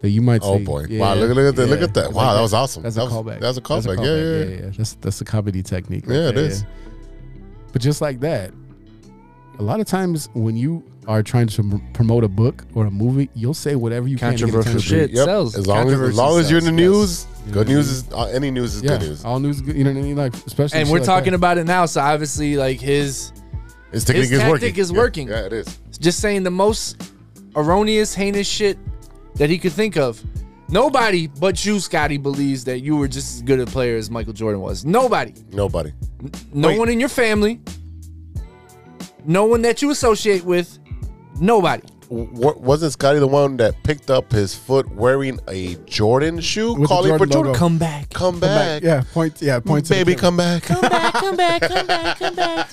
C: that you might.
B: Oh
C: say,
B: boy! wow! Look, look at that! look at that! Wow, that was awesome.
C: That's
B: that
C: a
B: was,
C: callback.
B: That was a
C: That's
B: callback. Yeah, yeah,
C: yeah, yeah. That's that's a comedy technique.
B: Yeah, it
C: it is.
B: is.
C: But just like that, a lot of times when you are trying to prom- promote a book or a movie, you'll say whatever you can.
F: Controversial
C: to get attention.
F: shit
B: Yep.
F: sells.
B: As long as, as
C: Controversy
B: long as you're in the
C: sells,
B: news,
C: yes.
B: good
C: You know
B: news is uh, any news is
C: Yeah,
B: good news.
C: all news. good- You know what I mean? Like especially.
F: And
C: shit
F: we're
C: like
F: talking
C: that.
F: about it now, so obviously, like his
B: His technique is
F: tactic
B: working.
F: is
B: Yeah.
F: working.
B: Yeah, it is.
F: just saying the most erroneous, heinous shit that he could think of. Nobody but you, Scotty, believes that you were just as good a player as Michael Jordan was. Nobody.
B: Nobody.
F: No
B: Wait.
F: one in your family. No one that you associate with. Nobody.
B: W- wasn't Scotty the one that picked up his foot wearing a Jordan shoe,
C: the
B: calling
C: Jordan
B: for Jordan?
C: logo.
F: Come back.
B: Oh. Come,
C: Come
B: back.
C: back. Yeah, point. Yeah, point. to the
B: baby,
C: camera.
B: come back.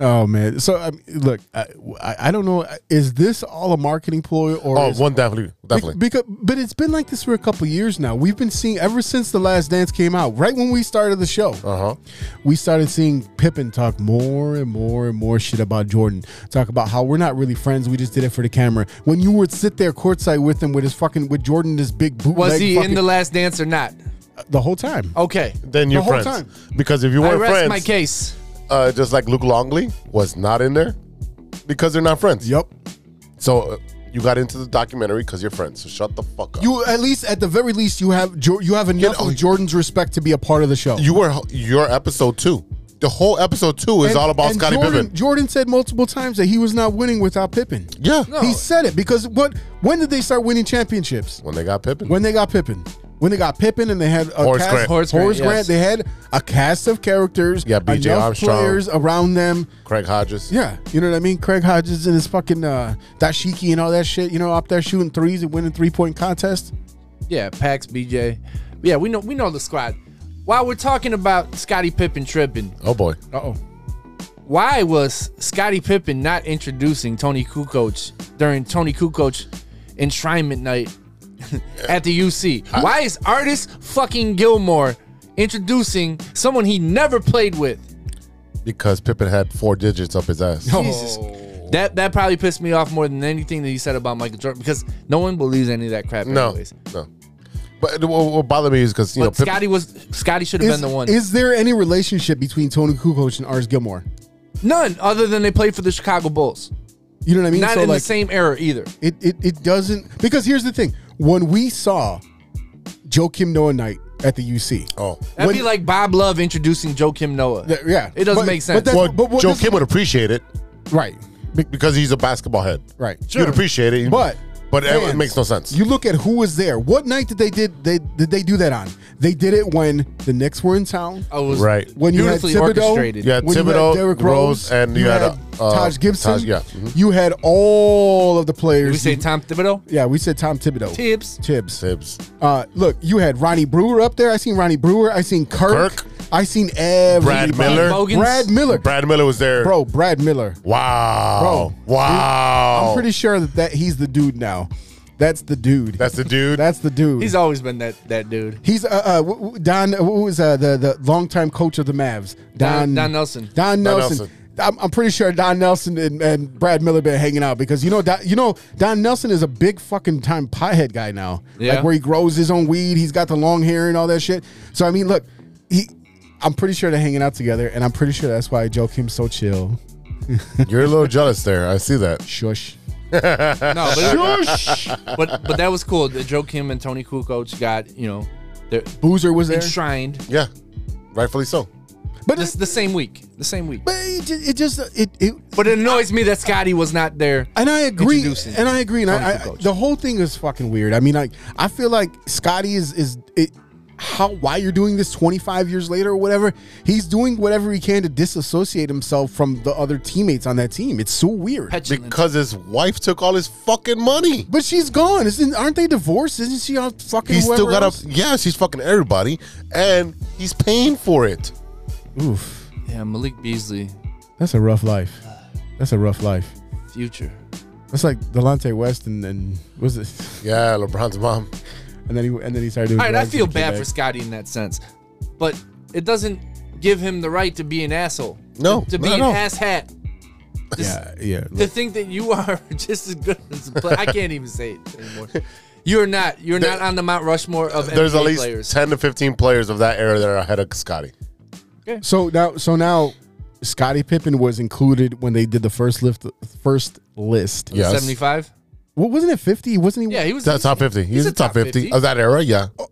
C: Oh man. So I mean, look, I, I I don't know. Is this all a marketing ploy or?
B: Oh,
C: is-
B: one definitely, definitely.
C: Because, but it's been like this for a couple years now. We've been seeing ever since the Last Dance came out, right when we started the show.
B: Uh huh.
C: we started seeing Pippen talk more and more and more shit about Jordan. Talk about how we're not really friends. We just did it for the camera. When you would sit there courtside with him with his fucking with Jordan, in his big boot.
F: Was he in the Oh. last dance or not?
C: the whole time?
F: Okay.
B: Then you're
C: whole
B: friends.
C: time.
B: Because if you
F: I
B: weren't
F: rest
B: friends,
F: my case.
B: uh, just like Luke Longley was not in there because they're not friends.
C: Yep.
B: So uh, you got into the documentary because you're friends. So shut the fuck up.
C: You at least at the very least you have Jo- you have enough
B: oh,
C: of Jordan's respect to be a part of the show.
B: you were your episode two. The whole episode two is
C: And-
B: all about
C: and
B: Scottie
C: Jordan,
B: Pippen.
C: Jordan said multiple times that he was not winning without Pippen.
B: Yeah.
C: He said it because what? When did they start winning championships?
B: When they got Pippen.
C: When they got Pippen. When they got Pippen and they had a
B: Horace
C: cast,
B: Grant.
F: Horace Grant,
C: Horace Grant,
F: yes.
C: they had a cast of characters,
B: Yeah, B.J.
C: enough
B: Armstrong.
C: players around them.
B: Craig Hodges.
C: Yeah, you know what I mean. Craig Hodges and his fucking uh, dashiki and all that shit. You know, up there shooting threes and winning three point contests.
F: Yeah, Pax, BJ. Yeah, we know we know the squad. While we're talking about Scottie Pippen tripping,
B: Oh boy.
C: Uh oh.
F: why was Scottie Pippen not introducing Tony Kukoc during Tony Kukoc enshrinement night at the UC? why is artist fucking Gilmore introducing someone he never played with?
B: Because Pippen had four digits up his ass.
F: Jesus. That that probably pissed me off more than anything that he said about Michael Jordan because no one believes any of that crap
B: No.
F: anyways.
B: No. But uh, what, what bothered me is because you
F: But
B: know Pippen,
F: Scotty was Scotty should have
C: Is,
F: been the one.
C: is there any relationship between Tony Kukoc and Ars Gilmore?
F: None other than they played for the Chicago Bulls.
C: You know what I mean?
F: Not
C: So,
F: in
C: like,
F: the same era either.
C: It, it it doesn't because here's the thing. When we saw Joe Kim Noah Knight at the UC,
B: Oh.
F: That'd
C: when-
F: be like Bob Love introducing Joe Kim Noah.
C: Th- yeah,
F: It doesn't
C: But-
F: make
C: but
F: sense.
C: that's-
B: Well,
C: but what
B: Joe
C: this-
B: Kim would appreciate it
C: right, Be-
B: because he's a basketball head.
C: right.
B: You'd appreciate it.
C: But
B: but it- it
C: fans,
B: makes no sense.
C: You look at who was there. What night did they did they did they do that on? They did it when the Knicks were in town.
F: I was
B: Right.
C: When you had
F: beautifully
C: Thibodeau,
F: orchestrated.
B: Yeah,
C: when you had
B: Thibodeau,
C: Derrick
B: Rose, and you had, uh,
C: Taj Gibson.
B: Taj- yeah, mhm.
C: you had all of the players.
F: Did we say
C: You-
F: Tom Thibodeau?
C: yeah, we said Tom Thibodeau.
F: Tibbs.
C: Tibbs.
B: Tibbs.
C: Uh, look, you had Ronnie Brewer up there. I seen Ronnie Brewer. I seen Kirk.
B: Kirk.
C: I seen everybody.
B: Brad Miller.
F: Bogans.
C: Brad Miller.
B: Brad Miller was there.
C: Bro, Brad Miller.
B: Wow.
C: Bro.
B: wow.
C: I'm pretty sure that, that he's the dude now. That's the dude.
B: That's the dude.
C: That's the dude.
F: He's always been that that dude.
C: He's uh, uh w- w- Don. Who was uh, the the longtime coach of the Mavs?
F: Don- Don Nelson.
C: Don Nelson.
B: Nelson.
C: I'm, I'm pretty sure Don Nelson and, and Brad Miller been hanging out because you know Don, you know Don Nelson is a big fucking time pothead guy now.
F: Yeah.
C: Like where he grows his own weed. He's got the long hair and all that shit. So I mean, look, he. I'm pretty sure they're hanging out together, and I'm pretty sure that's why Joe Kim's so chill.
B: You're a little jealous there. I see that.
C: Shush.
F: No, but, but but that was cool. The Joe Kim and Tony Kukoc got you know they're
C: Boozer was there,
F: enshrined
B: Yeah. Rightfully so.
C: but
F: this,
C: it,
F: the same week. The same week.
C: but it just it, just, it, it
F: But it annoys me that Scotty was not there.
C: And I agree.
F: Introducing
C: And I agree. And I,
F: Tony
C: I,
F: Kukoc.
C: the whole thing is fucking weird. I mean, like, I feel like Scotty is is it, how why you're doing this 25 years later or whatever. He's doing whatever he can to disassociate himself from the other teammates on that team. It's so weird.
F: Petulant.
B: Because his wife took all his fucking money.
C: but she's gone. Isn't aren't they divorced? Isn't she on fucking?
B: He's still
C: whoever
B: got up.
C: else?
B: Yes, he's fucking everybody, and he's paying for it.
C: Oof,
F: yeah, Malik Beasley,
C: that's a rough life. That's a rough life.
F: future.
C: That's like Delonte West and then was it?
B: Yeah, LeBron's mom.
C: And then he and then he started doing.
F: All right, I
C: drugs and
F: feel
C: he came
F: bad
C: back.
F: for Scotty in that sense, but it doesn't give him the right to be an asshole.
B: No,
F: to, to be
B: no,
F: an
B: no.
F: ass hat.
C: Yeah, yeah.
F: To think that you are just as good as a player. I can't even say it anymore. You're not. You're not on the Mount Rushmore of
B: There's
F: NBA
B: at least
F: players.
B: ten to fifteen players of that era that are ahead of Scotty.
C: So now, so now, Scottie Pippen was included when they did the first lift, first list.
B: Yes.
F: Seventy-five.
C: What wasn't it? Fifty? Wasn't he?
F: Yeah, he was.
B: That's top fifty. He's,
F: a
B: a top,
F: top
B: 50.
F: 50.
B: of that era. Yeah,
C: Uh,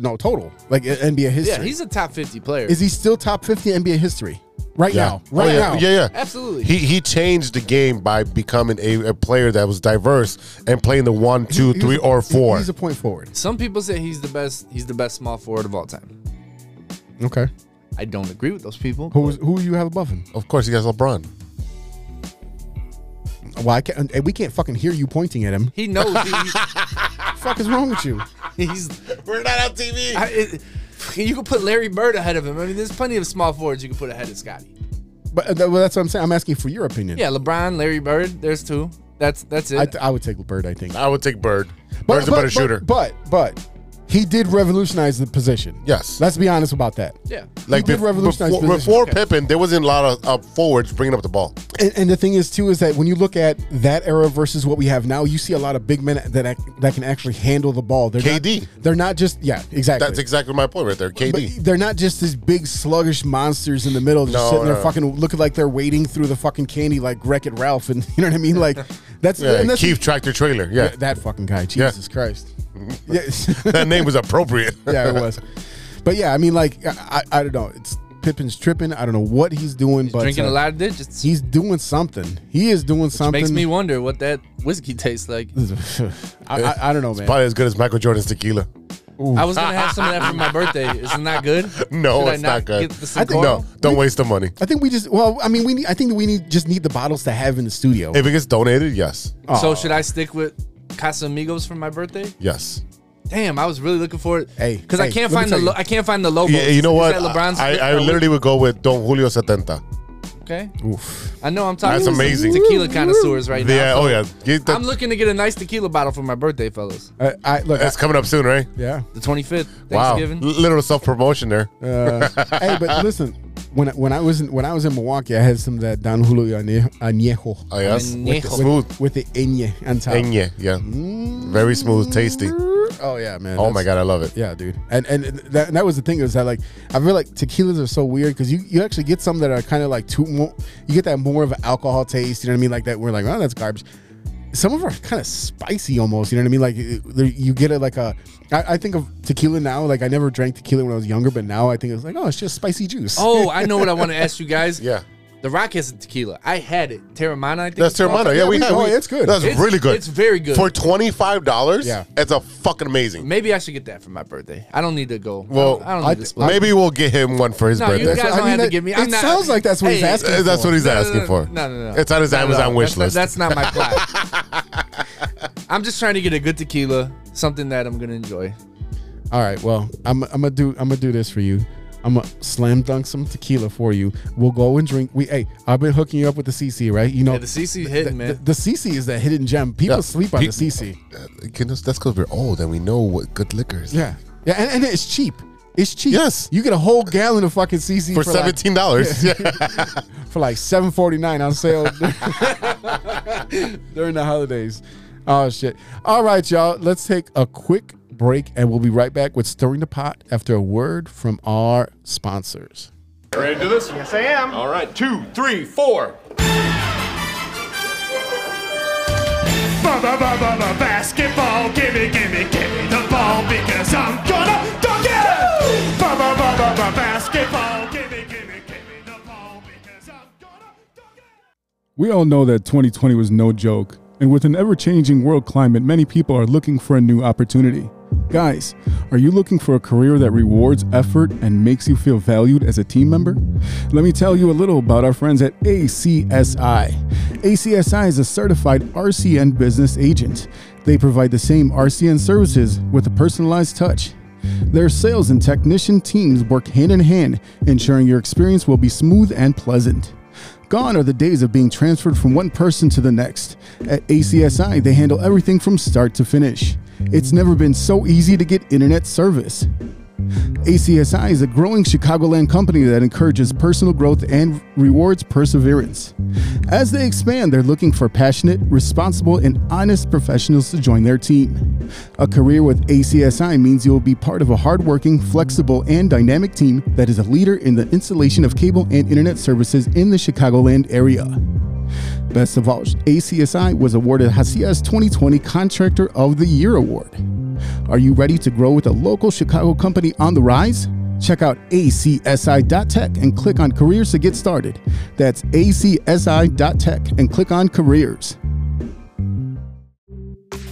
C: No, total. Like uh, NBA history.
F: Yeah, he's a top fifty player.
C: Is he still top fifty NBA history right
B: yeah,
C: now? Right
B: oh, yeah.
C: now.
B: Yeah, yeah.
F: Absolutely.
B: He he changed the game by becoming a, a player that was diverse and playing the one,
C: He-
B: two,
C: he
B: three,
C: was-
B: or
C: he-
B: four.
C: He's a point forward.
F: Some people say he's the best. He's the best small forward of all time.
C: Okay.
F: I don't agree with those people.
C: Who's who you have above him?
B: of course, he has LeBron.
C: Well, I can't. And we can't fucking hear you pointing at him.
F: He knows. He,
C: fuck is wrong with you?
F: he's.
B: We're not on TV.
F: I, it, you could put Larry Bird ahead of him. I mean, there's plenty of small forwards you could put ahead of Scotty.
C: But uh, that- well, that's what I'm saying. I'm asking for your opinion.
F: Yeah, LeBron, Larry Bird. There's two. That's that's it.
C: I, I would take Bird. I think.
B: I would take Bird. Bird's a better shooter.
C: But but he did revolutionize the position.
B: Yes.
C: Let's be honest about that.
F: yeah.
B: like
C: did
B: bef-
C: revolutionize
B: before,
C: position.
B: before Pippen, there wasn't a lot of uh, forwards bringing up the ball.
C: And, and the thing is too is that when you look at that era versus what we have now, you see a lot of big men that act, that can actually handle the ball. They're not-
B: KD.
C: they're not just yeah exactly.
B: That's exactly my point right there.
C: But
B: KD.
C: they're not just these big sluggish monsters in the middle, just
B: No,
C: sitting there
B: no.
C: fucking looking like they're wading through the fucking candy like Wreck It Ralph, and you know what I mean? Like that's
B: yeah,
C: and that's
B: Keith tractor trailer. Yeah,
C: that fucking guy.
B: Yeah. Mm-hmm.
C: Jesus Christ. Yeah.
B: that name was appropriate.
C: yeah, it was. But yeah, I mean, like, I, I I don't know. It's Pippin's tripping. I don't know what he's doing, but
F: Drinking
C: uh,
F: a lot of digits.
C: He's doing something. He is doing something.
F: Makes me wonder what that whiskey tastes like.
C: I, I, I don't know, man.
B: Probably as good as Michael Jordan's tequila.
F: I was gonna have some of that for my birthday. Is it not good?
B: No,
F: Should I
B: it's not, good.
F: Get the
C: I think-
B: no,
F: Sapporo?
B: don't waste the money.
C: I think we just. Well, I mean, we need. I think we need just need the bottles to have in the studio.
B: If it gets donated, yes,
F: So should I stick with Casamigos for my birthday?
B: yes.
F: Damn, I was really looking for it.
C: Hey,
F: because I
C: hey,
F: can't
C: let me
F: find the
C: tell
F: lo-
C: you.
F: I can't find the logo.
B: Yeah, you know what?
F: Is that LeBron's
B: I, I
F: or-
B: literally would go with Don Julio Setenta.
F: okay.
C: Oof.
F: I know I'm talking.
B: That's
F: to some
B: amazing.
F: Tequila connoisseurs right now.
B: Yeah,
F: so
B: oh yeah. Get that-
F: I'm looking to get a nice tequila bottle for my birthday, fellas.
C: I, I look. I,
B: that's coming up soon, right?
C: yeah.
F: The 25th,
B: Wow,
F: Thanksgiving.
B: L- little self promotion there.
C: Uh, hey, but listen. When I- when I was in, when I was in Milwaukee, I had some of that Don Julio Añe- Añejo
B: Oh yes,
F: Añejo.
B: smooth.
C: with the enye on top.
B: Enye, yeah,
C: Mm.
B: very smooth, tasty.
C: Oh yeah, man.
B: Oh my
C: That's-
B: god, I love it.
C: Yeah, dude. And and that, and that was the thing is that like I feel like tequilas are so weird because you, you actually get some that are kind of like too more you get that more of an alcohol taste. You know what I mean? Like that we're like oh that's garbage. Some of them are kind of spicy almost. You know what I mean? Like it- there- you get it like a. I, I think of tequila now. Like I never drank tequila when I was younger, but now I think it's like oh it's just spicy juice.
F: Oh, I know what I want to ask you guys.
B: Yeah.
F: The Rock has a tequila. I had it. Terramana, I think.
B: That's
F: it's called.
B: Terramana. Yeah,
C: Yeah,
B: we,
C: we-
B: had.
C: oh,
B: we-
C: it's good.
B: That's
F: It's-
B: really good.
F: it's very good.
B: for twenty five dollars.
C: Yeah.
B: it's a fucking amazing.
F: Maybe I should get that for my birthday. I don't need to go.
B: Well,
F: I don't, I don't
C: I-
F: need to split.
B: Maybe we'll get him one for his
F: No, you
B: birthday.
F: guys
C: That's-
F: don't
C: I mean,
F: have to
C: that-
F: give me. I'm
C: it
F: not,
C: sounds like that's what he's asking
B: Uh, That's what he's
F: No, no, no,
B: asking
F: no,
B: for.
F: No, no, no.
B: It's on his
F: No, no,
B: Amazon
F: no.
B: wish
F: That's not-
B: list.
F: That's not my plan. I'm just trying to get a good tequila, something that I'm gonna enjoy.
C: All right, well I'm I'm gonna do I'm gonna do this for you. I'm gonna slam dunk some tequila for you. We'll go and drink. We hey, I've been hooking you up with the CC, right? You know
F: Yeah, the CC hitting,
C: Oh, the,
F: man.
C: the CC is that hidden gem. People
B: Yeah.
C: sleep on
B: Pe-
C: the CC.
B: Uh, can us- that's because we're old and we know what good liquor is.
C: Yeah. Yeah, and, and it's cheap. It's cheap.
B: Yes.
C: You get a whole gallon of fucking CC
B: For
C: for,
B: seventeen dollars, yeah.
C: like, for like seven forty nine on sale during the holidays. Oh shit. All right, y'all. Let's take a quick break and we'll be right back with stirring the pot after a word from our sponsors.
I: Ready to do this? Yes, I am. All right, two, three, four. Basketball, gimme, gimme, gimme the ball because I'm gonna dunk it! Basketball, gimme, gimme, gimme the ball because I'm gonna dunk it!
J: We all know that 2020 was no joke, and with an ever changing world climate, many people are looking for a new opportunity. Guys, are you looking for a career that rewards effort and makes you feel valued as a team member? Let me tell you a little about our friends at ACSI. ACSI is a certified RCN business agent. They provide the same RCN services with a personalized touch. Their sales and technician teams work hand in hand, ensuring your experience will be smooth and pleasant.
C: Gone are the days of being transferred from one person to the next. At ACSI, they handle everything from start to finish. It's never been so easy to get internet service. ACSI is a growing Chicagoland company that encourages personal growth and rewards perseverance. As they expand, they're looking for passionate, responsible, and honest professionals to join their team. A career with ACSI means you will be part of a hardworking, flexible, and dynamic team that is a leader in the installation of cable and internet services in the Chicagoland area. Best of all, ACSI was awarded Hacias 2020 Contractor of the Year Award. Are you ready to grow with a local Chicago company on the rise? Check out acsi.tech and click on careers to get started. That's acsi.tech and click on careers.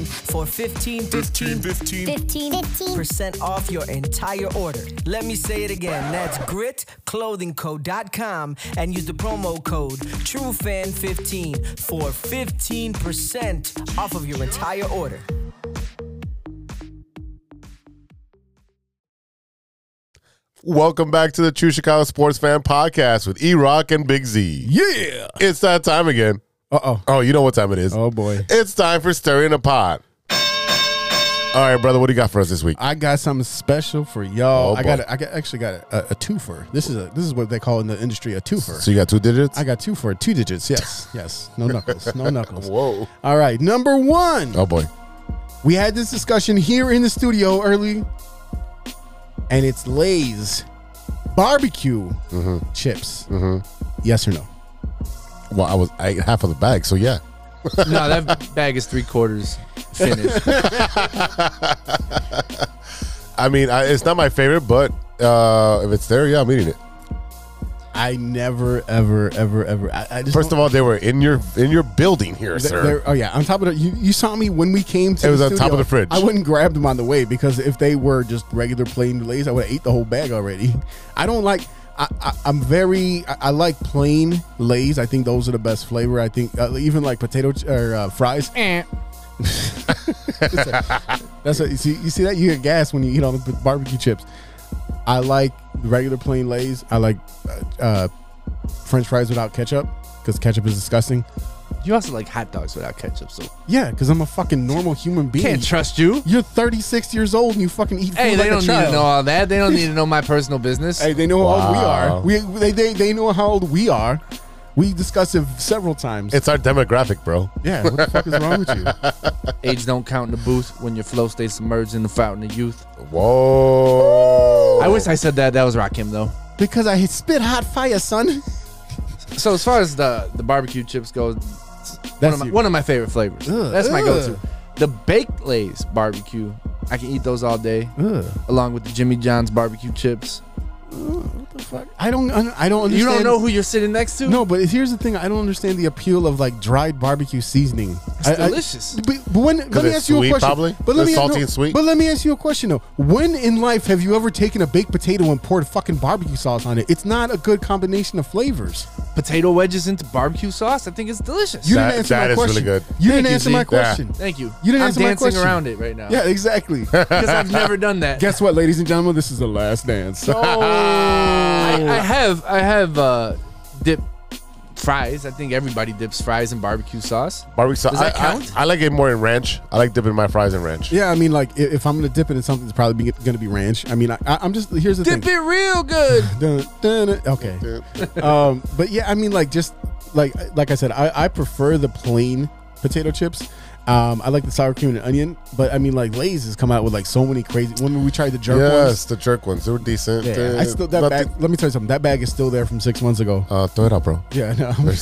A: for 15 15
G: 15 15
A: percent off your entire order. Let me say it again. That's gritclothingco.com and use the promo code TrueFan15 for 15% off of your entire order.
B: Welcome back to the True Chicago Sports Fan Podcast with E Rock and Big Z.
C: Yeah.
B: It's that time again.
C: Uh oh.
B: Oh, you know what time it is.
C: Oh boy.
B: It's time for Stirring the Pot. All right, brother, what do you got for us this week?
C: I got something special for y'all.
B: Oh,
C: I got.
B: boy.
C: A, I got, actually got a, a, a twofer. This is a. This is what they call in the industry a twofer.
B: So you got two digits?
C: I got two for two digits. Yes. Yes. No knuckles. No knuckles.
B: Whoa.
C: All right. Number one.
B: Oh, boy.
C: We had this discussion here in the studio early, and it's Lay's barbecue Mm-hmm. chips. Yes or no?
B: Well, I was I ate half of the bag, so yeah.
F: no, that bag is three quarters finished.
B: I mean, I, it's not my favorite, but uh, if it's there, yeah, I'm eating it.
C: I never, ever, ever, ever. I, I just
B: First of all, they were in your in your building here, sir.
C: oh yeah, on top of the, you, you saw me when we came to.
B: It
C: the
B: was on top
C: studio.
B: of the fridge.
C: I wouldn't grab them on the way because if they were just regular plain Lay's, I would have ate the whole bag already. I don't like. I, I, I'm very. I, I like plain Lay's. I think those are the best flavor. I think uh, even like potato ch- or uh, fries.
F: Eh.
C: That's what you see. You see that you get gas when you eat all the barbecue chips. I like regular plain Lay's. I like uh, uh, French fries without ketchup because ketchup is disgusting.
F: you also like hot dogs without ketchup, so
C: Yeah, because I'm a fucking normal human being.
F: can't trust you.
C: You're 36 years old and you fucking eat. Food
F: Hey,
C: like
F: they
C: a
F: don't need
C: child.
F: to know all that. They don't need to know my personal business.
C: Hey, they know how
B: Wow.
C: old we are. We they, they they know how old we are. We discussed it several times.
B: It's our demographic, bro.
C: yeah, what the fuck is wrong with you?
F: Age don't count in the booth when your flow stays submerged in the fountain of youth.
B: Whoa.
F: I wish I said that. That was Rakim though.
C: Because I spit hot fire, son.
F: So as far as the the barbecue chips go, it's one
C: That's
F: of my,
C: you.
F: one of my favorite flavors.
C: Ugh.
F: That's my
C: Ugh.
F: go-to. The baked lays barbecue. I can eat those all day,
C: Ugh,
F: along with the Jimmy John's barbecue chips.
C: what the fuck? I don't un- I don't
F: You
C: understand.
F: don't know who you're sitting next to.
C: No, but here's the thing. I don't understand the appeal of like dried barbecue seasoning. It's
F: delicious.
C: but, but when let me
B: it's
C: ask you a
B: sweet,
C: question.
B: probably?
C: But let
B: It's
C: me
B: salty
C: no,
B: and sweet?
C: But let me ask you a question though. When in life have you ever taken a baked potato and poured fucking barbecue sauce on it? It's not a good combination of flavors.
F: potato wedges into barbecue sauce. I think it's delicious.
C: You
B: That-
C: didn't answer
B: that
C: my
B: is really
C: question.
B: good.
C: You
F: Thank
C: didn't
F: you,
C: answer
F: Z.
C: my
F: Yeah.
C: question.
F: Thank you.
C: You didn't
F: I'm
C: answer my
F: dancing
C: question.
F: around it right now.
C: Yeah, exactly.
F: because I've never done that.
C: Guess what, ladies and gentlemen? This is the last dance.
F: I, I have I have uh, dip fries. I think everybody dips fries in barbecue sauce.
B: Barbecue sauce.
F: Does that
B: I-
F: count?
B: I, I like it more in ranch. I like dipping my fries in ranch.
C: yeah, I mean, like, i- if I'm gonna dip it in something, it's probably be, gonna be ranch. I mean, I, I- I'm just here's the
F: Dip
C: thing.
F: it real good.
C: Dun, dun, dun. okay, um, but yeah, I mean, like, just like like I said, I, I prefer the plain potato chips. Um, I like the sour cream and onion, but I mean, like Lay's has come out with like so many crazy. When we tried the jerk
B: yes,
C: ones,
B: the jerk ones. They were decent.
C: yeah, I still that
B: Nothing-
C: bag. Let me tell you something. That bag is still there from six months ago.
B: Uh, throw it out, bro.
C: Yeah, no.
F: what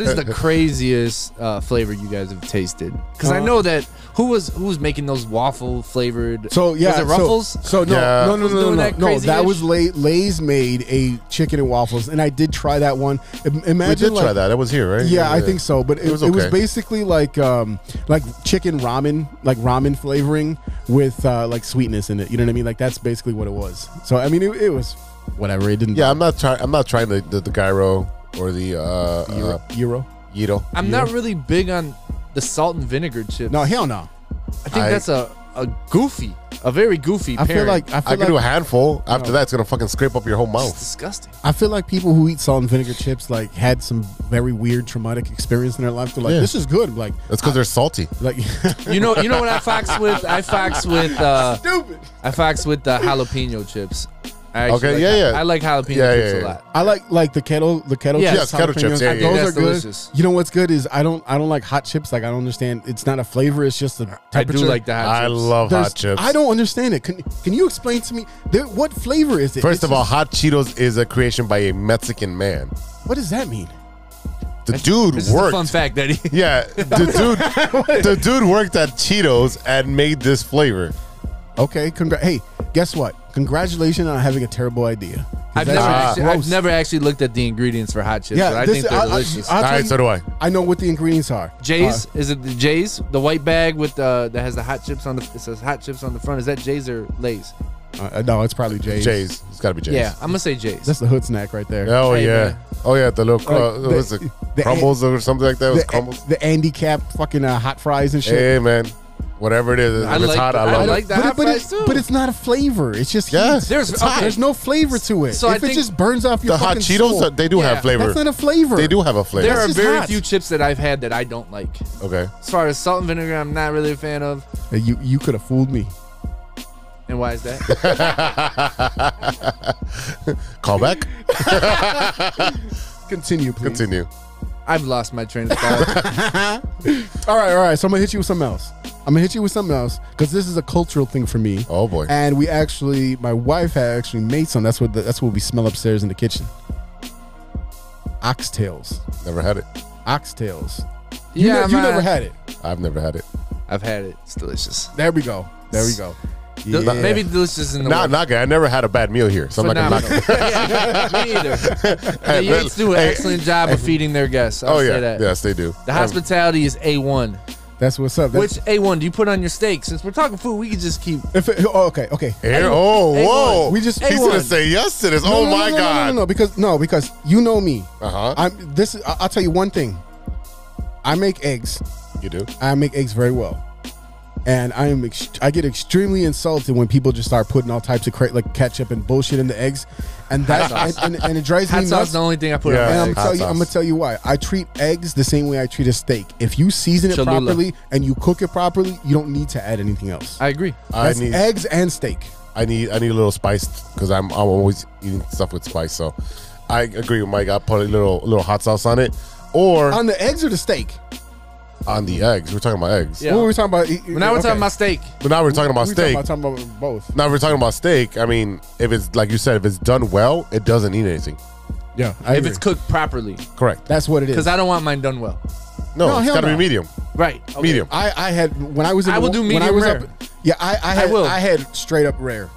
F: is the craziest uh, flavor you guys have tasted? Because I
C: Uh,
F: know that who was who was making those waffle flavored.
C: So yeah,
F: was it
C: so-
F: Ruffles?
C: So, no,
B: Yeah.
C: no, no,
F: Was
C: no, no,
F: doing
C: no.
F: that
C: That, no,
F: crazy
C: that
F: dish?
C: was Lay, Lay's made a chicken and waffles, and I did try that one. Im- Imagine
B: we did
C: like,
B: try that. It was here, right?
C: Yeah, I think so. But it, it was,
B: okay.
C: basically like um, like chicken ramen, like ramen flavoring with uh, like sweetness in it. You know what I mean? Like that's basically what it was. So I mean, it, it was whatever. It didn't.
B: Yeah, I'm not trying. I'm not trying the the, the gyro or the uh, uh
C: Euro.
B: Yido.
F: I'm not really big on the salt and vinegar chips.
C: No, hell no.
F: I think
B: I-
F: that's a, a goofy, a very goofy.
C: I feel
F: pairing.
C: like I feel
B: I can
C: like
B: do a handful. After that, it's gonna fucking scrape up your whole
F: it's
B: mouth.
F: disgusting.
C: I feel like people who eat salt and vinegar chips like had some very weird traumatic experience in their life. They're like,
B: Yeah.
C: this is good. Like,
B: That's because they're salty.
C: like
F: You know, you know what I fox with? I fox with. Uh, I fox with the jalapeno chips. I actually
B: Okay,
F: like
B: yeah,
F: that.
B: yeah.
F: I like jalapeno
B: Yeah, yeah,
F: chips
B: yeah.
F: a lot.
C: I like like the kettle the kettle
F: Yeah,
C: chips.
B: yes, kettle
C: jalapenos.
B: chips, yeah,
C: I
B: yeah,
C: think
F: yeah.
C: Those are
F: That's
C: good.
F: delicious.
C: You know what's good is I don't I don't like hot chips. Like I don't understand. It's not a flavor. It's just a
F: I do
C: temperature.
F: like the hot
B: I
F: chips.
B: love
C: There's-
B: hot chips.
C: I don't understand it. Can, can you explain to me there, what flavor is it?
B: First
C: It's
B: of all,
C: just-
B: hot Cheetos is a creation by a Mexican man.
C: what does that mean?
B: The dude
F: This is a
B: worked.
F: fun fact, Eddie.
B: Yeah, the dude, the dude worked at Cheetos and made this flavor.
C: Okay, congr- hey, guess what? Congratulations on having a terrible idea. 'Cause
F: I've
C: that
F: never,
C: shit's
F: actually, I've
C: gross.
F: never actually looked at the ingredients for hot chips, but I
C: this-
F: think they're delicious.
C: I'll
B: All
C: tell
B: right,
C: you-
B: so do I.
C: I know what the ingredients are.
F: Jay's is it the Jay's the white bag with the that has the hot chips on the it says hot chips on the front is that Jay's or Lay's?
C: Uh, uh, no, it's probably Jay's.
B: Jay's. It's got to be Jay's.
F: Yeah, I'm gonna say Jay's.
C: That's the hood snack right there.
B: Oh
F: Hey,
B: yeah.
F: man.
B: Oh yeah. The little cr-
C: Like, the-
B: what was it?
C: the-
B: crumbles or something like that. It was
C: the,
B: crumbles.
C: the Andy Cap fucking uh, hot fries and shit.
B: hey man, whatever it is, if
F: I
B: it's
F: like
B: hot.
F: the-
B: I
F: I
B: love
F: like
B: it.
F: the
C: but,
F: hot
C: but
F: fries
C: it-
F: too.
C: but it's not a flavor. It's just
B: Yeah.
C: heat.
F: There's-
C: It's hot.
F: okay.
C: there's no flavor to it.
F: So
C: if
F: I
C: it
F: think-
C: just burns off your
B: The hot
C: fucking
B: Cheetos.
C: soul,
B: They do
F: Yeah,
B: have flavor.
C: that's not a flavor.
B: They do have a flavor.
F: there
C: That's
F: are
C: just
F: very
C: hot.
F: few chips that I've had that I don't like.
B: okay.
F: As far as salt and vinegar, I'm not really a fan of.
C: Uh, You you could have fooled me.
F: And why is that?
B: Call back.
C: Continue, please.
B: Continue.
F: I've lost my train of thought.
C: All right, all right. So I'm gonna hit you with something else. I'm gonna hit you with something else because this is a cultural thing for me.
B: Oh, boy.
C: And we actually, my wife had actually made some. That's what the, that's what we smell upstairs in the kitchen. Oxtails,
B: Never had it.
C: oxtails. You,
F: yeah,
C: ne- you
F: I'm, uh,
C: never had it.
B: I've never had it.
F: I've had it. It's delicious.
C: There we go. There we go.
F: Del- uh,
C: Yeah.
F: Maybe delicious in the
B: Not
F: world.
B: knocking. I never had a bad meal here, so I'm not gonna
F: Phenomenal.
B: knock.
F: yeah, me either. The
B: Hey,
F: Yates do an
B: hey,
F: excellent job of feeding their guests. I'll
B: Oh
F: say
B: yeah.
F: that.
B: Yes, they do.
F: The
B: Um,
F: hospitality is A1.
C: that's what's up.
F: Which
C: That's,
F: A1 do you put on your steak? Since we're talking food, we could just keep.
C: if it, oh, okay, okay.
B: Air, oh,
F: A1.
B: whoa!
C: We just-
B: he's
C: A1.
B: gonna say yes to this.
C: No,
B: oh
C: no, no,
B: my
C: no, no,
B: god!
C: No, no, no, because no, because you know me.
B: Uh-huh.
C: I'm this. I- I'll tell you one thing. I make eggs.
B: You do.
C: I make eggs very well, and I am ex- I get extremely insulted when people just start putting all types of cra- like ketchup and bullshit in the eggs, and that and, and, and it drives
F: Hot
C: me
F: sauce
C: nuts.
F: is the only thing I put
B: Yeah.
C: and
F: on
C: I'm,
F: my
B: Hot
C: tell you, I'm
B: sauce.
C: gonna tell you why. I treat eggs the same way I treat a steak. If you season it
F: Cholula.
C: properly and you cook it properly, you don't need to add anything else.
F: I agree.
B: I
C: That's
B: need.
C: eggs and steak.
B: I need. I need a little spice because I'm. I'm always eating stuff with spice. So, I agree with Mike. I put a little little hot sauce on it, or on,
C: On the eggs or the steak?
B: the eggs. We're talking about eggs.
F: Yeah.
C: What were we talking about? E- e-
F: But now we're
C: okay.
F: talking about steak.
B: But now we're talking about
C: We
B: steak.
C: Talking about, talking about both.
B: now we're talking about steak. I mean, if it's like you said, if it's done well, it doesn't need anything.
C: Yeah, I
F: If
C: agree.
F: it's cooked properly,
B: Correct.
C: that's what it is.
F: because I don't want mine done well.
B: No,
C: No,
B: it's
C: hell
B: got to
C: no.
B: be medium.
F: Right.
B: Medium.
C: I, I had when I was in
F: I will
C: Milwa-
F: do
C: when I
F: medium
C: was
F: rare.
C: up yeah I I had I,
F: will.
C: had straight up rare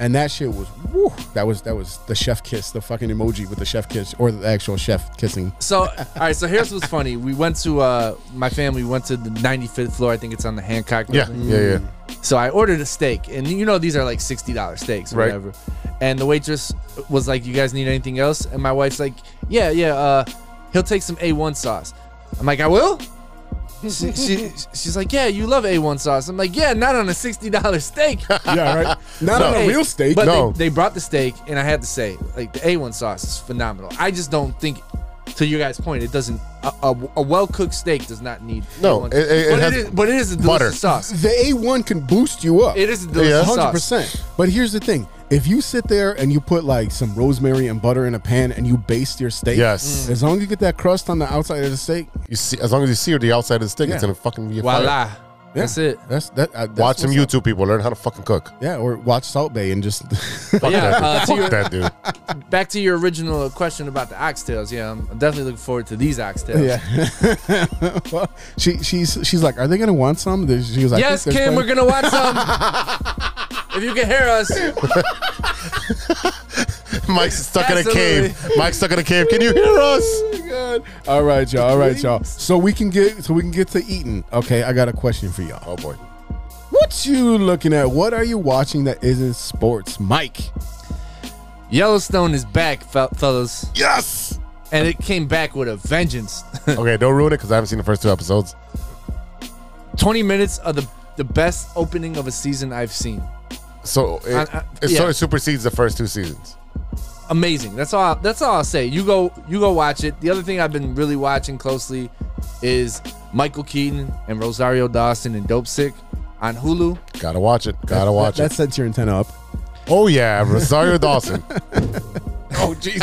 C: and that shit was woo, that was that was the chef kiss the fucking emoji with the chef kiss or the actual chef kissing
F: So, all right. So here's what's funny. We went to uh, my family went to the 95th floor. I think it's on the Hancock.
B: Yeah,
F: Building.
B: yeah,
C: Mm.
B: yeah.
F: So I ordered a steak, and you know these are like sixty dollars steaks or
B: Right.
F: whatever. And the waitress was like, "You guys need anything else?" And my wife's like, "Yeah, yeah. Uh, he'll take some A1 sauce." I'm like, "I will." She, she, she's like, "Yeah, you love A1 sauce." I'm like, "Yeah, not on a sixty dollars steak."
C: yeah right not on a
F: Hey,
C: real steak
F: But
B: No.
F: they, they brought the steak, and I had to say, like the A1 sauce is phenomenal. I just don't think to your guys' point, it doesn't. A, a, a well cooked steak does not need.
B: No, it-
F: A1.
B: it- it
F: but,
B: has
F: it is, but it is a delicious
B: butter.
F: sauce.
C: The A1 can boost you up.
F: It is a delicious sauce.
C: 100%. But here's the thing. If you sit there and you put like some rosemary and butter in a pan and you baste your steak,
B: Yes.
F: Mm.
C: as long as you get that crust on the outside of the steak,
B: You see, as long as you see the outside of the stick, it's
C: Yeah.
B: gonna fucking be a fire.
F: Voila, that's it.
C: that's that. I, that's
B: Watch some
C: what's up.
B: YouTube people learn how to fucking cook.
C: Yeah, or watch Salt Bay and just
B: Fuck
F: yeah,
B: that,
F: uh,
B: dude.
F: to your-
B: Fuck that dude.
F: Back to your original question about the oxtails. Yeah, I'm I'm definitely looking forward to these oxtails.
C: yeah. well, she she's she's like, are they gonna want some? There's- She was like,
F: Yes, Kim, we're gonna watch some. if you can hear us,
B: Mike's stuck in a cave.
F: Absolutely.
B: Mike's stuck in a cave. Can you hear us?
C: gonna. Oh All right, y'all. All right, y'all. So we can get so we can get to eating. Okay, I got a question for y'all.
B: Oh boy.
C: What you looking at? What are you watching that isn't sports, Mike?
F: Yellowstone is back, fel- fellas,
B: Yes.
F: and it came back with a vengeance.
B: Okay, don't ruin it because I haven't seen the first two episodes.
F: 20 minutes of the the best opening of a season I've seen.
B: So it,
F: I- I-
B: it
F: yeah.
B: sort of supersedes the first two seasons.
F: Amazing. That's all. That's all I'll say. You go. You go watch it. The other thing I've been really watching closely is Michael Keaton and Rosario Dawson and Dope Sick on Hulu.
B: Gotta watch it. Gotta watch
C: that,
B: it.
C: sets your antenna up.
B: Oh yeah, Rosario Dawson.
F: Oh jeez.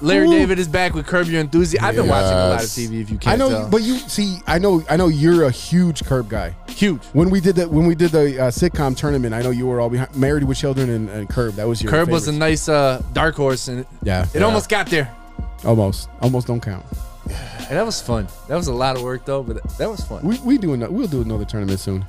F: Larry David is back with Curb Your Enthusiasm. I've been watching a lot of
B: Yes.
F: TV. If you can't
C: I know,
F: tell.
C: but you see, I know, I know you're a huge curb guy.
F: huge.
C: When we did the when we did the uh, sitcom tournament, I know you were all behind Married with Children and, and Curb. That was your
F: Curb was a
C: favorites.
F: nice uh, dark horse, and
C: Yeah.
F: it
C: Yeah.
F: almost got there.
C: almost almost don't count.
F: And that was fun. That was a lot of work though, but that was fun.
C: We we do another, we'll do another tournament soon.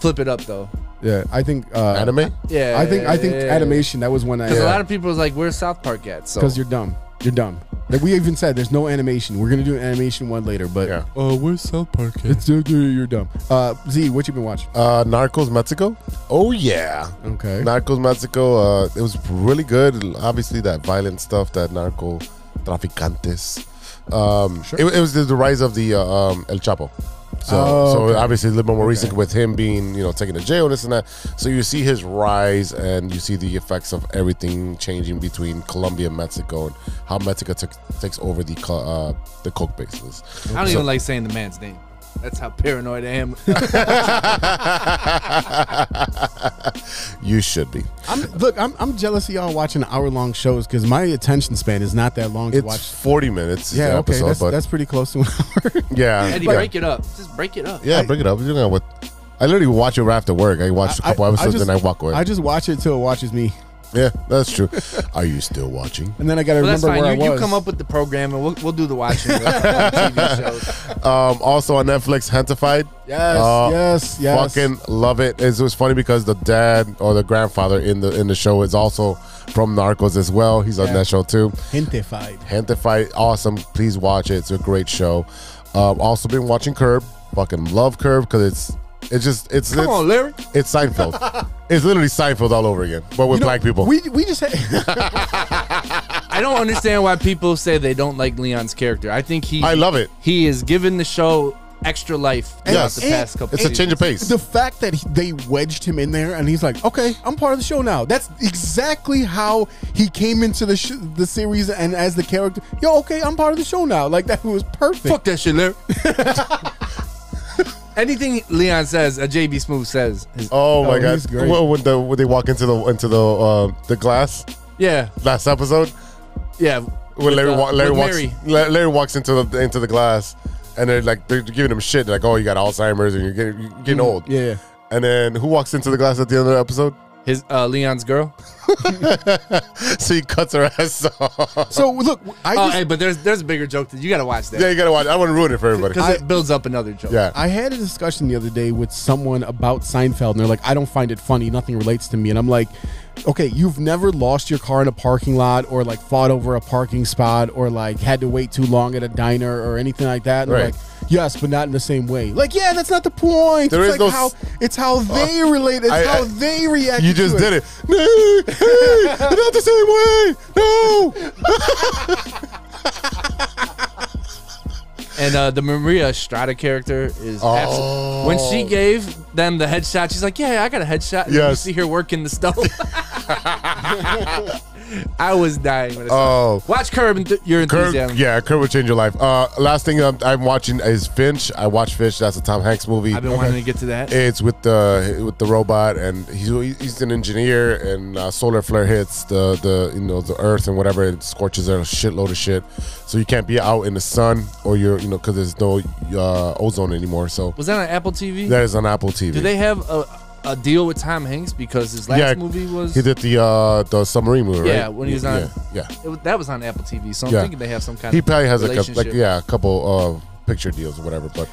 F: Flip it up though.
C: Yeah, I think uh,
B: Anime.
F: Yeah,
C: I think I think animation. That was one I
F: Because a lot of people was like, "Where's South Park at?" So
C: because you're dumb. You're dumb. Like we even said, there's no animation. We're gonna do an animation one later, but
B: Yeah.
J: Uh, where's South Park? At?
C: it's you're, you're dumb. Uh, Z, what you been watching?
B: Uh, Narcos Mexico. Oh yeah.
C: Okay.
B: Narcos Mexico. Uh, it was really good. Obviously, that violent stuff, that narco traficantes. Um, it, it was the, the rise of the uh, um, El Chapo. So,
C: Oh,
B: so
C: okay.
B: obviously a little bit more recent with him being, you know, taken to jail, this and that. So you see his rise, and you see the effects of everything changing between Colombia and Mexico, and how Mexico took takes over the co- uh, the coke bases.
F: I don't even like saying the man's name. That's how paranoid I am.
B: You should be.
C: I'm, look, I'm, I'm jealous of y'all watching hour long shows because my attention span is not that long to
B: It's
C: watch.
B: forty minutes. is
C: Yeah,
B: the
C: okay,
B: episode,
C: that's,
B: but
C: that's pretty close to an hour.
B: yeah,
F: Eddie,
B: yeah.
F: break it up. Just break it up.
B: Yeah, bring it up. You know what? I literally watch it right after work. I watch a couple episodes
C: just-
B: and I walk away.
C: I just watch it till it watches me,
B: yeah, that's true. Are you still watching?
C: and then I gotta
F: Well, that's
C: remember where
F: fine. You,
C: I
F: you
C: was.
F: come up with the program, and we'll, we'll do the watching. of TV shows.
B: Um, also on Netflix, Hentified. Uh,
C: Yes, yes, yes.
B: Oh, Fucking love it. It's, it was funny because the dad or the grandfather in the in the show is also from Narcos as well. He's on that show too.
C: Hentified.
B: Hentified, awesome. Please watch it. It's a great show. Um, also been watching Curb. Fucking love Curb because it's it's just it's
F: Come
B: it's,
F: on, Larry.
B: it's Seinfeld. it's literally Seinfeld all over again, but with
C: You know,
B: black people.
C: We we just had,
F: I don't understand why people say they don't like Leon's character. I think he.
B: I love it.
F: He is giving the show extra life.
B: Yes.
F: Yes, the past
C: And-
F: couple.
B: It's a change of
F: seasons.
B: pace.
C: the fact that he, they wedged him in there and he's like, okay, I'm part of the show now. That's exactly how he came into the sh- the series and as the character. Yo, okay, I'm part of the show now. Like that was perfect.
F: Fuck that shit, Larry. Anything Leon says, a JB Smooth says. is-
B: Oh my
C: Oh,
B: god!
C: he's great.
B: Well, when the when they walk into the into the um the glass
F: yeah,
B: last episode,
F: yeah.
B: when Larry
F: uh,
B: wa- Larry
F: with
B: walks
F: Mary.
B: La- Larry walks into the into the glass, and they're like they're giving him shit. They're like, oh, you got Alzheimer's and you're getting, you're getting old.
C: Yeah, yeah.
B: And then who walks into the glass at the end of the episode?
F: His uh, Leon's girl.
B: so he cuts her ass off.
C: So look, I
F: Oh,
C: just,
F: hey, but there's there's a bigger joke that you gotta watch that
B: yeah, you gotta watch. I want to ruin it for everybody.
F: because it builds up another joke.
B: yeah,
C: I had a discussion the other day with someone about Seinfeld, and they're like, I don't find it funny. Nothing relates to me. And I'm like, okay, you've never lost your car in a parking lot or like fought over a parking spot or like had to wait too long at a diner or anything like that. And they're
B: Right.
C: like, yes, but not in the same way. Like, yeah, that's not the point.
B: There
C: it's
B: is
C: like
B: no
C: how
B: s- uh,
C: it's how they relate. It's
B: I-
C: how
B: I-
C: they react.
B: you
C: to
B: just
C: it.
B: did it. No, hey, they're not the same way. No.
F: And uh, the Maria Estrada character is abs-
B: Oh.
F: when she gave them the headshot, she's like, "Yeah, I got a headshot." And then you
B: Yes.
F: see her working the stove. I was dying. When I saw
B: Oh.
F: it. watch Curb Enthu- Your
B: Curb,
F: Enthusiasm.
B: yeah, Curb will change your life. Uh, last thing I'm, I'm watching is Finch. I watch Finch. That's a Tom Hanks movie.
F: I've been wanting to get to that.
B: It's with the with the robot, and he's he's an engineer, and uh, solar flare hits the the you know the earth and whatever it scorches a shitload of shit. So you can't be out in the sun or you're you know because there's no uh, ozone anymore. So
F: was that on Apple TV?
B: that is on Apple TV.
F: Do they have a, a deal with Tom Hanks because his last movie was
B: he did the uh, the submarine movie. right?
F: yeah when he was on
B: Yeah, yeah.
F: It was- that was on Apple TV. So I'm
B: Yeah.
F: thinking they have some kind.
B: he
F: of
B: probably has like a
F: relationship.
B: like yeah a couple uh, picture deals or whatever, but.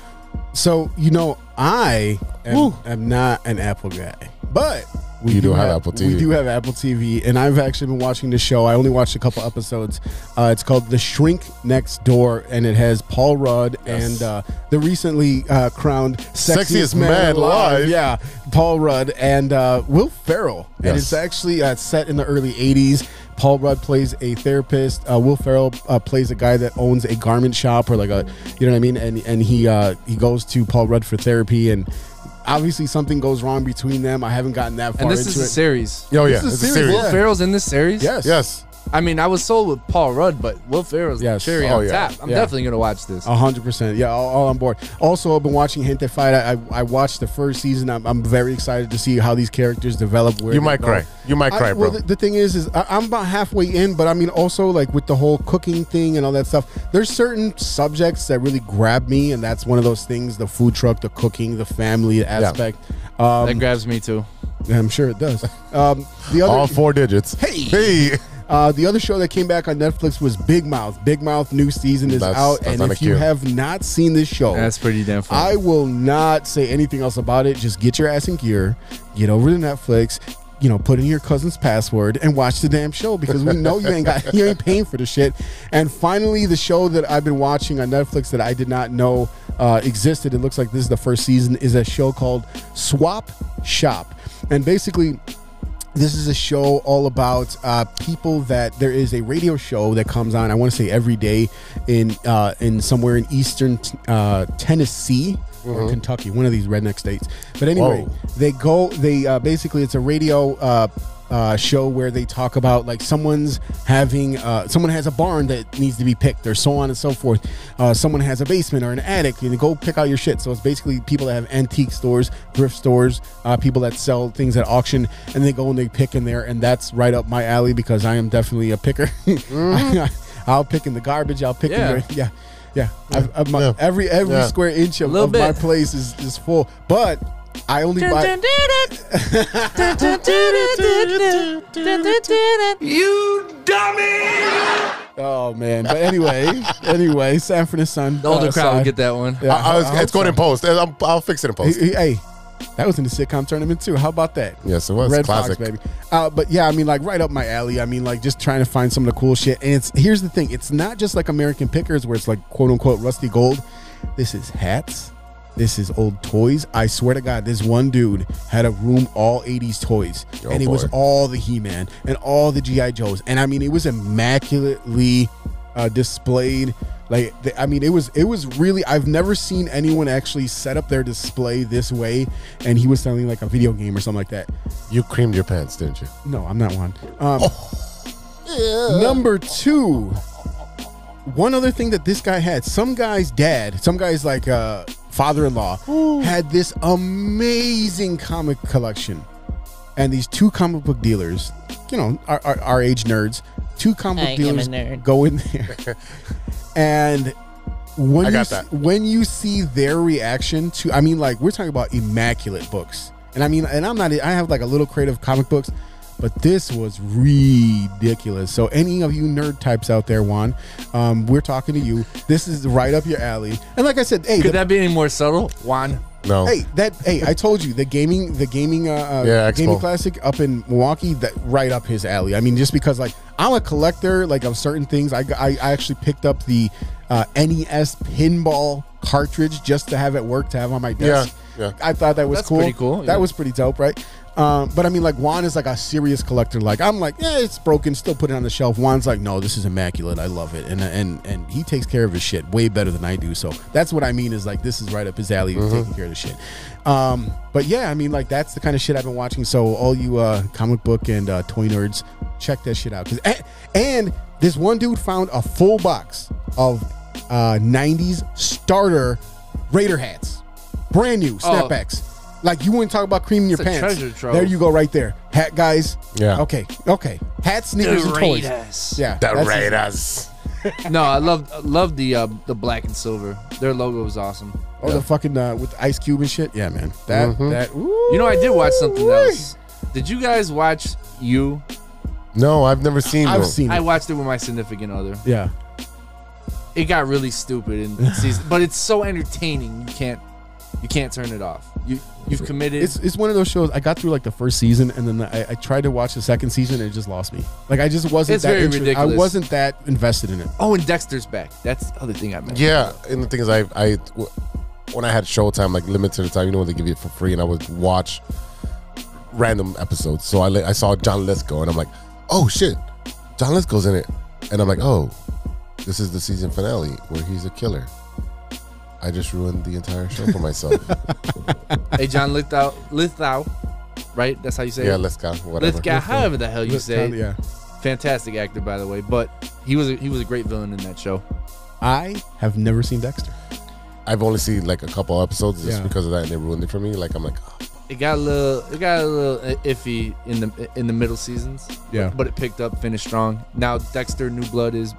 C: So you know, I am, am not an Apple guy, but we
B: You do have Apple TV.
C: We do have Apple TV, and I've actually been watching the show. I only watched a couple episodes. Uh, it's called The Shrink Next Door, and it has Paul Rudd and uh, the recently uh, crowned sexiest, man, alive. Yeah, Paul Rudd and uh, Will Ferrell, and
B: Yes.
C: it's actually uh, set in the early '80s. Paul Rudd plays a therapist. Uh, Will Ferrell uh, plays a guy that owns a garment shop or like a, you know what I mean? And and he uh, he goes to Paul Rudd for therapy, and obviously something goes wrong between them. I haven't gotten that far.
F: And this
C: into
F: is a
C: it.
F: series.
B: Oh,
C: This
B: yeah,
C: is
B: it's
C: a
B: a
C: series.
B: series.
C: yeah.
F: Will Ferrell's in this series.
C: Yes.
B: Yes.
F: I mean, I was sold with Paul Rudd, but Will Ferrell's
C: Yes.
F: the cherry
C: Oh,
F: on
C: yeah.
F: top. I'm
C: Yeah.
F: definitely gonna watch this.
C: A hundred percent. Yeah, all, all on board. Also, I've been watching Gente Fight. I, I, I watched the first season. I'm, I'm very excited to see how these characters develop. Where
B: You
C: they
B: might
C: go.
B: cry. You might
C: I-
B: cry,
C: well,
B: bro.
C: The, the thing is, is I, I'm about halfway in, but I mean, also like with the whole cooking thing and all that stuff. There's certain subjects that really grab me, and that's one of those things: the food truck, the cooking, the family aspect. Um,
F: that grabs me too.
C: I'm sure it does. Um, the other
B: All four digits. Hey. Hey.
C: uh, the other show that came back on Netflix was Big Mouth. Big Mouth new season is
B: That's-
C: out,
B: that's
C: and
B: not
C: if
B: a
C: you
B: cue.
C: have not seen this show,
F: That's pretty damn funny.
C: I will not say anything else about it. Just get your ass in gear, get over to Netflix, you know, put in your cousin's password and watch the damn show because we know you ain't got you ain't paying for the shit. And finally, the show that I've been watching on Netflix that I did not know uh, existed. It looks like this is the first season. Is a show called Swap Shop, and basically this is a show all about uh, people that there is a radio show that comes on. I want to say every day in uh, in somewhere in eastern uh, Tennessee or Kentucky, one of these redneck states. But anyway,
B: Whoa.
C: they go. They uh, basically it's a radio. Uh, uh, show where they talk about like someone's having uh, someone has a barn that needs to be picked or so on and so forth uh, someone has a basement or an attic and go pick out your shit so it's basically people that have antique stores thrift stores uh, people that sell things at auction and they go and they pick in there and that's right up my alley because I am definitely a picker
B: Mm-hmm.
C: I'll pick in the garbage I'll pick
F: Yeah.
C: in the yeah yeah, I've, I've- my,
B: Yeah.
C: every every
B: Yeah.
C: square inch of,
F: Little
C: of my
F: bit.
C: place is, is full but I only buy Oh man! But anyway, anyway, Sanford and Son.
F: the older
C: uh,
F: crowd
C: side.
F: would get that one.
C: Yeah,
B: I, I was,
C: hope
B: it's going
C: so.
B: in post. I'm, I'll fix it in post.
C: Hey, hey, hey, that was in the sitcom tournament too. How about that?
B: Yes, it was.
C: Red
B: Classic.
C: Fox, baby. Uh, but yeah, I mean, like right up my alley. I mean, like just trying to find some of the cool shit. And it's here's the thing: it's not just like American Pickers, where it's like quote unquote rusty gold. This is hats. This is old toys. I swear to God, this one dude had a room all 80s toys.
B: Oh,
C: and it was
B: boy.
C: all the He Man and all the G.I. Joes. And I mean, it was immaculately uh, displayed. Like, the, I mean, it was, it was really, I've never seen anyone actually set up their display this way. And he was selling like a video game or something like that.
B: You creamed your pants, didn't you?
C: No, I'm not one. Um, Number two, one other thing that this guy had. Some guy's dad, some guy's like uh, father-in-law, had this amazing comic collection, and these two comic book dealers, you know, our, our, our age nerds, two comic book dealers go in there, and when
B: I got
C: you s-
B: that.
C: when you see their reaction to I mean like we're talking about immaculate books. And I mean and I'm not I have like a little crate of comic books, but this was ridiculous. So any of you nerd types out there, Juan, um, we're talking to you. This is right up your alley. And like I said, hey,
F: Could
C: the-
F: that be any more subtle? Juan.
B: No.
C: Hey, that hey, I told you the gaming, the gaming, uh, uh,
B: Yeah, Expo.
C: gaming classic up in Milwaukee, that right up his alley. I mean, just because like I'm a collector, like of certain things. I I, I actually picked up the uh, NES pinball cartridge just to have at work to have on my desk.
B: Yeah, yeah.
C: I thought that was
F: That's
C: cool.
F: pretty cool, yeah.
C: That was pretty dope, right? Um, but I mean, like Juan is like a serious collector. Like I'm like, yeah, it's broken, still put it on the shelf. Juan's like, no, this is immaculate. I love it, and and and he takes care of his shit way better than I do. So that's what I mean is like this is right up his alley, of
F: Mm-hmm.
C: taking care of the shit. Um, but yeah, I mean, like that's the kind of shit I've been watching. So all you uh, comic book and uh, toy nerds, check that shit out. 'Cause- And, and this one dude found a full box of uh, 90s starter Raider hats. Brand new snapbacks. Like you wouldn't talk about creaming your
F: Oh. It's a
C: pants.
F: treasure trove.
C: There you go, right there. Hat guys.
B: Yeah.
C: Okay. Okay. Hats, sneakers, and toys.
F: Raiders.
C: Yeah.
B: The
C: that's-
B: Raiders.
F: no, I love I love the uh, the black and silver. Their logo was awesome.
C: Oh, the fucking uh, with Ice Cube and shit. Yeah, man. That
F: Mm-hmm.
C: that. Ooh,
F: You know, I did watch something else. Did you guys watch you?
B: No, I've never seen
C: I've
B: them.
C: seen
F: I
C: it.
F: watched it with my significant other.
C: Yeah.
F: It got really stupid in season, but it's so entertaining. You can't you can't turn it off. You you've committed.
C: It's it's one of those shows. I got through like the first season, and then I, I tried to watch the second season, and it just lost me. Like I just wasn't
F: It's
C: that.
F: very
C: inter- I
F: ridiculous.
C: wasn't that invested in it.
F: oh, and Dexter's back. That's the other thing I meant.
B: Yeah, and the thing is, I, I, when I had Showtime, like limited time, you know, when they give you it for free, and I would watch random episodes. So I, li- I saw John Lithgow, and I'm like, oh shit, John Lithgow's in it, and I'm like, oh, this is the season finale where he's a killer. I just ruined the entire show for myself.
F: Hey, John Lithgow, Lithgow, right? That's how you say
B: yeah,
F: it.
B: Lithgow, whatever.
F: Lithgow, however the hell you say. it.
C: yeah.
F: Fantastic actor, by the way. But he was a, he was a great villain in that show.
C: I have never seen Dexter.
B: I've only seen like a couple episodes just
C: Yeah.
B: because of that, and they ruined it for me. Like I'm like, oh,
F: It got a little it got a little iffy in the in the middle seasons.
C: Yeah.
F: But it picked up, finished strong. Now Dexter New Blood is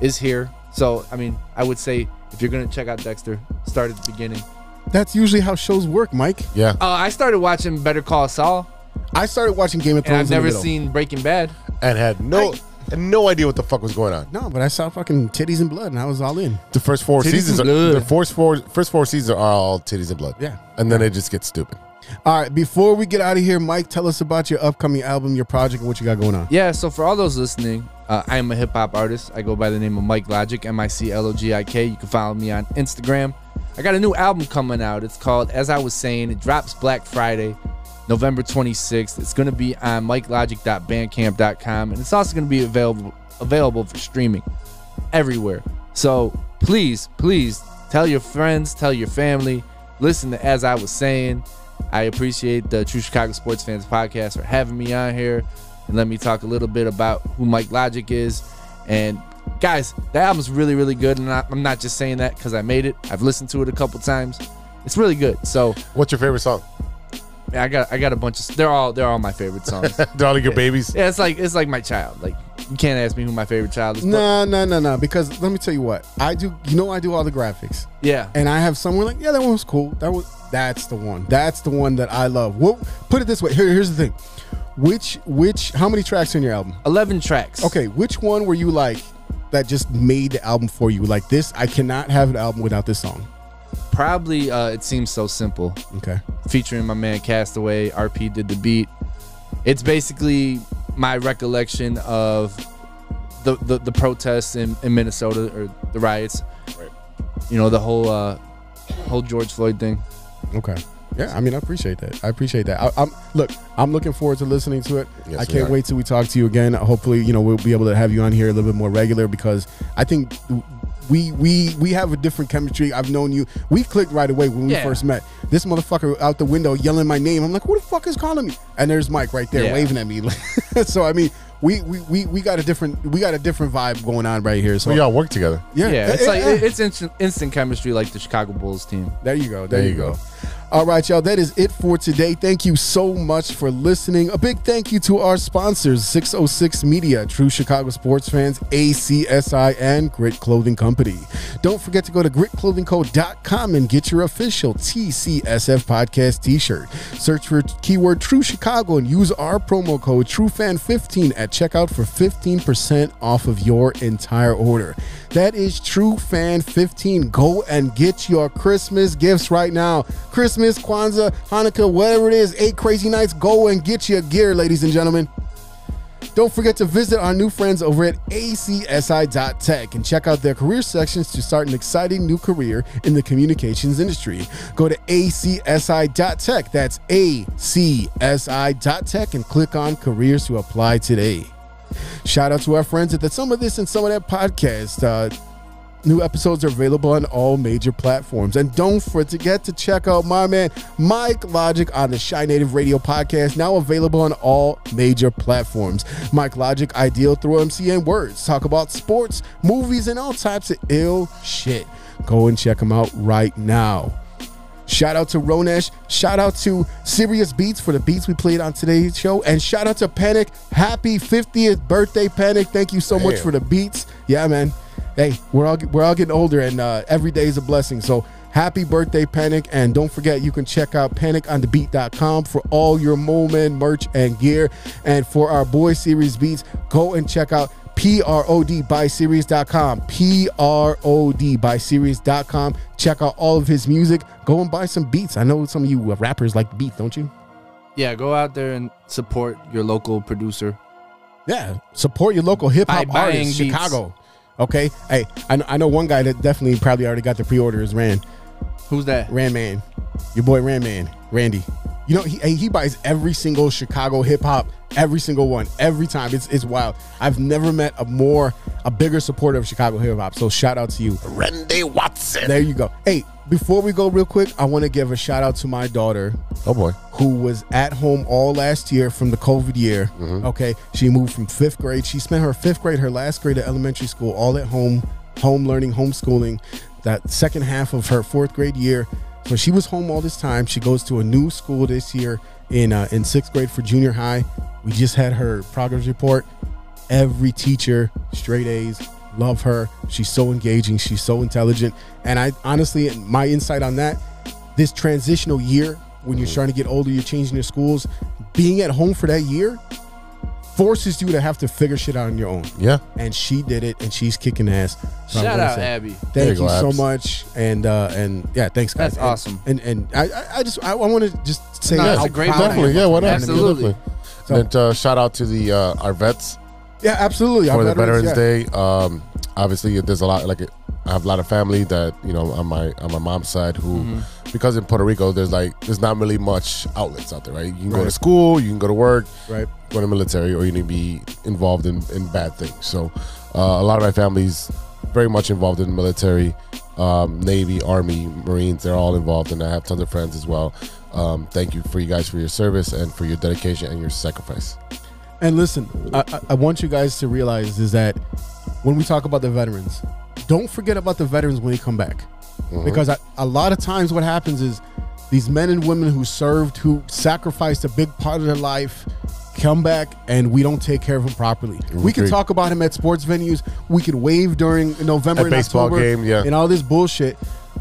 F: is here. So I mean, I would say if you're gonna check out Dexter, start at the beginning.
C: That's usually how shows work, Mike.
B: yeah.
F: Uh, I started watching Better Call Saul,
C: I started watching Game of
F: and I've
C: Thrones. in the
F: never
C: middle.
F: seen Breaking Bad.
B: and had no no idea what the fuck was going on.
C: No, but I saw fucking titties and blood, and I was all in.
B: The first four
F: Titties
B: seasons,
F: and
B: are,
F: blood.
B: the first four first four seasons are all titties and blood.
C: Yeah.
B: and then it just gets stupid.
C: All right, before we get out of here, Mike, tell us about your upcoming album, your project, and what you got going on.
F: Yeah, so for all those listening, uh, I am a hip hop artist. I go by the name of Mike Logic, M I C L O G I K. You can follow me on Instagram. I got a new album coming out. It's called As I Was Saying. It drops Black Friday, November 26th. It's going to be on mikelogic.bandcamp.com, and it's also going to be available available for streaming everywhere. So please, please tell your friends, tell your family, listen to As I Was Saying. I appreciate the True Chicago Sports Fans podcast for having me on here and let me talk a little bit about who Mike Logic is. And guys, the album's really, really good. And I, I'm not just saying that because I made it, I've listened to it a couple times. It's really good. So
B: What's your favorite song?
F: I got I got a bunch of they're all they're all my favorite songs.
B: They're all like your babies.
F: yeah, it's like it's like my child. Like you can't ask me who my favorite child is. but-
C: No, no, no, no. Because let me tell you what I do. You know, I do all the graphics.
F: Yeah.
C: and I have somewhere like, yeah, that one was cool. That was that's the one. That's the one that I love. Well, put it this way. Here, here's the thing. Which which how many tracks are in your album?
F: Eleven tracks.
C: Okay, which one were you like that just made the album for you? Like this, I cannot have an album without this song.
F: Probably uh it seems so simple.
C: Okay.
F: featuring my man Castaway. RP did the beat. It's basically my recollection of the the, the protests in, in Minnesota or the riots. You know the whole uh, whole George Floyd thing.
C: Okay. Yeah, I mean, I appreciate that. I appreciate that. I, I'm look, I'm looking forward to listening to it.
B: Yes,
C: I
B: we
C: can't
B: are.
C: wait till we talk to you again. Hopefully, you know, we'll be able to have you on here a little bit more regular because I think we we we have a different chemistry. I've known you. We clicked right away when we
F: Yeah.
C: first met. This motherfucker out the window yelling my name. I'm like, who the fuck is calling me? And there's Mike right there
F: Yeah.
C: waving at me. so I mean, we, we we we got a different we got a different vibe going on right here. So
B: We all work together.
C: yeah,
F: Yeah, it's
C: Eh,
F: like
C: eh, eh.
F: it's instant, instant chemistry, like the Chicago Bulls team.
C: There you go. There,
B: There
C: you
B: you
C: go.
B: go.
C: All right, y'all. That is it for today. Thank you so much for listening. A big thank you to our sponsors, 606 Media, True Chicago Sports Fans, ACSI, and Grit Clothing Company. Don't forget to go to gritclothingco.com and get your official TCSF podcast t shirt. Search for keyword True Chicago and use our promo code TrueFan15 at checkout for 15% off of your entire order. That is True Fan 15. Go and get your Christmas gifts right now. Christmas, Kwanzaa, Hanukkah, whatever it is, eight crazy nights. Go and get your gear, ladies and gentlemen. Don't forget to visit our new friends over at acsi.tech and check out their career sections to start an exciting new career in the communications industry. Go to acsi.tech, that's acsi.tech, and click on careers to apply today. Shout out to our friends at the Some of This and Some of That podcast. Uh, New episodes are available on all major platforms. And don't forget to check out my man Mike Logic on the Shy Native Radio podcast, now available on all major platforms. Mike Logic, Ideal Through MCN Words, talk about sports, movies, and all types of ill shit. Go and check him out right now. Shout out to Ronesh. Shout out to Serious Beats for the beats we played on today's show. And shout out to Panic. Happy 50th birthday, Panic. Thank you so much
B: Damn.
C: for the beats. Yeah, man. Hey, we're all we're all getting older and uh, every day is a blessing. So happy birthday, Panic. And don't forget you can check out panicondthebeat.com for all your moment merch and gear. And for our boy Series Beats, go and check out P-R-O-D by series.com. P-R-O-D by series.com. Check out all of his music. Go and buy some beats. I know some of you uh, rappers like beats, don't you?
F: Yeah, go out there and support your local producer.
C: Yeah. Support your local hip hop
F: By buying
C: artists,
F: beats.
C: Chicago. Okay. Hey, I know, I know one guy that definitely probably already got the pre-order is Rand.
F: Who's that?
C: Rand Man. Your boy Rand Man. Randy. You know, he hey, he buys every single Chicago hip hop, every single one, every time. It's it's wild. I've never met a more a bigger supporter of Chicago hip hop. So shout out to you.
B: Randy Watson.
C: There you go. Hey, before we go real quick, I want to give a shout out to my daughter
B: oh boy.
C: who was at home all last year from the COVID year. Okay. She moved from fifth grade. She spent her fifth grade, her last grade at elementary school, all at home, home learning, homeschooling, that second half of her fourth grade year. So she was home all this time. She goes to a new school this year in uh, in sixth grade for junior high. We just had her progress report. Every teacher, straight A's, love her. She's so engaging. She's so intelligent. And I honestly, my insight on that this transitional year when
B: Mm-hmm.
C: you're starting to get older, you're changing your schools, being at home for that year forces you to have to figure shit out on your own.
B: Yeah.
C: And she did it, and she's kicking ass. So I
F: Shout
C: wanna
F: out, Abby.
C: Thank
B: you
C: you,
B: go,
C: so
B: Abs.
C: much, and uh, and yeah, thanks guys.
F: That's
C: And-
F: awesome.
C: And and I- I I just I, want to just say
F: No,
C: that
F: it's
C: how
F: a great
C: proud I am
B: Definitely.
C: of
B: Yeah.
C: you.
B: Why not?
F: Absolutely.
B: Definitely. and uh, shout out to the uh, our vets
C: Yeah, absolutely.
B: for the Veterans
C: yeah.
B: Day. Um, obviously, there's a lot like I have a lot of family that you know on my on my mom's side who,
C: Mm-hmm.
B: because in Puerto Rico, there's like there's not really much outlets out there, right? You can go to
C: Right.
B: school, you can go to work,
C: Right.
B: Go to military, or you need to be involved in in bad things. So, uh, a lot of my family's very much involved in the military, um, Navy, Army, Marines. They're all involved, and I have tons of friends as well. Um, thank you for you guys for your service and for your dedication and your sacrifice.
C: And listen, I, I- I want you guys to realize is that when we talk about the veterans, don't forget about the veterans when they come back.
B: Uh-huh.
C: Because I, a lot of times what happens is these men and women who served, who sacrificed a big part of their life, come back and we don't take care of them properly. We can
B: Mm, Agreed.
C: talk about him at sports venues. We can wave during November
B: At
C: and
B: baseball
C: October
B: game, yeah.
C: and all this bullshit.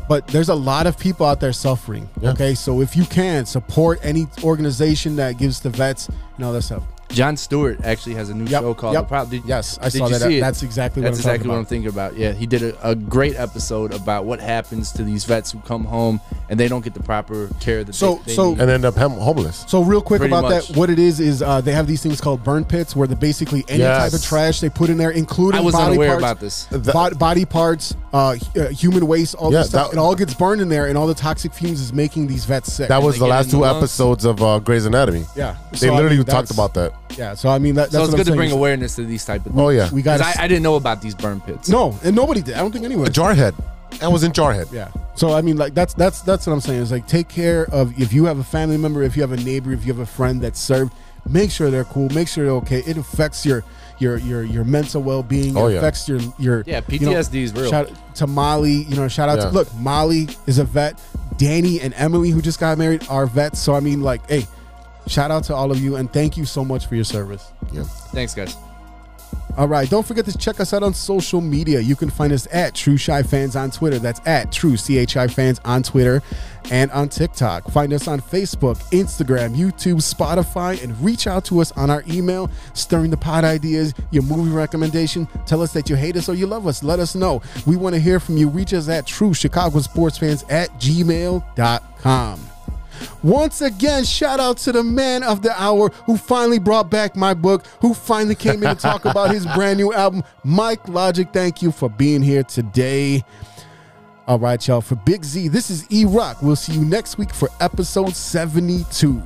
C: But there's a lot of people out there suffering.
B: Yeah.
C: Okay, so if you can support any organization that gives the vets and all that stuff,
F: John Stewart actually has a new
C: Yep,
F: show called
C: yep.
F: The Problem. Did-
C: Yes, I
F: did
C: saw
F: you
C: that.
F: see it?
C: That's exactly what
F: That's
C: I'm talking
F: exactly what
C: about.
F: I'm thinking about. Yeah, he did a, a great episode about what happens to these vets who come home and they don't get the proper care that
C: So-
F: they, they
C: so-
F: need.
B: And end up hem- homeless.
C: So real quick
F: Pretty
C: about that,
F: much.
C: what it is is uh, they have these things called burn pits where the basically any
B: Yes.
C: type of trash they put in there, including
F: I was
C: body
F: unaware
C: parts,
F: about this.
C: bo- body parts, uh, hu- uh, human waste, all
B: Yeah,
C: this stuff.
B: that-
C: it all gets burned in there, and all the toxic fumes is making these vets sick.
B: That was
F: they
B: the
F: get
B: last
F: in the
B: two
F: lungs.
B: episodes of uh, Grey's Anatomy.
C: Yeah.
B: they
C: So, I
B: literally
C: mean,
B: talked
C: that's-
B: about that.
C: yeah. So I mean, that, that's
F: so it's
C: what
F: good
C: I'm
F: to bring
C: saying.
F: awareness to these type of.
B: Oh yeah,
C: We
F: 'Cause
C: got
F: I, I didn't know about these burn pits.
C: no, and nobody did. I don't think anyone. did.
B: Jarhead. I was in Jarhead.
C: Yeah. So I mean, like that's that's that's what I'm saying. It's like take care of if you have a family member, if you have a neighbor, if you have a friend that's served, make sure they're cool, make sure they're okay. It affects your your your your mental well being.
B: Oh,
C: it
B: yeah.
C: affects your your
F: Yeah,
C: you know,
F: PTSD is real.
C: Shout out to Molly. You know, shout out
B: Yeah.
C: to look, Molly is a vet. Danny and Emily, who just got married, are vets. So I mean, like, hey, shout out to all of you and thank you so much for your service.
B: Yeah.
F: Thanks, guys.
C: All right. Don't forget to check us out on social media. You can find us at True Shy Fans on Twitter. That's at True CHI Fans on Twitter and on TikTok. Find us on Facebook, Instagram, YouTube, Spotify, and reach out to us on our email, stirring the pot ideas, your movie recommendation. Tell us that you hate us or you love us. Let us know. We want to hear from you. Reach us at True Chicago Sports Fans at gmail.com. Once again, shout out to the man of the hour who finally brought back my book, who finally came in to talk about his brand new album, Mike Logic. Thank you for being here today. All right, y'all. For Big Z, this is E Rock. We'll see you next week for episode 72.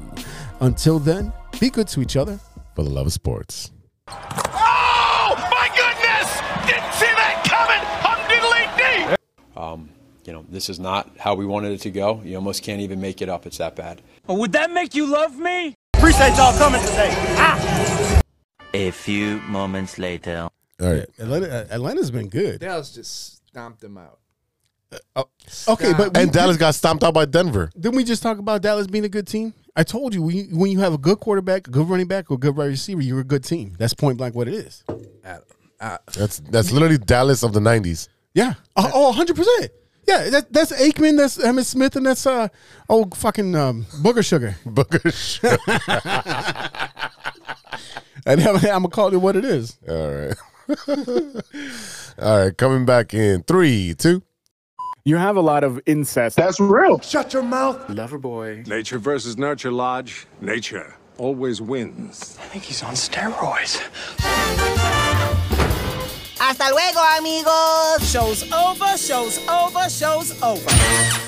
C: Until then, be good to each other.
B: For the love of sports.
D: Oh, my goodness! Didn't see that coming. Humdiddly dee!
I: you know, this is not how we wanted it to go. You almost can't even make it up. It's that bad.
K: Would that make you love me?
L: Appreciate y'all coming today. Ah!
M: A few moments later.
B: All right.
C: Atlanta, uh, Atlanta's been good.
F: Dallas just stomped them out.
C: Okay, but we-
B: and Dallas got stomped out by Denver.
C: Didn't we just talk about Dallas being a good team? I told you when you, when you have a good quarterback, a good running back, or a good wide receiver, you're a good team. That's point blank what it is.
B: That's that's literally Dallas of the nineties.
C: Yeah. Oh, oh, 100%. Yeah, that, that's Aikman, that's Emmett Smith, and that's uh oh fucking um, Booger Sugar.
B: Booger Sugar.
C: and I'm, I'm gonna call it what it is.
B: All right. All right, coming back in three, two.
N: You have a lot of incest.
O: That's real.
N: Shut your mouth. Lover boy.
P: Nature versus nurture, Lodge. Nature always wins. I think he's on steroids.
A: Hasta luego, amigos. Show's over, show's over, show's over.